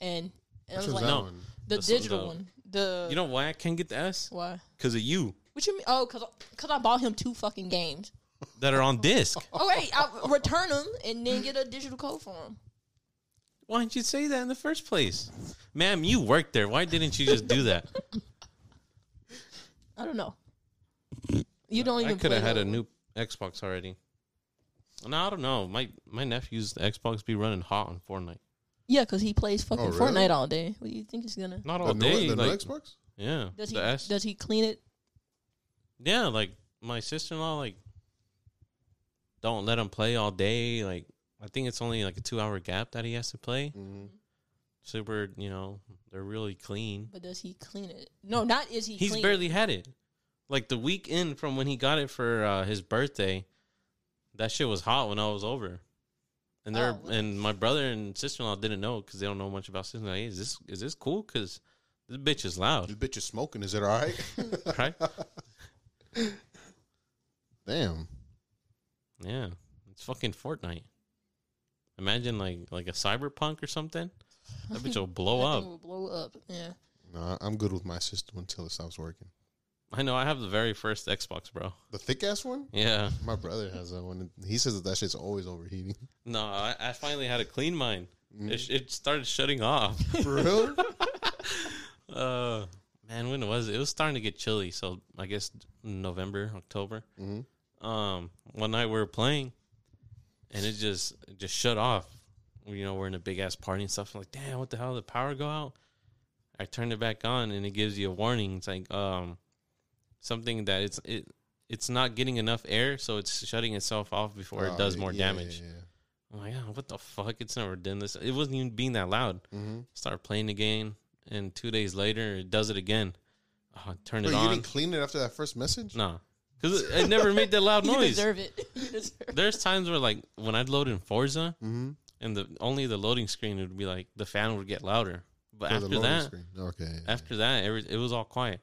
[SPEAKER 3] and, and I
[SPEAKER 1] Which
[SPEAKER 3] was
[SPEAKER 1] was
[SPEAKER 3] like,
[SPEAKER 1] that
[SPEAKER 2] No.
[SPEAKER 1] one?
[SPEAKER 3] the,
[SPEAKER 2] The s-
[SPEAKER 3] digital
[SPEAKER 2] the-
[SPEAKER 3] one. The
[SPEAKER 2] you know why i can't get the s
[SPEAKER 3] why?
[SPEAKER 2] because of you
[SPEAKER 3] What you mean? Oh, cause, cause I bought him two fucking games.
[SPEAKER 2] that are on disc
[SPEAKER 3] Oh wait, I return them and then get a digital code for them.
[SPEAKER 2] Why didn't you say that in the first place? Ma'am, you worked there. Why didn't you just do that?
[SPEAKER 3] I don't know. You don't even.
[SPEAKER 2] I could have
[SPEAKER 3] play
[SPEAKER 2] had a
[SPEAKER 3] those.
[SPEAKER 2] new Xbox already. No, I don't know. My my nephew's Xbox be running hot on Fortnite.
[SPEAKER 3] Yeah, cause he plays fucking
[SPEAKER 1] Oh, really?
[SPEAKER 3] Fortnite all day. What do you think he's gonna?
[SPEAKER 2] Not
[SPEAKER 1] The
[SPEAKER 2] all
[SPEAKER 1] new-
[SPEAKER 2] day.
[SPEAKER 1] the new
[SPEAKER 2] like,
[SPEAKER 1] Xbox?
[SPEAKER 2] yeah.
[SPEAKER 3] Does he?
[SPEAKER 2] the S.
[SPEAKER 3] Does he clean it?
[SPEAKER 2] yeah, like my sister in law like don't let him play all day. Like I think it's only like a two hour gap that he has to play. Super, you know, they're really clean.
[SPEAKER 3] But does he clean it? No, not is he.
[SPEAKER 2] He's
[SPEAKER 3] clean.
[SPEAKER 2] barely had it. Like the weekend from when he got it for uh, his birthday, that shit was hot when I was over. And
[SPEAKER 3] Oh,
[SPEAKER 2] there,
[SPEAKER 3] wow.
[SPEAKER 2] and my brother and sister in law didn't know because they don't know much about sister. Like, hey, is this is this cool? Because this bitch is
[SPEAKER 1] This
[SPEAKER 2] loud,
[SPEAKER 1] bitch is smoking. Is it all right?
[SPEAKER 2] right?
[SPEAKER 1] Damn.
[SPEAKER 2] yeah, it's fucking Fortnite. Imagine like like a cyberpunk or something. That bitch will blow
[SPEAKER 3] That thing
[SPEAKER 2] up.
[SPEAKER 3] will blow up. Yeah.
[SPEAKER 1] Nah, I'm good with my system until it stops working.
[SPEAKER 2] I know. I have the very first Xbox, bro.
[SPEAKER 1] The thick ass one?
[SPEAKER 2] Yeah.
[SPEAKER 1] My brother has that one. and He says that that shit's always overheating.
[SPEAKER 2] No, I, I finally had a clean mine. It, sh- it started shutting off.
[SPEAKER 1] For real?
[SPEAKER 2] Uh, man, when was it? It was starting to get chilly, so I guess November, October.
[SPEAKER 1] Mm-hmm.
[SPEAKER 2] Um, one night we were playing, and it just it just shut off. You know, we're in a big ass party and stuff. I'm like, damn, what the hell? The power go out. I turned it back on, and it gives you a warning. It's like um, something that it's it it's not getting enough air, so it's shutting itself off before it does
[SPEAKER 1] Oh,
[SPEAKER 2] more
[SPEAKER 1] yeah, yeah,
[SPEAKER 2] damage.
[SPEAKER 1] yeah.
[SPEAKER 2] I'm like, oh, what the fuck? It's never done this. It wasn't even being that loud. Start playing the game, and two days later, it does it again. Oh, turn
[SPEAKER 1] Wait,
[SPEAKER 2] it
[SPEAKER 1] you
[SPEAKER 2] on.
[SPEAKER 1] didn't clean it after that first message?
[SPEAKER 2] No, because it, it never made that loud
[SPEAKER 3] You
[SPEAKER 2] noise.
[SPEAKER 3] deserve it. You deserve it.
[SPEAKER 2] There's times where like when I'd load in Forza
[SPEAKER 1] Mm-hmm.
[SPEAKER 2] and the only the loading screen would be like the fan would get louder, but after that,
[SPEAKER 1] okay. yeah, yeah.
[SPEAKER 2] after that, every, it was all quiet.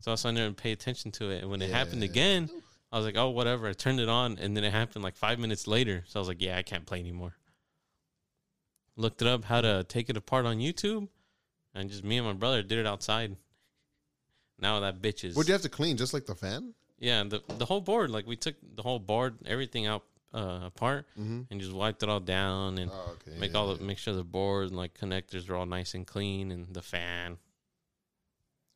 [SPEAKER 2] So I was trying to pay attention to it, and when it happened
[SPEAKER 1] Yeah.
[SPEAKER 2] again, I was like, "Oh, whatever." I turned it on, and then it happened like five minutes later. So I was like, "Yeah, I can't play anymore." Looked it up how to take it apart on YouTube, and just me and my brother did it outside. Now that bitch is
[SPEAKER 1] Would you have to clean just like the fan?
[SPEAKER 2] yeah the the whole board like we took the whole board everything out uh, apart and just wiped it all down and
[SPEAKER 1] Mm-hmm. Oh, okay.
[SPEAKER 2] make
[SPEAKER 1] yeah,
[SPEAKER 2] all
[SPEAKER 1] yeah.
[SPEAKER 2] the make sure the board and like connectors are all nice and clean and the fan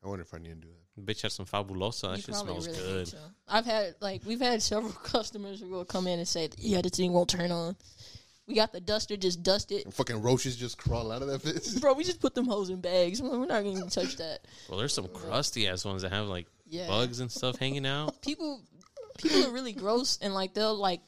[SPEAKER 1] I wonder if I need to do that.
[SPEAKER 2] Bitch had some fabulosa. That
[SPEAKER 3] You
[SPEAKER 2] shit
[SPEAKER 3] probably
[SPEAKER 2] smells
[SPEAKER 3] really need
[SPEAKER 2] good.
[SPEAKER 3] to. I've had like we've had several customers who will come in and say, "Yeah, the thing won't turn on." We got the duster, just dust it,
[SPEAKER 1] And fucking roaches just crawl out of that bitch.
[SPEAKER 3] bro. We just put them hoes in bags. We're not gonna even touch that.
[SPEAKER 2] Well, there's some crusty ass ones that have like
[SPEAKER 3] Yeah.
[SPEAKER 2] bugs and stuff hanging out.
[SPEAKER 3] people people are really gross and like they'll like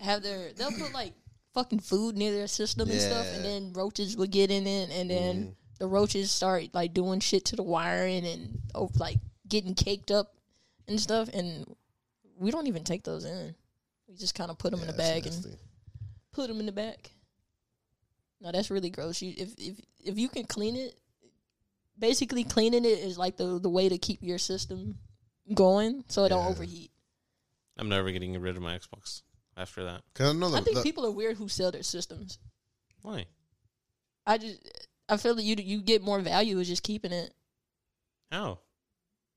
[SPEAKER 3] have their they'll put like fucking food near their system and stuff and
[SPEAKER 1] Yeah.
[SPEAKER 3] then roaches would get in it and then the roaches start like doing shit to the wiring and oh, like getting caked up and stuff and we don't even take those in we just kind of put them in a bag and put them in the back no that's really gross you if if if you can clean it basically cleaning it is like the the way to keep your system going so it don't
[SPEAKER 1] Yeah.
[SPEAKER 3] overheat
[SPEAKER 2] I'm never getting rid of my Xbox after that.
[SPEAKER 1] Because I know the,
[SPEAKER 3] I think
[SPEAKER 1] the-
[SPEAKER 3] people are weird who sell their systems.
[SPEAKER 2] Why?
[SPEAKER 3] I just I feel that you you get more value is just keeping it.
[SPEAKER 2] How?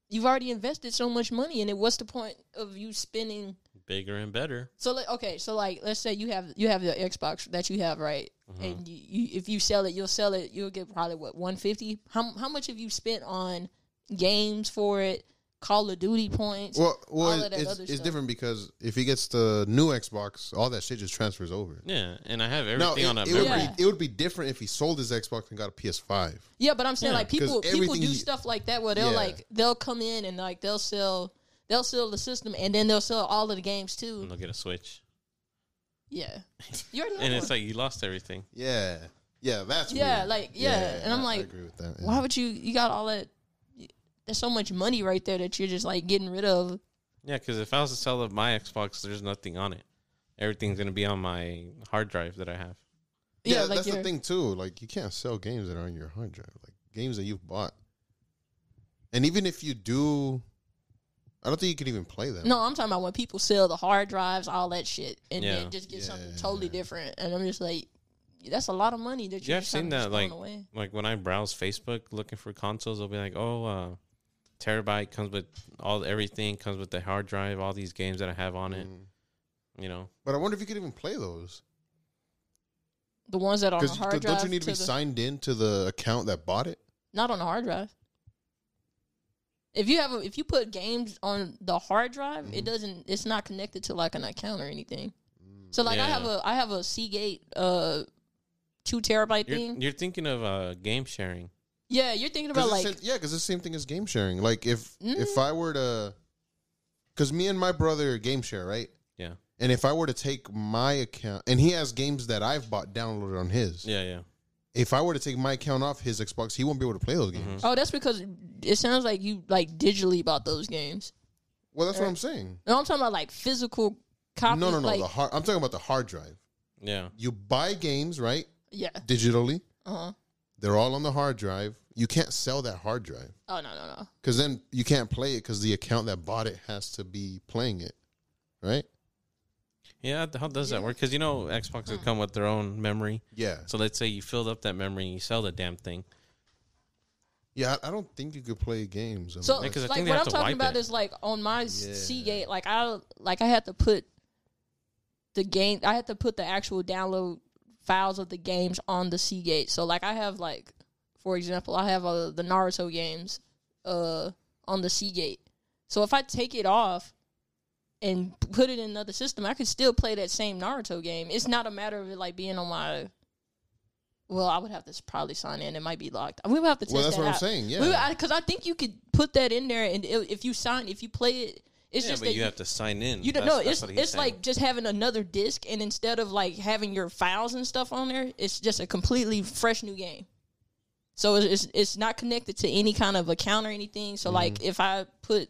[SPEAKER 3] You've already invested so much money in it. What's the point of you spending?
[SPEAKER 2] Bigger and better.
[SPEAKER 3] So like, okay, so like let's say you have you have the Xbox that you have right,
[SPEAKER 1] Mm-hmm.
[SPEAKER 3] and you, you if you sell it, you'll sell it. You'll get probably what one fifty. How how much have you spent on games for it? Call of Duty points.
[SPEAKER 1] well, well,
[SPEAKER 3] all of
[SPEAKER 1] it-
[SPEAKER 3] that
[SPEAKER 1] it's,
[SPEAKER 3] other
[SPEAKER 1] it's
[SPEAKER 3] stuff.
[SPEAKER 1] different because if he gets the new Xbox, all that shit just transfers over.
[SPEAKER 2] Yeah, and I have
[SPEAKER 1] No,
[SPEAKER 2] everything
[SPEAKER 1] it,
[SPEAKER 2] on that
[SPEAKER 1] it would
[SPEAKER 2] memory.
[SPEAKER 3] Yeah.
[SPEAKER 1] be it would be different if he sold his Xbox and got a PS5.
[SPEAKER 3] Yeah, but I'm saying
[SPEAKER 2] Yeah,
[SPEAKER 3] like people
[SPEAKER 1] 'cause
[SPEAKER 3] people
[SPEAKER 1] everything
[SPEAKER 3] do
[SPEAKER 1] you-
[SPEAKER 3] stuff like that where they'll
[SPEAKER 1] Yeah.
[SPEAKER 3] like they'll come in and like they'll sell they'll sell the system and then they'll sell all of the games too.
[SPEAKER 2] And I'll get a Switch.
[SPEAKER 3] Yeah, you already
[SPEAKER 2] And
[SPEAKER 3] know.
[SPEAKER 2] it's like you lost everything.
[SPEAKER 1] Yeah, yeah, that's
[SPEAKER 3] Yeah,
[SPEAKER 1] weird.
[SPEAKER 3] like, yeah, and
[SPEAKER 1] I-
[SPEAKER 3] I'm
[SPEAKER 1] I
[SPEAKER 3] like,
[SPEAKER 1] agree with that. yeah.
[SPEAKER 3] why would you you got all that? There's so much money right there that you're just like getting rid of.
[SPEAKER 2] Yeah, because if I was to sell up my Xbox, there's nothing on it. Everything's gonna be on my hard drive that I have.
[SPEAKER 1] Yeah,
[SPEAKER 3] like
[SPEAKER 1] that's the
[SPEAKER 3] you're-
[SPEAKER 1] thing too. Like you can't sell games that are on your hard drive, like games that you've bought. And even if you do, I don't think you could even play them.
[SPEAKER 3] No, I'm talking about when people sell the hard drives, all that shit, and
[SPEAKER 2] Yeah.
[SPEAKER 3] then just get something totally different. And I'm just like, that's a lot of money that
[SPEAKER 2] Yeah,
[SPEAKER 3] you're
[SPEAKER 2] I've
[SPEAKER 3] just
[SPEAKER 2] seen
[SPEAKER 3] kinda
[SPEAKER 2] that.
[SPEAKER 3] just
[SPEAKER 2] Like,
[SPEAKER 3] throwing away.
[SPEAKER 2] like when I browse Facebook looking for consoles, they'll be like, "Oh, uh, terabyte comes with all everything comes with the hard drive, all these games that I have on
[SPEAKER 1] Mm.
[SPEAKER 2] it." You know,
[SPEAKER 1] But I wonder if you could even play those
[SPEAKER 3] the ones that are on a
[SPEAKER 1] because
[SPEAKER 3] hard drive.
[SPEAKER 1] don't you need to be
[SPEAKER 3] the-
[SPEAKER 1] signed in to the account that bought it?
[SPEAKER 3] Not on a hard drive. If you have a, if you put games on the hard drive,
[SPEAKER 2] Mm-hmm.
[SPEAKER 3] it doesn't it's not connected to like an account or anything.
[SPEAKER 1] Mm.
[SPEAKER 3] So like I have
[SPEAKER 2] Yeah.
[SPEAKER 3] a I have a Seagate uh two terabyte
[SPEAKER 2] you're,
[SPEAKER 3] thing.
[SPEAKER 2] you're thinking of uh, game sharing.
[SPEAKER 3] yeah, you're thinking
[SPEAKER 1] 'Cause
[SPEAKER 3] about like Mm.
[SPEAKER 1] it's the- yeah, because it's the same thing as game sharing. Like if if I were to, because me and my brother game share right,
[SPEAKER 2] Yeah,
[SPEAKER 1] and if I were to take my account, and he has games that I've bought downloaded on his.
[SPEAKER 2] yeah, yeah.
[SPEAKER 1] If I were to take my account off his Xbox, he won't be able to play those games.
[SPEAKER 3] oh that's because it sounds like you like digitally bought those games.
[SPEAKER 1] Well, that's what I'm saying.
[SPEAKER 3] No, I'm talking about like physical copies.
[SPEAKER 1] No, no, no.
[SPEAKER 3] Like,
[SPEAKER 1] the hard, I'm talking about the hard drive.
[SPEAKER 2] Yeah,
[SPEAKER 1] You buy games, right?
[SPEAKER 3] yeah.
[SPEAKER 1] Digitally.
[SPEAKER 3] Uh huh.
[SPEAKER 1] They're all on the hard drive. You can't sell that hard drive
[SPEAKER 3] Oh no no no.
[SPEAKER 1] because then you can't play it because the account that bought it has to be playing it, right?
[SPEAKER 2] yeah. How does that work? Because you know, Xbox will come with their own memory.
[SPEAKER 1] Yeah.
[SPEAKER 2] So let's say you filled up that memory and you sell the damn thing.
[SPEAKER 1] Yeah, I I don't think you could play games.
[SPEAKER 3] So
[SPEAKER 2] Yeah,
[SPEAKER 1] unless-
[SPEAKER 2] 'cause I
[SPEAKER 3] like
[SPEAKER 2] think they
[SPEAKER 3] what
[SPEAKER 2] have
[SPEAKER 3] I'm
[SPEAKER 2] to wipe
[SPEAKER 3] talking about
[SPEAKER 2] it.
[SPEAKER 3] is like on my s-
[SPEAKER 1] Yeah.
[SPEAKER 3] Seagate, like I like I had to put the game, I had to put the actual download files of the games on the Seagate. So like I have like, for example, I have uh, the Naruto games uh on the Seagate. So if I take it off and p- put it in another system, I could still play that same Naruto game. It's not a matter of it like being on my. Well, I would have to s- probably sign in. It might be locked. We would have to. Test
[SPEAKER 1] Well, that's
[SPEAKER 3] that
[SPEAKER 1] what I'm
[SPEAKER 3] out.
[SPEAKER 1] saying, yeah.
[SPEAKER 3] because I, think you could put that in there, and it, if you sign, if you play it, it's
[SPEAKER 2] yeah,
[SPEAKER 3] just
[SPEAKER 2] but
[SPEAKER 3] that
[SPEAKER 2] you have to sign in.
[SPEAKER 3] You don't
[SPEAKER 2] That's-
[SPEAKER 3] know.
[SPEAKER 2] that's
[SPEAKER 3] It's
[SPEAKER 2] what he's
[SPEAKER 3] it's
[SPEAKER 2] saying.
[SPEAKER 3] like just having another disc, and instead of like having your files and stuff on there, it's just a completely fresh new game.
[SPEAKER 2] Mm-hmm.
[SPEAKER 3] So it's it's, it's not connected to any kind of account or anything. So like if I put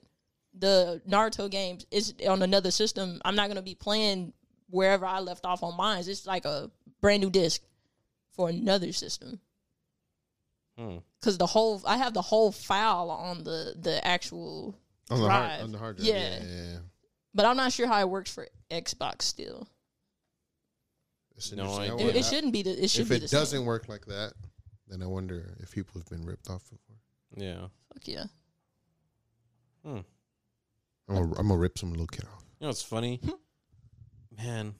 [SPEAKER 3] the Naruto games is on another system. I'm not gonna be playing wherever I left off on mine. It's like a brand new disc for another system.
[SPEAKER 2] Hmm.
[SPEAKER 3] Cause the whole I have the whole file on the the actual,
[SPEAKER 1] on the hard
[SPEAKER 3] Drive.
[SPEAKER 1] on the hard drive.
[SPEAKER 3] Yeah.
[SPEAKER 1] Yeah, yeah, yeah.
[SPEAKER 3] but I'm not sure how it works for Xbox still.
[SPEAKER 1] It's
[SPEAKER 2] No
[SPEAKER 1] interesting. I
[SPEAKER 2] idea.
[SPEAKER 3] It-
[SPEAKER 1] wonder-
[SPEAKER 3] It, shouldn't be the it should
[SPEAKER 1] if
[SPEAKER 3] be
[SPEAKER 1] it
[SPEAKER 3] the
[SPEAKER 1] doesn't
[SPEAKER 3] same.
[SPEAKER 1] work like that, then I wonder if people have been ripped off before.
[SPEAKER 2] Yeah.
[SPEAKER 3] Fuck yeah.
[SPEAKER 1] I'm gonna, I'm gonna rip some little kid off.
[SPEAKER 2] You know, it's funny,
[SPEAKER 3] Hmm.
[SPEAKER 2] man.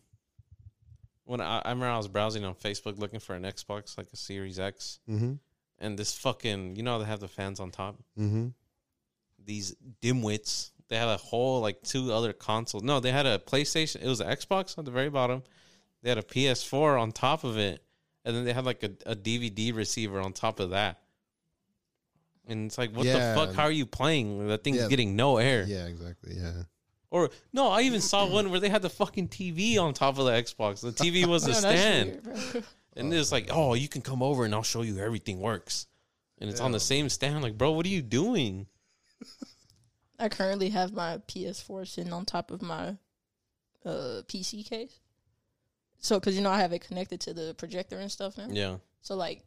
[SPEAKER 2] When I, I remember I was browsing on Facebook looking for an Xbox, like a Series X,
[SPEAKER 1] Mm-hmm.
[SPEAKER 2] and this fucking, you know, how they have the fans on top.
[SPEAKER 1] Mm-hmm.
[SPEAKER 2] These dimwits, they had a whole like two other consoles. No, they had a PlayStation. It was an Xbox on the very bottom. They had a PS4 on top of it, and then they had like a, a DVD receiver on top of that. And it's like, what
[SPEAKER 1] Yeah.
[SPEAKER 2] the fuck? How are you playing? That thing's
[SPEAKER 1] Yeah.
[SPEAKER 2] getting no air.
[SPEAKER 1] Yeah, exactly. Yeah.
[SPEAKER 2] Or no, I even saw one where they had the fucking TV on top of the Xbox. The TV was a
[SPEAKER 3] No, Oh, that's
[SPEAKER 2] stand,
[SPEAKER 3] weird, bro.
[SPEAKER 2] and it's like, oh, you can come over and I'll show you everything works. And it's on the same stand. Like, bro, what are you doing?
[SPEAKER 3] I currently have my PS4 sitting on top of my uh, PC case. So, because you know, I have it connected to the projector and stuff now.
[SPEAKER 2] Yeah,
[SPEAKER 3] So, like,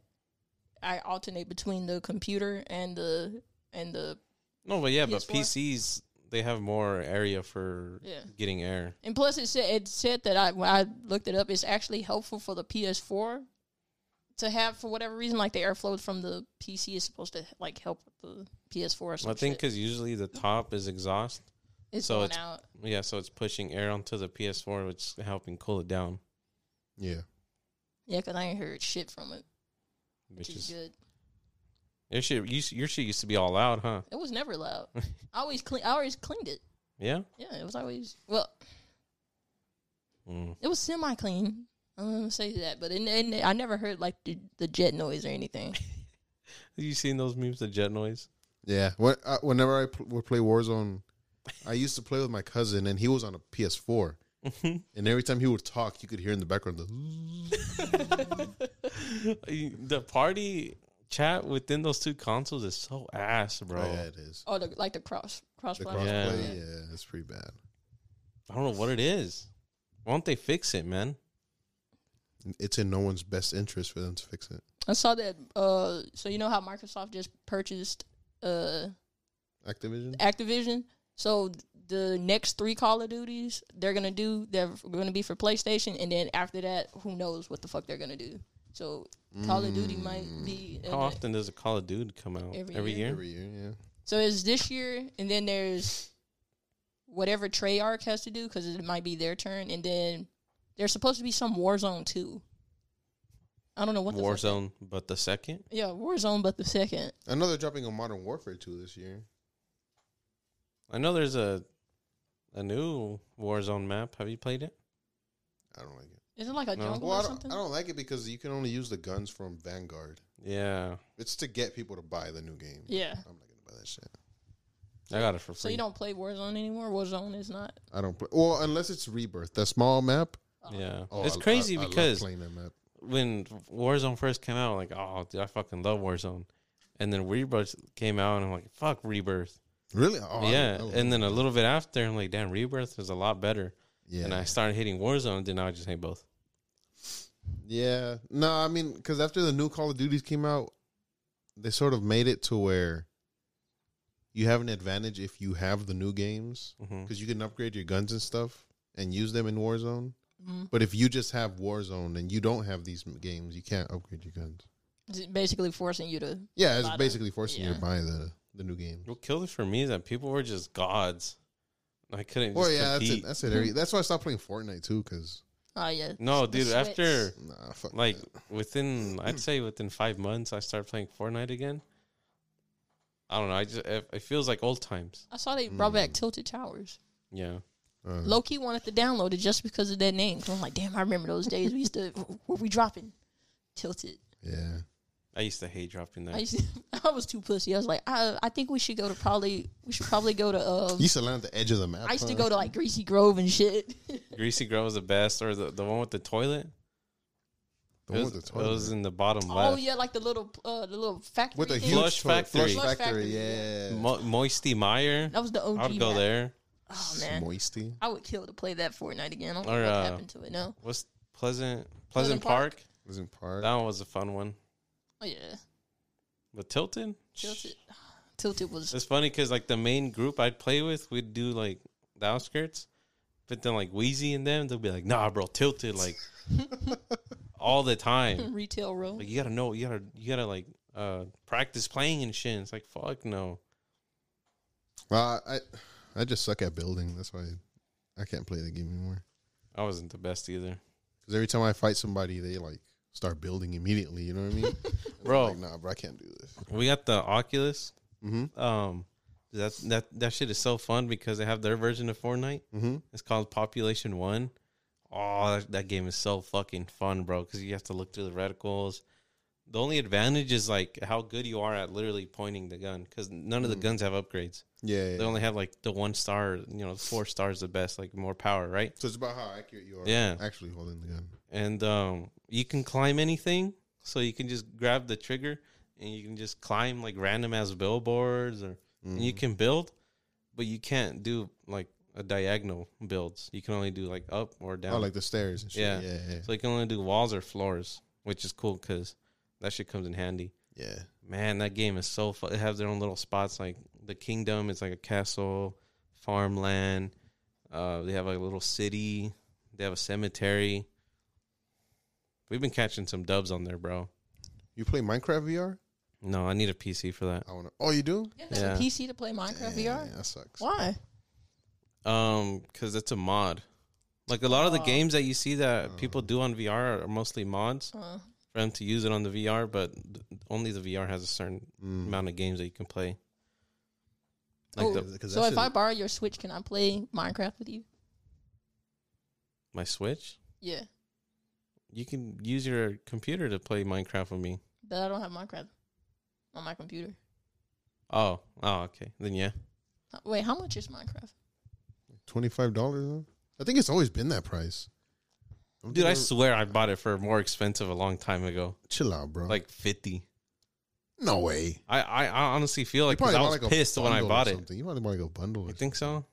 [SPEAKER 3] I alternate between the computer and the and the
[SPEAKER 2] no, but yeah, but
[SPEAKER 3] PS4?
[SPEAKER 2] PCs they have more area for
[SPEAKER 3] yeah.
[SPEAKER 2] getting air.
[SPEAKER 3] And plus, it said it said that I when I looked it up, it's actually helpful for the PS4 to have for whatever reason, like the airflow from the PC is supposed to like help with the PS4. Or
[SPEAKER 2] I
[SPEAKER 3] something.
[SPEAKER 2] think because usually the top is exhaust.
[SPEAKER 3] it's
[SPEAKER 2] so
[SPEAKER 3] going
[SPEAKER 2] it's-
[SPEAKER 3] out.
[SPEAKER 2] Yeah, so it's pushing air onto the PS4, which is helping cool it down,
[SPEAKER 1] Yeah.
[SPEAKER 3] Yeah, because I ain't heard shit from it,
[SPEAKER 2] which
[SPEAKER 3] which is
[SPEAKER 2] is
[SPEAKER 3] good.
[SPEAKER 2] your shit. You, your shit used to be all loud, huh?
[SPEAKER 3] It was never loud. I always clean. I always cleaned it.
[SPEAKER 2] Yeah.
[SPEAKER 3] Yeah, it was always well.
[SPEAKER 2] Mm.
[SPEAKER 3] It was semi clean. I'm gonna say that, but it, it, I never heard like the, the jet noise or anything.
[SPEAKER 2] Have you seen those memes? The jet noise.
[SPEAKER 1] Yeah. When, uh, whenever I pl- would play Warzone, I used to play with my cousin, and he was on a PS4. and every time he would talk, you could hear in the background the.
[SPEAKER 2] the party chat within those two consoles is so ass, bro.
[SPEAKER 1] Oh, yeah, it is.
[SPEAKER 3] Oh, the, like the cross cross
[SPEAKER 1] The
[SPEAKER 3] platform.
[SPEAKER 2] Yeah.
[SPEAKER 1] crossplay, yeah. it's pretty bad.
[SPEAKER 2] I don't know what it is. Why don't they fix it, man?
[SPEAKER 1] It's in no one's best interest for them to fix it.
[SPEAKER 3] I saw that. Uh, so you know how Microsoft just purchased uh
[SPEAKER 1] Activision.
[SPEAKER 3] Activision. So the next three Call of Duties they're gonna do they're gonna be for PlayStation, and then after that, who knows what the fuck they're gonna do. So Call of Duty might
[SPEAKER 1] Mm.
[SPEAKER 3] be
[SPEAKER 2] How often does a Call of Duty come out?
[SPEAKER 3] Every
[SPEAKER 2] Every,
[SPEAKER 3] year.
[SPEAKER 2] year?
[SPEAKER 1] Every year, yeah.
[SPEAKER 3] So it's this year, and then there's whatever Treyarch has to do because it might be their turn, and then there's supposed to be some Warzone too. I don't know what the fuck-
[SPEAKER 2] Warzone, but the second?
[SPEAKER 3] yeah, Warzone, but the second.
[SPEAKER 1] I know they're dropping a Modern Warfare 2 this year.
[SPEAKER 2] I know there's a a new Warzone map. Have you played it?
[SPEAKER 1] I don't like it.
[SPEAKER 3] Is it like a
[SPEAKER 2] No.
[SPEAKER 3] jungle
[SPEAKER 1] Well, I
[SPEAKER 3] or
[SPEAKER 1] don't,
[SPEAKER 3] something?
[SPEAKER 1] I don't like it because you can only use the guns from Vanguard.
[SPEAKER 2] Yeah.
[SPEAKER 1] It's to get people to buy the new game.
[SPEAKER 3] Yeah.
[SPEAKER 1] I'm not gonna buy that shit.
[SPEAKER 2] I got it for free.
[SPEAKER 3] So you don't play Warzone anymore. Warzone is not.
[SPEAKER 1] I don't play. Well, unless it's Rebirth, that small map.
[SPEAKER 2] yeah.
[SPEAKER 1] Oh,
[SPEAKER 2] it's
[SPEAKER 1] I-
[SPEAKER 2] crazy
[SPEAKER 1] I- I love
[SPEAKER 2] because
[SPEAKER 1] playing that map.
[SPEAKER 2] when Warzone first came out, like, oh, dude, I fucking love Warzone. And then Rebirth came out, and I'm like, fuck Rebirth.
[SPEAKER 1] Really? Oh, I-
[SPEAKER 2] yeah,
[SPEAKER 1] I love
[SPEAKER 2] and
[SPEAKER 1] that
[SPEAKER 2] then a
[SPEAKER 1] map.
[SPEAKER 2] little bit after, I'm like, damn, Rebirth is a lot better.
[SPEAKER 1] yeah,
[SPEAKER 2] And I started hating Warzone, then I just hate both.
[SPEAKER 1] yeah. No, I mean, because after the new Call of Duties came out, they sort of made it to where you have an advantage if you have the new games
[SPEAKER 2] hmm
[SPEAKER 1] because you can upgrade your guns and stuff and use them in Warzone. But if you just have Warzone and you don't have these m- games, you can't upgrade your guns.
[SPEAKER 3] It's basically forcing you to.
[SPEAKER 1] Yeah, it's
[SPEAKER 3] Buy them.
[SPEAKER 1] basically forcing you
[SPEAKER 3] Yeah.
[SPEAKER 1] to buy the the new game.
[SPEAKER 2] What killed it for me is that people were just gods. I couldn't.
[SPEAKER 1] Well,
[SPEAKER 2] Just
[SPEAKER 1] yeah, that's it.
[SPEAKER 2] compete.
[SPEAKER 1] That's it. Every, that's why I stopped playing Fortnite too, because
[SPEAKER 3] Oh yeah.
[SPEAKER 2] No,
[SPEAKER 3] The
[SPEAKER 2] dude.
[SPEAKER 3] sweats.
[SPEAKER 2] After
[SPEAKER 1] nah, fuck
[SPEAKER 2] like
[SPEAKER 1] that.
[SPEAKER 2] within, I'd say within five months, I started playing Fortnite again. I don't know. I just it, it feels like old times.
[SPEAKER 3] I saw they brought
[SPEAKER 2] Mm.
[SPEAKER 3] back Tilted Towers.
[SPEAKER 2] Yeah,
[SPEAKER 1] Uh,
[SPEAKER 3] Low key wanted to download it just because of that name. 'Cause I'm like, damn, I remember those days. We used to. What we dropping? Tilted.
[SPEAKER 1] yeah.
[SPEAKER 2] I used to hate dropping
[SPEAKER 3] I
[SPEAKER 2] that.
[SPEAKER 3] used to- I was too pussy. I was like, I, I think we should go to probably we should probably go to um.
[SPEAKER 1] You used to land at the edge of the map.
[SPEAKER 3] I used to
[SPEAKER 1] huh?
[SPEAKER 3] go to like Greasy Grove and shit.
[SPEAKER 2] Greasy Girl was the best, or the, the one with the toilet.
[SPEAKER 1] The
[SPEAKER 2] It
[SPEAKER 1] one
[SPEAKER 2] was,
[SPEAKER 1] with the
[SPEAKER 2] it
[SPEAKER 1] toilet.
[SPEAKER 2] was in the bottom
[SPEAKER 3] Oh
[SPEAKER 2] left.
[SPEAKER 3] yeah, like the little uh, the little factory.
[SPEAKER 1] with a
[SPEAKER 3] thing.
[SPEAKER 1] huge
[SPEAKER 2] Flush
[SPEAKER 1] toilet-
[SPEAKER 2] factory.
[SPEAKER 1] Flush
[SPEAKER 3] Flush
[SPEAKER 1] factory,
[SPEAKER 3] factory,
[SPEAKER 1] yeah.
[SPEAKER 2] Mo- Moisty Meyer.
[SPEAKER 3] That was the OG.
[SPEAKER 2] I'd go
[SPEAKER 3] back-
[SPEAKER 2] there.
[SPEAKER 3] Oh man,
[SPEAKER 1] Moisty.
[SPEAKER 3] I would kill to play that Fortnite again. I don't
[SPEAKER 2] Or,
[SPEAKER 3] know what
[SPEAKER 2] uh,
[SPEAKER 3] happened to it now.
[SPEAKER 2] What's Pleasant Pleasant
[SPEAKER 3] Pleasant
[SPEAKER 2] Park?
[SPEAKER 3] Park?
[SPEAKER 1] Was in part.
[SPEAKER 2] That one was a fun one.
[SPEAKER 3] Oh yeah,
[SPEAKER 2] But Tilton,
[SPEAKER 3] tilted. Tilted was
[SPEAKER 2] It's funny because like the main group I'd play with, we'd do like the outskirts, but then like Wheezy and them, they'll be like, "Nah, bro, tilted like all the time.
[SPEAKER 3] retail row.
[SPEAKER 2] Like you gotta know, you gotta you gotta like uh practice playing and shit." It's like fuck no.
[SPEAKER 1] Uh, I I just suck at building. That's why I can't play the game anymore.
[SPEAKER 2] I wasn't the best either,
[SPEAKER 1] Because every time I fight somebody, they like start building immediately. You know what I mean? And I'm
[SPEAKER 2] Bro.
[SPEAKER 1] like, nah, bro, I can't do this.
[SPEAKER 2] We got the Oculus.
[SPEAKER 1] Mm-hmm.
[SPEAKER 2] Um, that that that shit is so fun because they have their version of Fortnite.
[SPEAKER 1] Mm-hmm.
[SPEAKER 2] It's called Population One. Oh, that, that game is so fucking fun, bro. Because you have to look through the reticles. The only advantage is like how good you are at literally pointing the gun. Because none of the guns have upgrades.
[SPEAKER 1] Yeah. yeah.
[SPEAKER 2] They only have like the one star. You know, four stars the best, like more power, right?
[SPEAKER 1] so it's about how accurate you are.
[SPEAKER 2] Yeah.
[SPEAKER 1] Actually holding the gun.
[SPEAKER 2] And um, you can climb anything, so you can just grab the trigger and you can just climb like random ass billboards, or
[SPEAKER 1] Mm-hmm.
[SPEAKER 2] and you can build, but you can't do like a diagonal builds. You can only do like up or down.
[SPEAKER 1] Oh, like the stairs and shit. Yeah.
[SPEAKER 2] Yeah.
[SPEAKER 1] Yeah. Yeah.
[SPEAKER 2] So you can only do walls or floors, which is cool because that shit comes in handy.
[SPEAKER 1] yeah.
[SPEAKER 2] Man, that game is so fun. It has their own little spots. Like the kingdom is like a castle, farmland. Uh, they have like a little city. They have a cemetery. We've been catching some dubs on there, bro.
[SPEAKER 1] You play Minecraft VR?
[SPEAKER 2] No, I need a PC for that.
[SPEAKER 1] I want to. Oh, you do?
[SPEAKER 3] Yeah, there's
[SPEAKER 2] Yeah.
[SPEAKER 3] a PC to play Minecraft
[SPEAKER 1] Yeah,
[SPEAKER 3] VR.
[SPEAKER 1] that sucks.
[SPEAKER 3] Why?
[SPEAKER 2] Um, because it's a mod. Like a lot of the
[SPEAKER 3] Oh.
[SPEAKER 2] games that you see that people do on VR are mostly mods
[SPEAKER 3] Uh,
[SPEAKER 2] for them to use it on the VR, but th- only the VR has a certain
[SPEAKER 1] Mm.
[SPEAKER 2] amount of games that you can play. Like
[SPEAKER 3] oh,
[SPEAKER 2] the,
[SPEAKER 1] 'Cause
[SPEAKER 3] so
[SPEAKER 1] that
[SPEAKER 3] if
[SPEAKER 1] shit-
[SPEAKER 3] I borrow your Switch, can I play Minecraft with you?
[SPEAKER 2] my Switch,
[SPEAKER 3] Yeah,
[SPEAKER 2] you can use your computer to play Minecraft with me.
[SPEAKER 3] but I don't have Minecraft on my computer.
[SPEAKER 2] Oh, oh, okay, then yeah.
[SPEAKER 3] Uh, Wait, how much is Minecraft?
[SPEAKER 1] $25, though? I think it's always been that price. I'm
[SPEAKER 2] Dude, I
[SPEAKER 1] thinking-
[SPEAKER 2] swear I bought it for more expensive a long time ago,
[SPEAKER 1] Chill out, bro.
[SPEAKER 2] like fifty.
[SPEAKER 1] no way.
[SPEAKER 2] I, I, I honestly feel like 'cause I
[SPEAKER 1] bought,
[SPEAKER 2] was
[SPEAKER 1] a
[SPEAKER 2] pissed when I
[SPEAKER 1] bundle or
[SPEAKER 2] bought it.
[SPEAKER 1] something. You probably bought like a bundle. or
[SPEAKER 2] You think so?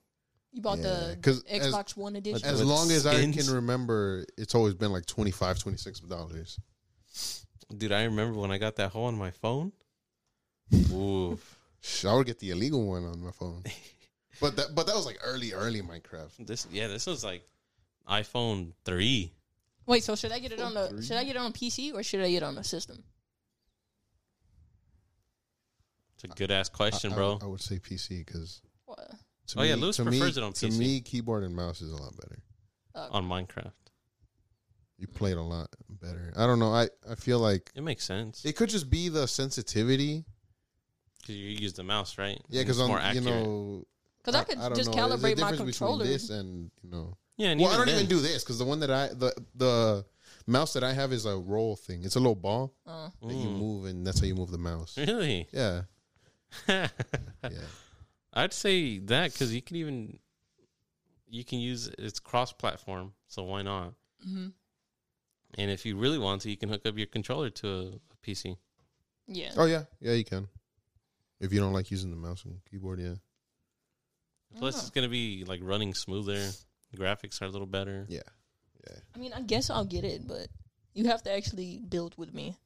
[SPEAKER 3] You bought
[SPEAKER 1] Yeah,
[SPEAKER 3] the
[SPEAKER 1] 'cause as-
[SPEAKER 3] Xbox One edition.
[SPEAKER 1] As
[SPEAKER 2] With
[SPEAKER 1] long as I
[SPEAKER 2] skins?
[SPEAKER 1] can remember, it's always been like 25 $26.
[SPEAKER 2] Dude, I remember when I got that hole on my phone. Oof.
[SPEAKER 1] Shh, I would get the illegal one on my phone. but that but that was like early, early Minecraft.
[SPEAKER 2] This yeah, this was like iPhone three.
[SPEAKER 3] Wait, so should I get it on the
[SPEAKER 1] Three.
[SPEAKER 3] should I get it on PC or should I get it on the system?
[SPEAKER 2] It's a good ass question,
[SPEAKER 1] I- I
[SPEAKER 2] bro.
[SPEAKER 1] would- I, would say PC because.
[SPEAKER 3] What?
[SPEAKER 2] Oh, yeah, Lewis prefers it
[SPEAKER 1] me,
[SPEAKER 2] on
[SPEAKER 1] To
[SPEAKER 2] PC.
[SPEAKER 1] me, keyboard and mouse is a lot better.
[SPEAKER 2] on Minecraft.
[SPEAKER 1] You play it a lot better. I don't know. I, I feel like
[SPEAKER 2] It makes sense
[SPEAKER 1] it could just be the sensitivity.
[SPEAKER 2] because you use the mouse, right?
[SPEAKER 1] Yeah,
[SPEAKER 2] And
[SPEAKER 1] because
[SPEAKER 2] it's
[SPEAKER 1] on
[SPEAKER 2] more accurate.
[SPEAKER 1] you know,
[SPEAKER 3] Because I, could
[SPEAKER 1] don't
[SPEAKER 3] just
[SPEAKER 1] know. There's a
[SPEAKER 3] calibrate
[SPEAKER 1] difference
[SPEAKER 3] my
[SPEAKER 1] between
[SPEAKER 3] controller.
[SPEAKER 1] This and you know,
[SPEAKER 2] yeah, and
[SPEAKER 1] well, I
[SPEAKER 2] even
[SPEAKER 1] don't even
[SPEAKER 2] then-
[SPEAKER 1] do this because the one that I the the mouse that I have is a roll thing. It's a little ball
[SPEAKER 3] Uh,
[SPEAKER 1] that you move, and that's how you move the mouse.
[SPEAKER 2] mm, Really?
[SPEAKER 1] Yeah, yeah.
[SPEAKER 2] I'd say that because you can even you can use it's cross-platform, so why not?
[SPEAKER 3] mhm.
[SPEAKER 2] And if you really want to, you can hook up your controller to a, a PC.
[SPEAKER 3] Yeah.
[SPEAKER 1] Oh yeah, yeah. You can if you don't like using the mouse and keyboard. Yeah,
[SPEAKER 2] Plus,
[SPEAKER 3] Oh.
[SPEAKER 2] it's gonna be like running smoother. Graphics are a little better.
[SPEAKER 1] yeah.
[SPEAKER 3] I mean, I guess I'll get it, but you have to actually build with me.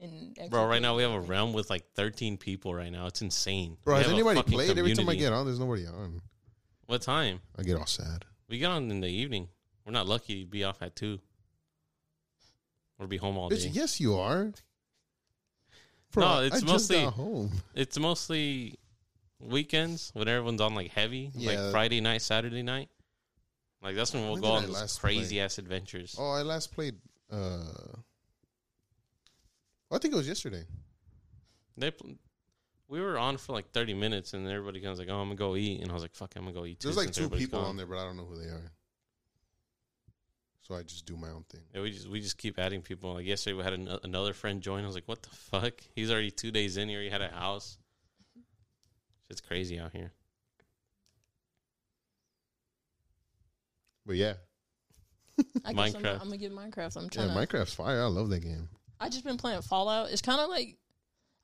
[SPEAKER 3] And actually
[SPEAKER 2] Bro, right
[SPEAKER 3] play
[SPEAKER 2] now we
[SPEAKER 3] with
[SPEAKER 2] have a
[SPEAKER 3] me.
[SPEAKER 2] realm with like 13 people right now. It's insane.
[SPEAKER 1] Bro,
[SPEAKER 2] We
[SPEAKER 1] has
[SPEAKER 2] have a
[SPEAKER 1] anybody
[SPEAKER 2] fucking
[SPEAKER 1] played? Every time I
[SPEAKER 2] community.
[SPEAKER 1] get on, there's nobody on.
[SPEAKER 2] What time?
[SPEAKER 1] I get all sad.
[SPEAKER 2] We get on in the evening. We're not lucky to be off at 2 or be home all
[SPEAKER 1] Bitch,
[SPEAKER 2] day.
[SPEAKER 1] yes, you are.
[SPEAKER 2] No, it's
[SPEAKER 1] I just
[SPEAKER 2] mostly-
[SPEAKER 1] got home.
[SPEAKER 2] It's mostly weekends when everyone's on like heavy,
[SPEAKER 1] Yeah.
[SPEAKER 2] like Friday night, Saturday night. Like that's when we'll
[SPEAKER 1] When
[SPEAKER 2] go
[SPEAKER 1] did
[SPEAKER 2] on
[SPEAKER 1] I
[SPEAKER 2] these
[SPEAKER 1] last
[SPEAKER 2] crazy
[SPEAKER 1] play?
[SPEAKER 2] ass adventures.
[SPEAKER 1] Oh, I last played. uh I think it was yesterday.
[SPEAKER 2] They, pl- we were on for like thirty minutes, and everybody comes like, "Oh, I'm gonna go eat," and I was like, "Fuck, I'm gonna go eat." Too,
[SPEAKER 1] There's like
[SPEAKER 2] since
[SPEAKER 1] two
[SPEAKER 2] everybody's
[SPEAKER 1] people
[SPEAKER 2] gone."
[SPEAKER 1] on there, but I don't know who they are. So I just do my own thing.
[SPEAKER 2] Yeah, we just we just keep adding people. Like yesterday, we had an, another friend join. I was like, "What the fuck?" He's already two days in. He already had a house. It's crazy out here.
[SPEAKER 1] But yeah,
[SPEAKER 3] I guess I'm,
[SPEAKER 2] Minecraft.
[SPEAKER 3] I'm gonna get Minecraft. I'm
[SPEAKER 1] Yeah,
[SPEAKER 3] trying to.
[SPEAKER 1] Minecraft's fire. I love that game.
[SPEAKER 3] I just been playing Fallout. It's kind of like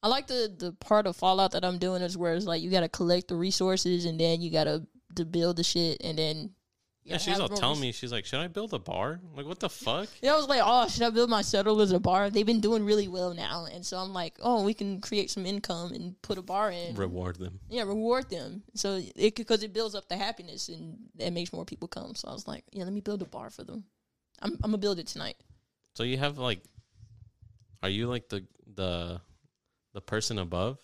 [SPEAKER 3] I like the the part of Fallout that I'm doing is where it's like you gotta collect the resources and then you gotta to build the shit and then. you
[SPEAKER 2] Yeah,
[SPEAKER 3] gotta
[SPEAKER 2] she's
[SPEAKER 3] have
[SPEAKER 2] all
[SPEAKER 3] more
[SPEAKER 2] telling me she's like, should I build a bar? I'm like, what the fuck?
[SPEAKER 3] Yeah, I was like, oh, should I build my settlers a bar? They've been doing really well now, and so I'm like, oh, we can create some income and put a bar in.
[SPEAKER 2] Reward them.
[SPEAKER 3] yeah, reward them. So it because it builds up the happiness and it makes more people come. So I was like, yeah, let me build a bar for them. I'm I'm gonna build it tonight.
[SPEAKER 2] So you have like, are you like the the the person above?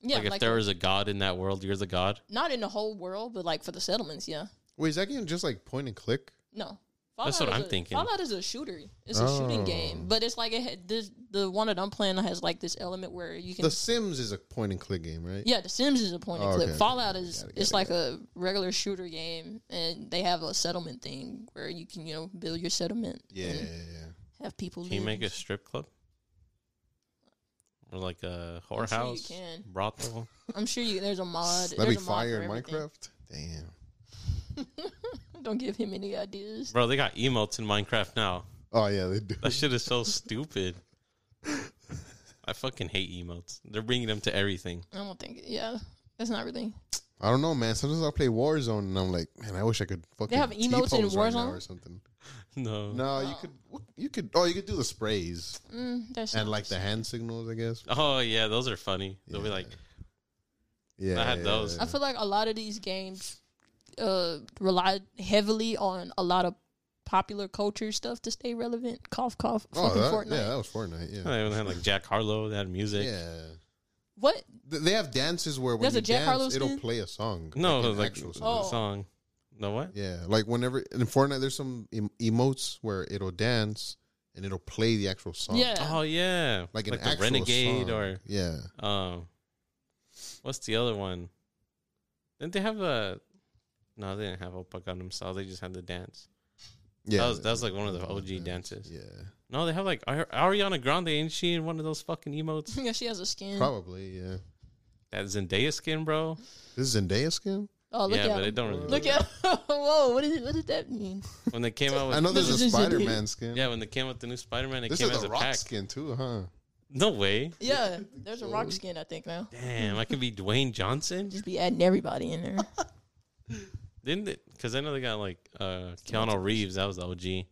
[SPEAKER 3] Yeah,
[SPEAKER 2] like if there was a god in that world, you're the god.
[SPEAKER 3] not in the whole world, but like for the settlements, yeah.
[SPEAKER 1] Wait, is that game just like point and click?
[SPEAKER 3] No.
[SPEAKER 2] That's
[SPEAKER 3] Fallout
[SPEAKER 2] what
[SPEAKER 3] is
[SPEAKER 2] I'm
[SPEAKER 3] a-
[SPEAKER 2] thinking.
[SPEAKER 3] Fallout is a shooter. It's a
[SPEAKER 1] Oh.
[SPEAKER 3] shooting game, but it's like it had this, the one that I'm playing has like this element where you can
[SPEAKER 1] The Sims is a point and click game, right?
[SPEAKER 3] Yeah, The Sims is a point and
[SPEAKER 1] Oh,
[SPEAKER 3] click.
[SPEAKER 1] okay.
[SPEAKER 3] Fallout is
[SPEAKER 1] Got it, got
[SPEAKER 3] it's
[SPEAKER 1] it,
[SPEAKER 3] like a regular shooter game, and they have a settlement thing where you can you know build your settlement.
[SPEAKER 1] Yeah, yeah,
[SPEAKER 3] and
[SPEAKER 1] yeah.
[SPEAKER 3] have people.
[SPEAKER 2] Can you make a
[SPEAKER 3] live.
[SPEAKER 2] strip club? Or like a
[SPEAKER 3] I'm
[SPEAKER 2] whorehouse?
[SPEAKER 3] sure you can.
[SPEAKER 2] Brothel?
[SPEAKER 3] I'm sure you. There's a mod.
[SPEAKER 1] That'd be
[SPEAKER 3] there's a mod
[SPEAKER 1] fire
[SPEAKER 3] for
[SPEAKER 1] in
[SPEAKER 3] everything.
[SPEAKER 1] Minecraft. Damn.
[SPEAKER 3] Don't give him any ideas.
[SPEAKER 2] Bro, they got emotes in Minecraft now.
[SPEAKER 1] Oh yeah, they do.
[SPEAKER 2] That shit is so stupid. I fucking hate emotes. They're bringing them to everything.
[SPEAKER 3] I don't think. Yeah, that's not really.
[SPEAKER 1] I don't know, man. Sometimes I'll play Warzone and I'm like, man, I wish I could fucking.
[SPEAKER 3] have emotes in
[SPEAKER 1] T-pose right now
[SPEAKER 3] Warzone?
[SPEAKER 1] or something.
[SPEAKER 2] No.
[SPEAKER 1] No, you
[SPEAKER 3] Oh.
[SPEAKER 1] could, you could. Oh, you could do the sprays
[SPEAKER 3] Mm, that's
[SPEAKER 1] and
[SPEAKER 3] not-
[SPEAKER 1] like the hand signals, I guess.
[SPEAKER 2] Oh, yeah, those are funny. They'll be like,
[SPEAKER 1] Yeah,
[SPEAKER 2] I had
[SPEAKER 1] yeah,
[SPEAKER 2] those.
[SPEAKER 1] yeah.
[SPEAKER 3] I feel like a lot of these games uh, rely heavily on a lot of popular culture stuff to stay relevant. Cough, cough.
[SPEAKER 1] Oh,
[SPEAKER 3] fucking
[SPEAKER 1] that-
[SPEAKER 3] Fortnite.
[SPEAKER 1] yeah, that was Fortnite. Yeah,
[SPEAKER 2] they had like Jack Harlow, they had music.
[SPEAKER 1] yeah.
[SPEAKER 3] What?
[SPEAKER 1] Th- They have dances where when
[SPEAKER 3] There's
[SPEAKER 1] you
[SPEAKER 3] a Jack
[SPEAKER 1] dance,
[SPEAKER 3] Harlow
[SPEAKER 1] it'll
[SPEAKER 3] skin?
[SPEAKER 1] play a song.
[SPEAKER 2] No,
[SPEAKER 1] like, an
[SPEAKER 2] like, uh,
[SPEAKER 1] actual song.
[SPEAKER 3] Oh.
[SPEAKER 2] the song. No, what?
[SPEAKER 1] Yeah, like whenever in Fortnite, there's some em- emotes where it'll dance and it'll play the actual song.
[SPEAKER 3] Yeah.
[SPEAKER 2] Oh, yeah.
[SPEAKER 1] like an
[SPEAKER 2] the
[SPEAKER 1] actual
[SPEAKER 2] Renegade
[SPEAKER 1] song.
[SPEAKER 2] or
[SPEAKER 1] yeah.
[SPEAKER 2] Um, what's the other one? Didn't they have a? No, they didn't have Opac themselves. They just had the dance.
[SPEAKER 1] Yeah,
[SPEAKER 2] was- that was, like, one of the OG dances.
[SPEAKER 1] Yeah,
[SPEAKER 2] No, they have like Ari- Ariana Grande. Ain't she in one of those fucking emotes?
[SPEAKER 3] yeah, she has a skin.
[SPEAKER 1] probably. Yeah,
[SPEAKER 2] That Zendaya skin, bro.
[SPEAKER 1] this is Zendaya skin.
[SPEAKER 3] Oh, look
[SPEAKER 2] yeah,
[SPEAKER 3] at
[SPEAKER 2] but
[SPEAKER 3] him.
[SPEAKER 2] it don't really
[SPEAKER 3] Look at Whoa, what, is, what does that mean?
[SPEAKER 2] when they came out with.
[SPEAKER 1] I know there's
[SPEAKER 3] This
[SPEAKER 1] a
[SPEAKER 3] is Zendaya.
[SPEAKER 1] Spider Man skin.
[SPEAKER 2] Yeah, when they came out with the new Spider Man, it
[SPEAKER 1] this
[SPEAKER 2] came
[SPEAKER 1] is
[SPEAKER 2] as
[SPEAKER 1] the
[SPEAKER 2] a
[SPEAKER 1] rock
[SPEAKER 2] pack.
[SPEAKER 1] skin too, huh?
[SPEAKER 2] No way.
[SPEAKER 3] Yeah, there's a rock skin, I think, now.
[SPEAKER 2] Damn, I could be Dwayne Johnson.
[SPEAKER 3] Just be adding everybody in there.
[SPEAKER 2] Didn't it? Because I know they got like uh Keanu Reeves. That was the OG. Did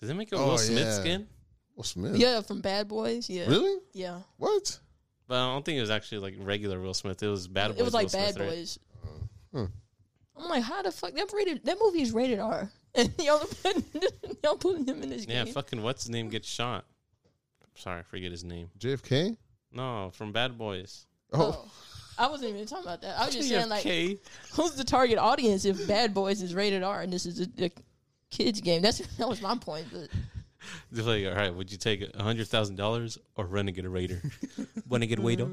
[SPEAKER 2] they make a
[SPEAKER 1] Oh,
[SPEAKER 2] Will Smith
[SPEAKER 1] yeah.
[SPEAKER 2] skin?
[SPEAKER 1] Will Oh, Smith.
[SPEAKER 3] yeah, from Bad Boys. Yeah.
[SPEAKER 1] Really?
[SPEAKER 3] Yeah.
[SPEAKER 1] What?
[SPEAKER 2] But I don't think it was actually like regular Will Smith. It was Bad Boys.
[SPEAKER 3] it was like
[SPEAKER 2] Will Smith,
[SPEAKER 3] Bad
[SPEAKER 2] right?
[SPEAKER 3] Boys.
[SPEAKER 1] Hmm.
[SPEAKER 3] I'm like, how the fuck that rated? That movie is rated R, and y'all putting y'all putting him in this
[SPEAKER 2] Yeah,
[SPEAKER 3] game.
[SPEAKER 2] fucking what's his name gets shot. Sorry, I forget his name.
[SPEAKER 1] JFK?
[SPEAKER 2] No, from Bad Boys.
[SPEAKER 1] Oh,
[SPEAKER 3] Oh, I wasn't even talking about that. I was just saying like,
[SPEAKER 2] JFK.
[SPEAKER 3] who's the target audience if Bad Boys is rated R and this is a, a kids game? That's that was my point. But
[SPEAKER 2] They're like, all right, would you take a hundred thousand dollars or Renegade Raider? Renegade Raider.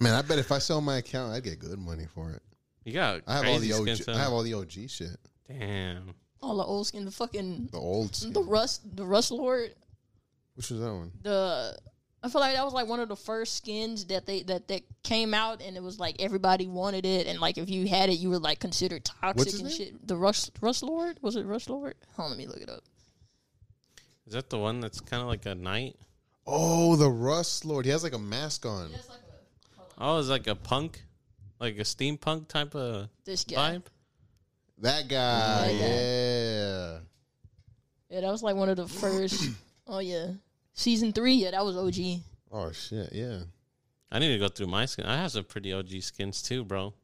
[SPEAKER 1] man, I bet if I sell my account, I'd get good money for it.
[SPEAKER 2] You got
[SPEAKER 1] I have
[SPEAKER 2] crazy
[SPEAKER 1] all the
[SPEAKER 2] skin
[SPEAKER 1] OG.
[SPEAKER 2] tone.
[SPEAKER 1] I have all the OG shit.
[SPEAKER 2] Damn.
[SPEAKER 3] all the old skin, the fucking
[SPEAKER 1] The old. Skin.
[SPEAKER 3] the rust, the rust lord,
[SPEAKER 1] Which was that one?
[SPEAKER 3] the. I feel like that was like one of the first skins that they that that came out, and it was like everybody wanted it, and like if you had it, you were like considered toxic
[SPEAKER 1] his
[SPEAKER 3] and
[SPEAKER 1] name?
[SPEAKER 3] shit. The Rush Rush Lord was it Rush Lord? Hold on, let me look it up.
[SPEAKER 2] Is that the one that's kind of like a knight?
[SPEAKER 1] Oh, the Rust Lord. He has like a mask on.
[SPEAKER 2] Oh, it's like a punk, like a steampunk type of
[SPEAKER 3] This guy,
[SPEAKER 2] vibe.
[SPEAKER 1] That guy.
[SPEAKER 3] Yeah.
[SPEAKER 1] Yeah.
[SPEAKER 3] yeah, that was like one of the first. oh yeah, season three, yeah, that was OG.
[SPEAKER 1] Oh shit. Yeah.
[SPEAKER 2] I need to go through my skin. I have some pretty OG skins too, bro.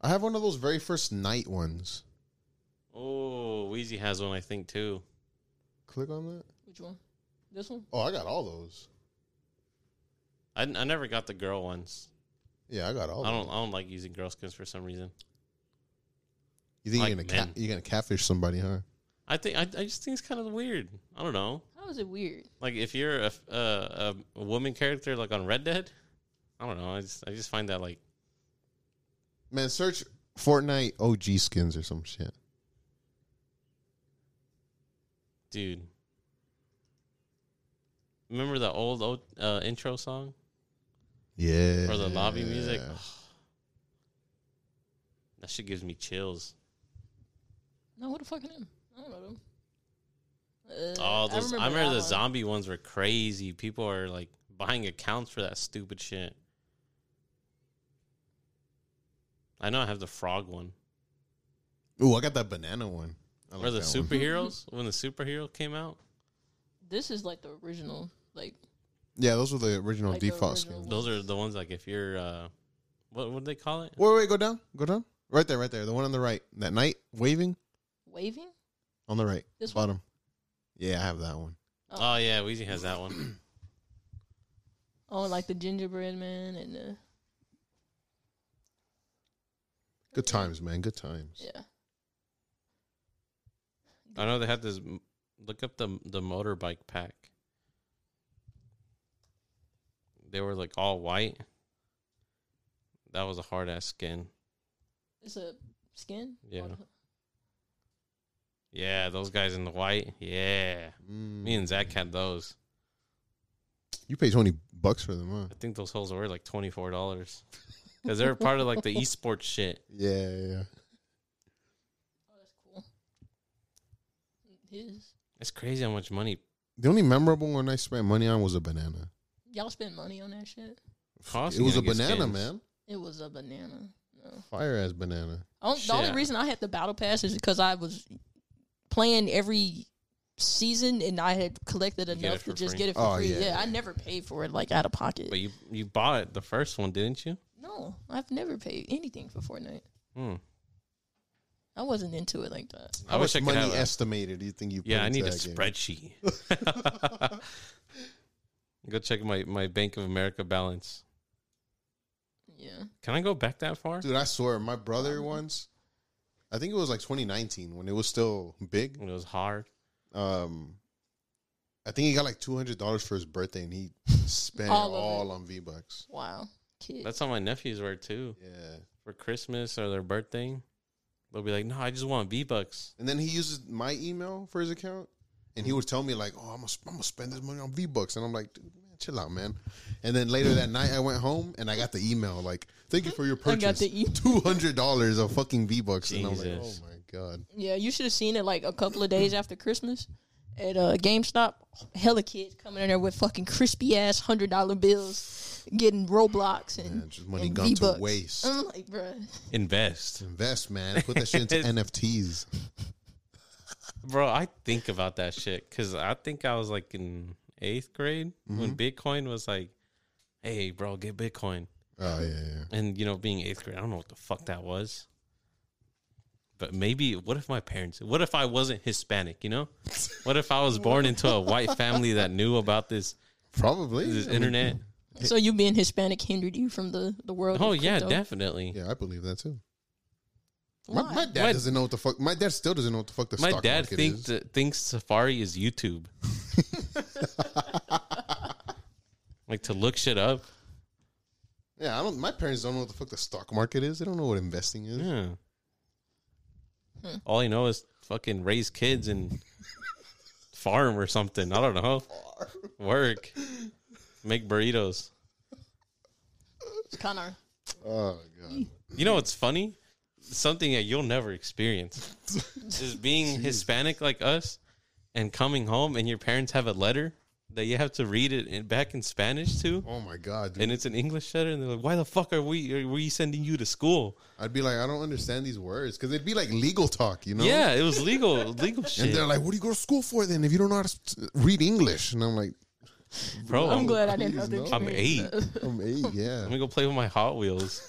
[SPEAKER 1] I have one of those very first night ones.
[SPEAKER 2] Oh, Wheezy has one, I think too.
[SPEAKER 1] Click on that.
[SPEAKER 3] Which one? This one?
[SPEAKER 1] Oh, I got all those.
[SPEAKER 2] I, I never got the girl ones.
[SPEAKER 1] Yeah, I got all.
[SPEAKER 2] I
[SPEAKER 1] those.
[SPEAKER 2] don't. I don't like using girl skins for some reason.
[SPEAKER 1] You think you're
[SPEAKER 2] like
[SPEAKER 1] gonna cat,
[SPEAKER 2] men.
[SPEAKER 1] you're gonna catfish somebody, huh?
[SPEAKER 2] I think I, I just think it's kind of weird. I don't know.
[SPEAKER 3] How is it weird?
[SPEAKER 2] Like if you're a, a a a woman character like on Red Dead, I don't know. I just I just find that like
[SPEAKER 1] Man, search Fortnite OG skins or some shit.
[SPEAKER 2] dude. Remember the old old, uh, intro song
[SPEAKER 1] Yeah.
[SPEAKER 2] or the lobby music? That shit gives me chills.
[SPEAKER 3] No, what the fuck him? I don't know them. Uh,
[SPEAKER 2] Oh, those, I remember, the
[SPEAKER 3] that one.
[SPEAKER 2] zombie ones were crazy. People are like buying accounts for that stupid shit. I know I have the frog one.
[SPEAKER 1] Ooh, I got that banana one. I like
[SPEAKER 2] or the
[SPEAKER 1] that one.
[SPEAKER 2] superheroes when the superhero came out.
[SPEAKER 3] This is like the original. Like
[SPEAKER 1] Yeah, those were the original
[SPEAKER 3] Like the
[SPEAKER 1] default
[SPEAKER 3] original
[SPEAKER 1] skins.
[SPEAKER 2] Those are the ones like if you're uh what would they call it?
[SPEAKER 1] Wait, wait, go down, go down. Right there, right there. The one on the right. That knight waving
[SPEAKER 3] waving.
[SPEAKER 1] on the right.
[SPEAKER 3] This one?
[SPEAKER 1] bottom. Yeah, I have that one.
[SPEAKER 2] Oh yeah, Weezy has that one.
[SPEAKER 3] Oh, and, like the gingerbread man and the
[SPEAKER 1] Good times, man. Good times.
[SPEAKER 3] yeah.
[SPEAKER 2] I know they had this look up the the motorbike pack. They were like all white. That was a hard ass skin.
[SPEAKER 3] It's a skin. Oh,
[SPEAKER 2] Yeah. Yeah, those guys in the white. Yeah. Me and Zach had those.
[SPEAKER 1] Mm. You pay twenty bucks for them, huh?
[SPEAKER 2] I think those holes were like twenty four dollars. Because they're part of like the esports shit.
[SPEAKER 1] Yeah, yeah, yeah.
[SPEAKER 3] Oh, that's cool. His
[SPEAKER 2] It's crazy how much money
[SPEAKER 1] The only memorable one I spent money on was a banana.
[SPEAKER 3] y'all spend money on that shit.
[SPEAKER 2] costs.
[SPEAKER 1] It was a
[SPEAKER 2] getting
[SPEAKER 1] banana,
[SPEAKER 2] skins.
[SPEAKER 1] man.
[SPEAKER 3] It was a banana. No.
[SPEAKER 1] Fire ass banana.
[SPEAKER 3] I don't- the only
[SPEAKER 2] Shit.
[SPEAKER 3] reason I had the battle pass is because I was playing every season and I had collected
[SPEAKER 2] get it
[SPEAKER 3] enough to
[SPEAKER 2] for
[SPEAKER 3] just
[SPEAKER 2] free?
[SPEAKER 3] get it for
[SPEAKER 1] Oh,
[SPEAKER 3] free.
[SPEAKER 1] yeah.
[SPEAKER 3] Yeah. I never paid for it like out of pocket.
[SPEAKER 2] But you you bought the first one, didn't you?
[SPEAKER 3] No, I've never paid anything for Fortnite.
[SPEAKER 2] Hmm.
[SPEAKER 3] I wasn't into it like that.
[SPEAKER 2] I wish I could
[SPEAKER 1] money
[SPEAKER 2] have. a-
[SPEAKER 1] estimated. Do you think you? put
[SPEAKER 2] yeah, I
[SPEAKER 1] into
[SPEAKER 2] need a
[SPEAKER 1] that game?
[SPEAKER 2] spreadsheet. go check my my Bank of America balance.
[SPEAKER 3] Yeah.
[SPEAKER 2] Can I go back that far?
[SPEAKER 1] Dude, I swear, my brother once, I think it was like 2019 when it was still big.
[SPEAKER 2] It was hard.
[SPEAKER 1] Um, I think he got like two hundred dollars for his birthday, and he spent
[SPEAKER 3] All
[SPEAKER 1] all,
[SPEAKER 3] of
[SPEAKER 1] on V Bucks.
[SPEAKER 3] Wow. Kid.
[SPEAKER 2] That's how my nephews were too.
[SPEAKER 1] Yeah,
[SPEAKER 2] For Christmas or their birthday, they'll be like, "No, I just want V bucks."
[SPEAKER 1] and then he uses my email for his account, and he would tell me like, "Oh, I'm gonna, sp- I'm gonna spend this money on V Bucks," and I'm like, "Dude, man, chill out, man." And then later that night, I went home and I got the email like, "Thank you for your
[SPEAKER 3] I got
[SPEAKER 1] purchase."
[SPEAKER 3] the e-
[SPEAKER 1] Two hundred dollars of fucking V Bucks, and I'm like, "Oh
[SPEAKER 2] Jesus.
[SPEAKER 1] my god!"
[SPEAKER 3] e-, Yeah, you should have seen it like a couple of days after Christmas at uh, GameStop. Hella kids coming in there with fucking crispy ass hundred dollar bills, getting Roblox and,
[SPEAKER 1] Man, just money
[SPEAKER 3] and
[SPEAKER 1] gone to
[SPEAKER 3] Oh, V-Bucks. Uh.
[SPEAKER 1] waste.
[SPEAKER 3] I'm like, bruh,
[SPEAKER 2] Invest,
[SPEAKER 1] Invest, man. Put that shit into NFTs.
[SPEAKER 2] bro. I think about that shit because I think I was like in eighth grade
[SPEAKER 1] Mm-hmm.
[SPEAKER 2] when Bitcoin was like, "Hey, bro, get Bitcoin."
[SPEAKER 1] Oh yeah, yeah.
[SPEAKER 2] and you know being eighth grade i don't know what the fuck that was but maybe what if my parents what if i wasn't hispanic you know what if i was born into a white family that knew about this
[SPEAKER 1] Probably.
[SPEAKER 2] this
[SPEAKER 1] I mean,
[SPEAKER 2] internet
[SPEAKER 3] so you being Hispanic hindered you from the the world.
[SPEAKER 2] oh
[SPEAKER 3] of
[SPEAKER 2] yeah
[SPEAKER 3] crypto?
[SPEAKER 2] definitely
[SPEAKER 1] yeah, I believe that too. My,
[SPEAKER 3] Why?
[SPEAKER 1] my dad
[SPEAKER 2] My-
[SPEAKER 1] doesn't know what the fuck. My dad still doesn't know what the fuck the
[SPEAKER 2] my
[SPEAKER 1] stock
[SPEAKER 2] dad
[SPEAKER 1] market
[SPEAKER 2] think
[SPEAKER 1] is.
[SPEAKER 2] that, thinks safari is youtube like to look shit up
[SPEAKER 1] yeah, I don't. My parents don't know what the fuck the stock market is. They don't know what investing is.
[SPEAKER 2] yeah
[SPEAKER 3] Hmm.
[SPEAKER 2] all you know is fucking raise kids and farm or something i don't know work make burritos
[SPEAKER 3] It's kind of
[SPEAKER 1] Oh god.
[SPEAKER 2] You know what's funny? Something that you'll never experience is being Hispanic like us and coming home and your parents have a letter that you have to read it in, back in Spanish to.
[SPEAKER 1] Oh my god. Dude.
[SPEAKER 2] And it's an English letter, and they're like, "Why the fuck are we are we sending you to school?"
[SPEAKER 1] I'd be like, I don't understand these words because it'd be like legal talk, you know?
[SPEAKER 2] Yeah, it was legal, legal
[SPEAKER 1] And
[SPEAKER 2] shit,
[SPEAKER 1] they're like, "What do you go to school for then if you don't know how to s- read English?" And I'm like,
[SPEAKER 2] bro.
[SPEAKER 3] I'm glad I didn't
[SPEAKER 1] Please,
[SPEAKER 3] have to
[SPEAKER 1] no.
[SPEAKER 2] Oh. I'm
[SPEAKER 3] experience
[SPEAKER 2] eight.
[SPEAKER 3] that.
[SPEAKER 1] "I'm eight, "Oh, yeah."
[SPEAKER 2] Let me go play with my Hot Wheels.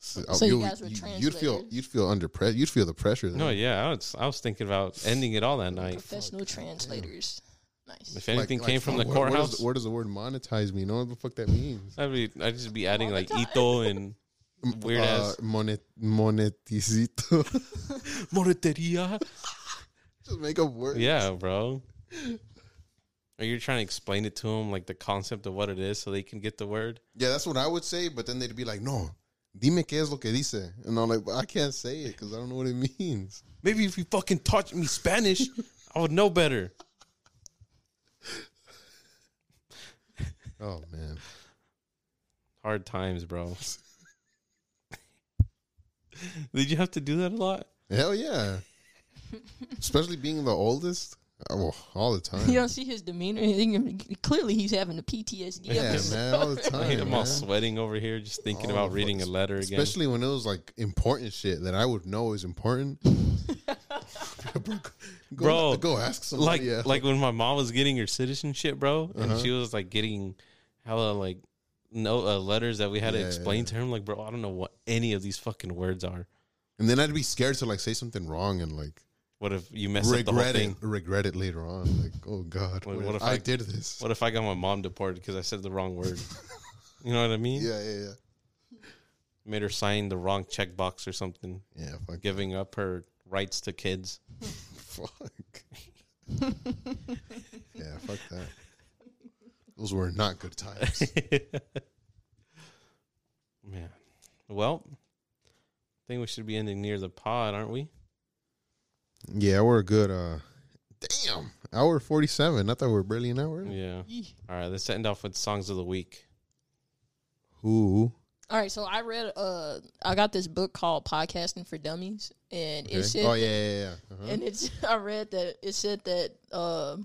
[SPEAKER 1] So,
[SPEAKER 3] So you
[SPEAKER 1] oh, you'll-
[SPEAKER 3] guys were
[SPEAKER 1] You'd feel
[SPEAKER 3] translators.
[SPEAKER 1] you'd feel under pressure. You'd feel the pressure. Then.
[SPEAKER 2] No, yeah, I was, I was thinking about ending it all that night.
[SPEAKER 3] Professional translators. Nice.
[SPEAKER 2] If anything came from the
[SPEAKER 1] oh, where- where does-
[SPEAKER 2] courthouse,
[SPEAKER 1] Where does the word monetize mean? You know what the fuck that means?
[SPEAKER 2] I'd be I'd just be adding like Ito and weird
[SPEAKER 1] uh,
[SPEAKER 2] ass
[SPEAKER 1] monet monetizito.
[SPEAKER 2] Moreteria.
[SPEAKER 1] Just make up words.
[SPEAKER 2] Yeah, bro. Or you're trying to explain it to them, like the concept of what it is, so they can get the word.
[SPEAKER 1] Yeah, that's what I would say. But then they'd be like, "No, dime qué es lo que dice," and I'm like, "But "I can't say it because I don't know what it means."
[SPEAKER 2] Maybe if you fucking taught me Spanish, I would know better.
[SPEAKER 1] Oh man,
[SPEAKER 2] Hard times, bro. Did you have to do that a lot?
[SPEAKER 1] Hell yeah. Especially being the oldest. Oh, all the time.
[SPEAKER 3] You don't see his demeanor. He- Clearly, he's having the PTSD. of
[SPEAKER 1] Yeah,
[SPEAKER 3] his
[SPEAKER 1] man, all the
[SPEAKER 3] story.
[SPEAKER 1] time.
[SPEAKER 2] Like, I'm all
[SPEAKER 1] man.
[SPEAKER 2] sweating over here just thinking
[SPEAKER 1] All
[SPEAKER 2] about
[SPEAKER 1] the
[SPEAKER 2] reading a
[SPEAKER 1] fucks.
[SPEAKER 2] letter again.
[SPEAKER 1] Especially when it was like important shit that I would know is important. Bro, go,
[SPEAKER 2] Bro,
[SPEAKER 1] go ask somebody.
[SPEAKER 2] like
[SPEAKER 1] yeah. Uh-huh.
[SPEAKER 2] like when my mom was getting her citizenship, bro, and she was like getting hella like no uh, letters that we had to
[SPEAKER 1] Yeah,
[SPEAKER 2] explain
[SPEAKER 1] yeah.
[SPEAKER 2] to him. Like, bro, I don't know what any of these fucking words are.
[SPEAKER 1] and then I'd be scared to like say something wrong and like
[SPEAKER 2] What if you mess up the whole
[SPEAKER 1] regret it,
[SPEAKER 2] thing?
[SPEAKER 1] regret it later on. Like, oh god,
[SPEAKER 2] Wait,
[SPEAKER 1] what,
[SPEAKER 2] what
[SPEAKER 1] if
[SPEAKER 2] if
[SPEAKER 1] I,
[SPEAKER 2] I-
[SPEAKER 1] did this?
[SPEAKER 2] What if I got my mom deported because I said the wrong word? you know what I mean?
[SPEAKER 1] Yeah, yeah, yeah.
[SPEAKER 2] Made her sign the wrong checkbox or something,
[SPEAKER 1] Yeah, fuck,
[SPEAKER 2] giving up her rights to kids.
[SPEAKER 1] fuck. yeah, fuck that. Those were not good times.
[SPEAKER 2] Man. Well, I think we should be ending near the pod, aren't we?
[SPEAKER 1] yeah, we're a good. uh Damn, hour forty-seven. I thought we were barely an hour. in.
[SPEAKER 2] Yeah.
[SPEAKER 3] Yeesh.
[SPEAKER 2] All right, let's end off with songs of the week.
[SPEAKER 1] Who?
[SPEAKER 3] All right, so I read. Uh, I got this book called Podcasting for Dummies, and
[SPEAKER 1] Okay.
[SPEAKER 3] it said,
[SPEAKER 1] Oh yeah, yeah, yeah. Uh-huh.
[SPEAKER 3] and it's. I read that it said that uh,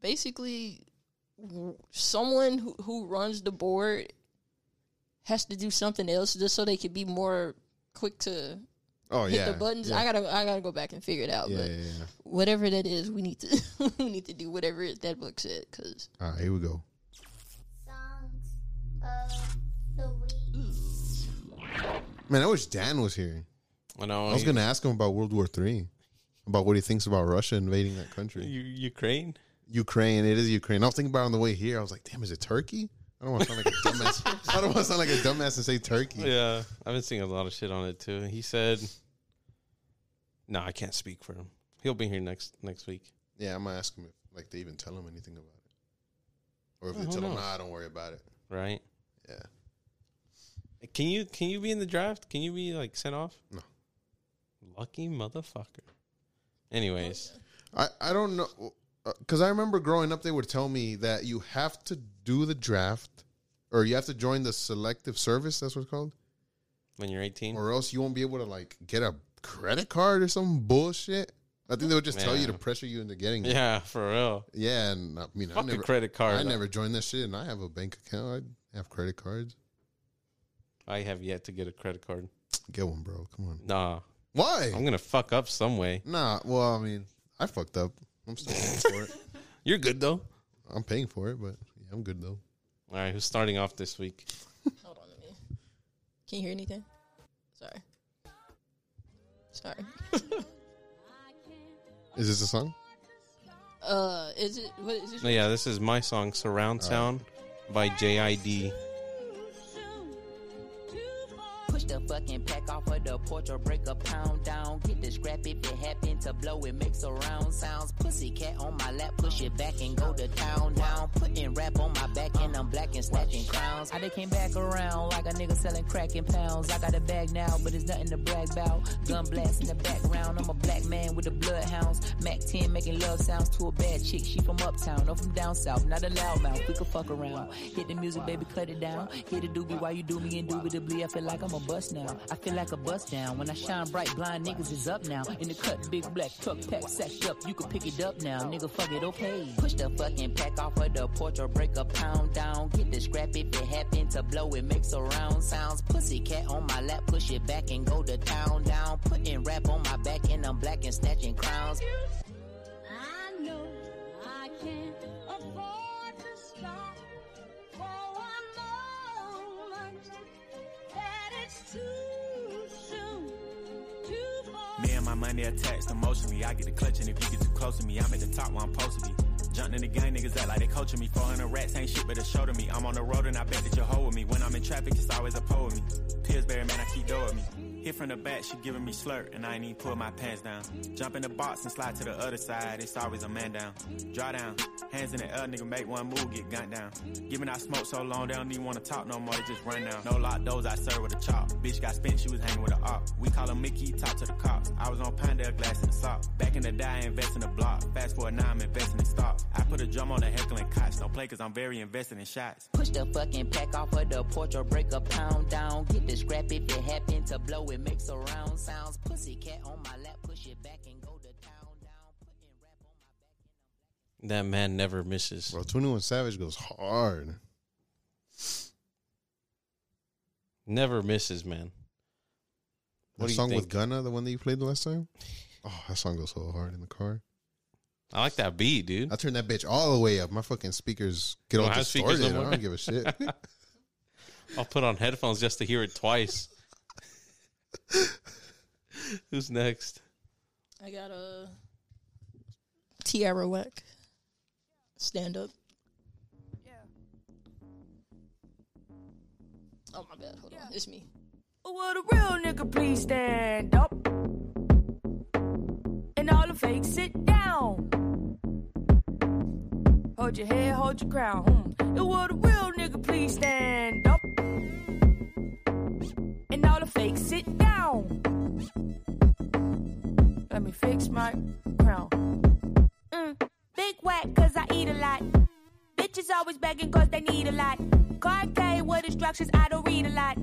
[SPEAKER 3] basically, w- someone who who runs the board has to do something else just so they could be more quick to
[SPEAKER 1] Oh
[SPEAKER 3] hit
[SPEAKER 1] yeah.
[SPEAKER 3] the buttons.
[SPEAKER 1] Yeah.
[SPEAKER 3] I gotta I gotta go back and figure it out.
[SPEAKER 1] yeah,
[SPEAKER 3] but
[SPEAKER 1] yeah, yeah.
[SPEAKER 3] whatever that is, we need to we need to do whatever it, that book said because
[SPEAKER 1] All right, here we go.
[SPEAKER 7] Songs of the week.
[SPEAKER 1] Man, I wish Dan was here.
[SPEAKER 2] I know
[SPEAKER 1] I was gonna ask him about World War Three, about what he thinks about Russia invading that country,
[SPEAKER 2] U- Ukraine.
[SPEAKER 1] Ukraine. It is Ukraine. I was thinking about it on the way here. I was like, damn, is it Turkey? I don't want to sound like a dumbass. I don't want to sound like a dumbass and say Turkey.
[SPEAKER 2] Yeah, I've been seeing a lot of shit on it too. He said, "No, I can't speak for him. He'll be here next next week."
[SPEAKER 1] Yeah, I'm gonna ask him if like they even tell him anything about it, or if
[SPEAKER 2] Oh,
[SPEAKER 1] they
[SPEAKER 2] who
[SPEAKER 1] tell him,
[SPEAKER 2] knows?
[SPEAKER 1] nah, don't worry about it.
[SPEAKER 2] Right?
[SPEAKER 1] Yeah,
[SPEAKER 2] Can you can you be in the draft? Can you be like sent off?
[SPEAKER 1] No.
[SPEAKER 2] Lucky motherfucker. Anyways,
[SPEAKER 1] I I don't know because I remember growing up they would tell me that you have to do the draft or you have to join the selective service. That's what it's called.
[SPEAKER 2] when you're 18,
[SPEAKER 1] or else you won't be able to like get a credit card or some bullshit. I think they would just tell you to
[SPEAKER 2] Yeah.
[SPEAKER 1] pressure you into getting it.
[SPEAKER 2] yeah, for real.
[SPEAKER 1] Yeah, and I mean, I
[SPEAKER 2] Fuck
[SPEAKER 1] never,
[SPEAKER 2] a credit card.
[SPEAKER 1] I never joined that shit, and I have a bank account. I have credit cards.
[SPEAKER 2] I have yet to get a credit card.
[SPEAKER 1] Get one, bro. Come on.
[SPEAKER 2] Nah,
[SPEAKER 1] Why?
[SPEAKER 2] I'm gonna fuck up some way.
[SPEAKER 1] nah. Well, I mean, I fucked up. I'm still paying for it.
[SPEAKER 2] You're good though.
[SPEAKER 1] I'm paying for it, but yeah, I'm good though.
[SPEAKER 2] All right, who's starting off this week?
[SPEAKER 3] hold on a minute. Can you hear anything? Sorry, sorry.
[SPEAKER 1] Is this a song?
[SPEAKER 3] uh, is it what is this?
[SPEAKER 2] No, yeah, this is my song, Surround Sound by JID.
[SPEAKER 8] Push the fucking pack off of the porch or break a pound down. Get the scrap if it happen to blow, it makes a round sounds. Pussy cat on my lap, push it back and go to town down. Putting rap on my back and I'm black and stacking crowns. I done came back around like a nigga selling crack in pounds. I got a bag now, but it's nothing to brag about. Gun blast in the background, I'm a black man with the bloodhounds. Mac 10 making love sounds to a bad chick. She from uptown, no from down south. Not a loudmouth, we could fuck around. Hit the music, baby, cut it down. Hit a doobie while you do me indubitably. I feel like I'm a bust now. I feel like a bust down. When I shine bright, blind niggas is up now. In the cut, big black tuck pack sacked up. You can pick it up now, nigga. Fuck it, okay. Push the fucking pack off of the porch or break a pound down. Get the scrap if it happen to blow. It makes a round sounds. Pussy cat on my lap, push it back and go to town down. Putting rap on my back and I'm black and snatching crowns.
[SPEAKER 5] I know I can't afford to stop for one moment. That it's too soon, too far.
[SPEAKER 9] Me and my money attached emotionally. I get the clutch, and if you get too close to me, I'm at the top where I'm supposed to be. Jumped in the gang, niggas act like they coaching me. 400 rats ain't shit but a show to me. I'm on the road, and I bet that you're holding me. When I'm in traffic, it's always a pole with me. Pillsbury, man, I keep doing me. Hit from the back, she giving me slurp, and I ain't even pull my pants down. Jump in the box and slide to the other side, it's always a man down. Draw down, hands in the air, nigga, make one move, get gunned down. Giving out smoke so long, they don't even wanna talk no more, they just run down. No lock doors, I serve with a chop. Bitch got spent, she was hanging with a op. We call him Mickey, talk to the cops. I was on Pinedale, glass and salt. Back in the day, I invest in the block. Fast forward now, I'm investing in stock. I put a drum on a heckling cotch. Don't play cause I'm very invested in shots.
[SPEAKER 8] Push the fucking pack off of the porch or break a pound down. Get the scrap if it happen to blow, it makes a round sounds. Pussy cat on my lap, push it back and go to town down. Putting rap on my back and I'm black.
[SPEAKER 2] That man never misses.
[SPEAKER 1] Bro, 21 Savage goes hard.
[SPEAKER 2] Never misses, man. What do
[SPEAKER 1] What the
[SPEAKER 2] you
[SPEAKER 1] song with
[SPEAKER 2] think?
[SPEAKER 1] Gunna, the one that you played the last time? Oh, that song goes so hard in the car.
[SPEAKER 2] I like that beat, dude.
[SPEAKER 1] I turned that bitch all the way up. My fucking speakers get
[SPEAKER 2] You
[SPEAKER 1] all
[SPEAKER 2] don't have speakers
[SPEAKER 1] distorted.
[SPEAKER 2] no
[SPEAKER 1] I
[SPEAKER 2] more?
[SPEAKER 1] don't give a shit.
[SPEAKER 2] I'll put on headphones just to hear it twice. Who's next?
[SPEAKER 3] I got a Tierra Whack stand up.
[SPEAKER 5] Yeah.
[SPEAKER 3] Oh my bad, hold on, it's me.
[SPEAKER 5] Would a real nigga please stand up? And all the fakes sit down. Hold your head, hold your crown. Hmm. And would a real nigga please stand up? And all the fakes sit down. Let me fix my crown. Mm, big whack, cause I eat a lot. Bitches always begging cause they need a lot. Carcade with instructions, I don't read a lot.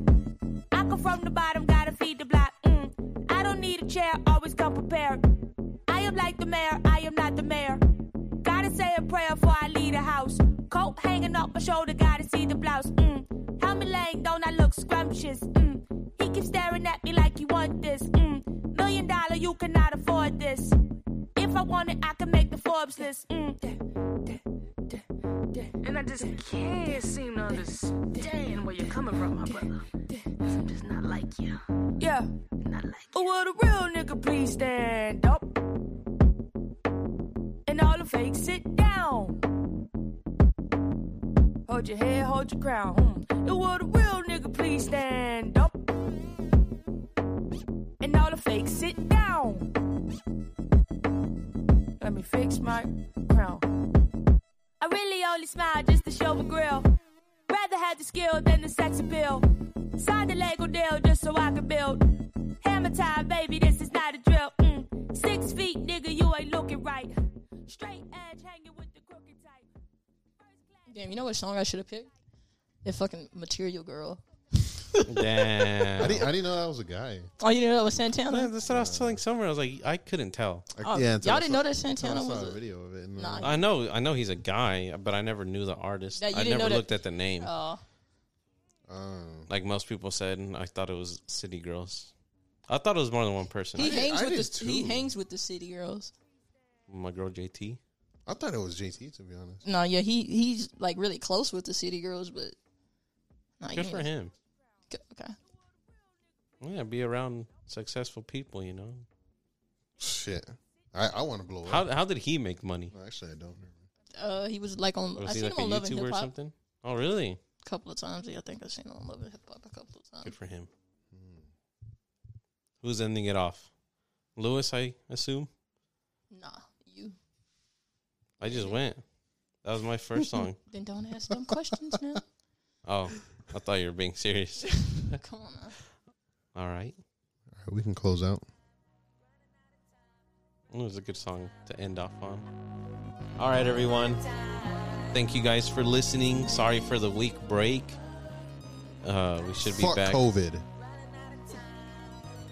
[SPEAKER 5] I come from the bottom, gotta feed the block. Mm. I don't need a chair, always come prepared. I am like the mayor, I am not the mayor. Gotta say a prayer before I leave the house. Coat hanging off my shoulder, gotta see the blouse. Mm. Helmet laying, don't I look scrumptious? Mm. He keeps staring at me like he want this. Mm. Million dollar, you cannot afford this. If I want it, I can make the Forbes list. Mm.
[SPEAKER 10] And I just can't seem to understand where you're coming from, my brother. I'm just not like you.
[SPEAKER 5] Yeah.
[SPEAKER 10] Not like
[SPEAKER 5] Oh, would a real nigga please stand up? And all the fakes sit down. Hold your head, hold your crown. Hmm. And would a real nigga please stand up? And all the fakes sit down. Let me fix my crown. I really only smile just to show a grill. Rather have the skill than the sex appeal. Sign the Lego deal just so I can build. Hammer time, baby, this is not a drill. Mm. Six feet, nigga, you ain't looking right. Straight edge hanging with the crooked type.
[SPEAKER 3] Damn, you know what song I should have picked? That fucking Material Girl.
[SPEAKER 1] I,
[SPEAKER 2] Damn.
[SPEAKER 1] didn't, I didn't know that was a guy.
[SPEAKER 3] Oh, you know that was Santana.
[SPEAKER 2] That's what I was telling Summer. I was like, I couldn't tell.
[SPEAKER 1] I,
[SPEAKER 3] Oh,
[SPEAKER 1] yeah, until
[SPEAKER 3] y'all
[SPEAKER 1] I
[SPEAKER 3] didn't
[SPEAKER 1] saw-
[SPEAKER 3] know that
[SPEAKER 1] until
[SPEAKER 3] Santana
[SPEAKER 1] I
[SPEAKER 3] was
[SPEAKER 1] saw a
[SPEAKER 3] a,
[SPEAKER 1] video of it. And,
[SPEAKER 3] Nah.
[SPEAKER 1] uh,
[SPEAKER 2] I know, I know he's a guy, but I never knew the artist.
[SPEAKER 3] That you
[SPEAKER 2] I
[SPEAKER 3] didn't
[SPEAKER 2] never
[SPEAKER 3] know that-
[SPEAKER 2] looked at the name.
[SPEAKER 3] Oh,
[SPEAKER 1] um,
[SPEAKER 2] like most people said, I thought it was City Girls. I thought it was more than one person.
[SPEAKER 3] he
[SPEAKER 1] did-
[SPEAKER 3] hangs
[SPEAKER 1] I
[SPEAKER 3] with
[SPEAKER 1] did
[SPEAKER 3] the he
[SPEAKER 1] too.
[SPEAKER 3] hangs with the city girls.
[SPEAKER 2] My girl JT.
[SPEAKER 1] I thought it was JT to be honest.
[SPEAKER 3] No, yeah, he he's like really close with the city girls, but nah, you
[SPEAKER 2] Good for
[SPEAKER 3] ain't-
[SPEAKER 2] him.
[SPEAKER 3] Go- Okay,
[SPEAKER 2] Yeah, be around successful people, you know.
[SPEAKER 1] Shit, I, I want to blow
[SPEAKER 2] How
[SPEAKER 1] up.
[SPEAKER 2] how did he make money?
[SPEAKER 1] No, actually, I don't.
[SPEAKER 3] uh, he was like on. I
[SPEAKER 2] Was he
[SPEAKER 3] seen
[SPEAKER 2] like a
[SPEAKER 3] him on Love and
[SPEAKER 2] YouTuber
[SPEAKER 3] Hip
[SPEAKER 2] or
[SPEAKER 3] Hop
[SPEAKER 2] something? Oh, really?
[SPEAKER 3] a couple of times. Yeah, I think I seen him on Love and Hip Hop a couple
[SPEAKER 2] Good
[SPEAKER 3] of times.
[SPEAKER 2] for him. Hmm. Who's ending it off? Lewis, I assume.
[SPEAKER 3] Nah, you
[SPEAKER 2] I just went. That was my first song.
[SPEAKER 3] then don't ask dumb questions now.
[SPEAKER 2] Oh, I thought you were being serious.
[SPEAKER 3] Come on now.
[SPEAKER 2] All right.
[SPEAKER 1] All right, we can close out.
[SPEAKER 2] It was a good song to end off on. All right, everyone. Thank you guys for listening. Sorry for the week break. Uh, we should be
[SPEAKER 1] Fuck
[SPEAKER 2] back.
[SPEAKER 1] COVID.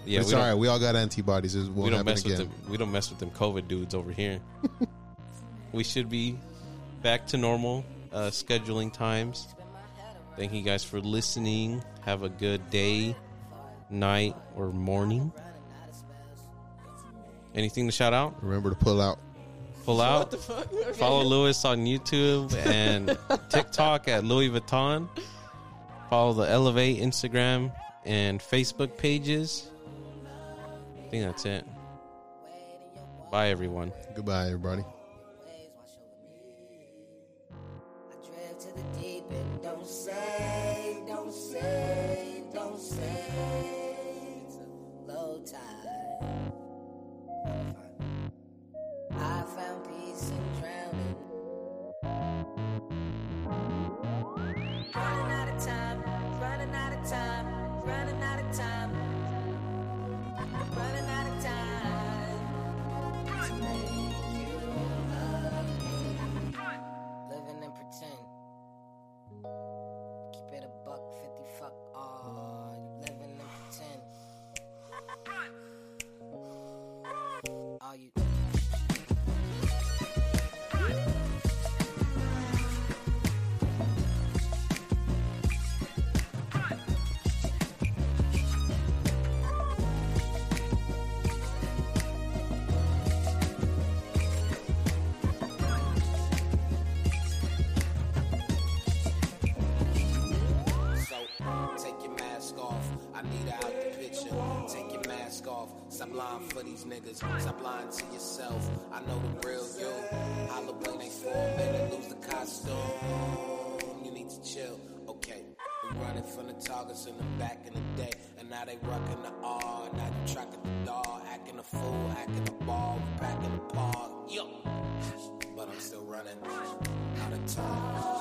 [SPEAKER 2] Yeah,
[SPEAKER 1] it's
[SPEAKER 2] we
[SPEAKER 1] all
[SPEAKER 2] don't,
[SPEAKER 1] right. We all got antibodies. It
[SPEAKER 2] we
[SPEAKER 1] won't
[SPEAKER 2] don't
[SPEAKER 1] happen
[SPEAKER 2] mess with
[SPEAKER 1] again.
[SPEAKER 2] them. We don't mess with them COVID dudes over here. we should be back to normal uh, scheduling times. Thank you guys for listening. Have a good day, night, or morning. Anything to shout out?
[SPEAKER 1] Remember to pull out.
[SPEAKER 2] Pull out. Follow Lewis on YouTube and TikTok at Louis Vuitton. Follow the Elevate Instagram and Facebook pages. I think that's it. Bye, everyone.
[SPEAKER 1] Goodbye, everybody.
[SPEAKER 8] waves wash over me. I drift to the deep end. Don't say, don't say, don't say. It's a low tide. I'm fine. I found peace in drowning.
[SPEAKER 5] Running out of time, running out of time, running out of time. Running out of time.
[SPEAKER 8] Living and pretend. Keep it a buck fifty. Fuck all. Living and pretend.
[SPEAKER 9] mask off. Stop lying for these niggas. Stop lying to yourself. I know the real you. Halloween they form and they lose the costume. You need to chill. Okay. We running from the targets in the back in the day. And now they working the R. Now you tracking the dog. Acting a fool. Acting a ball. Back in the park. Yo. But I'm still running out of time.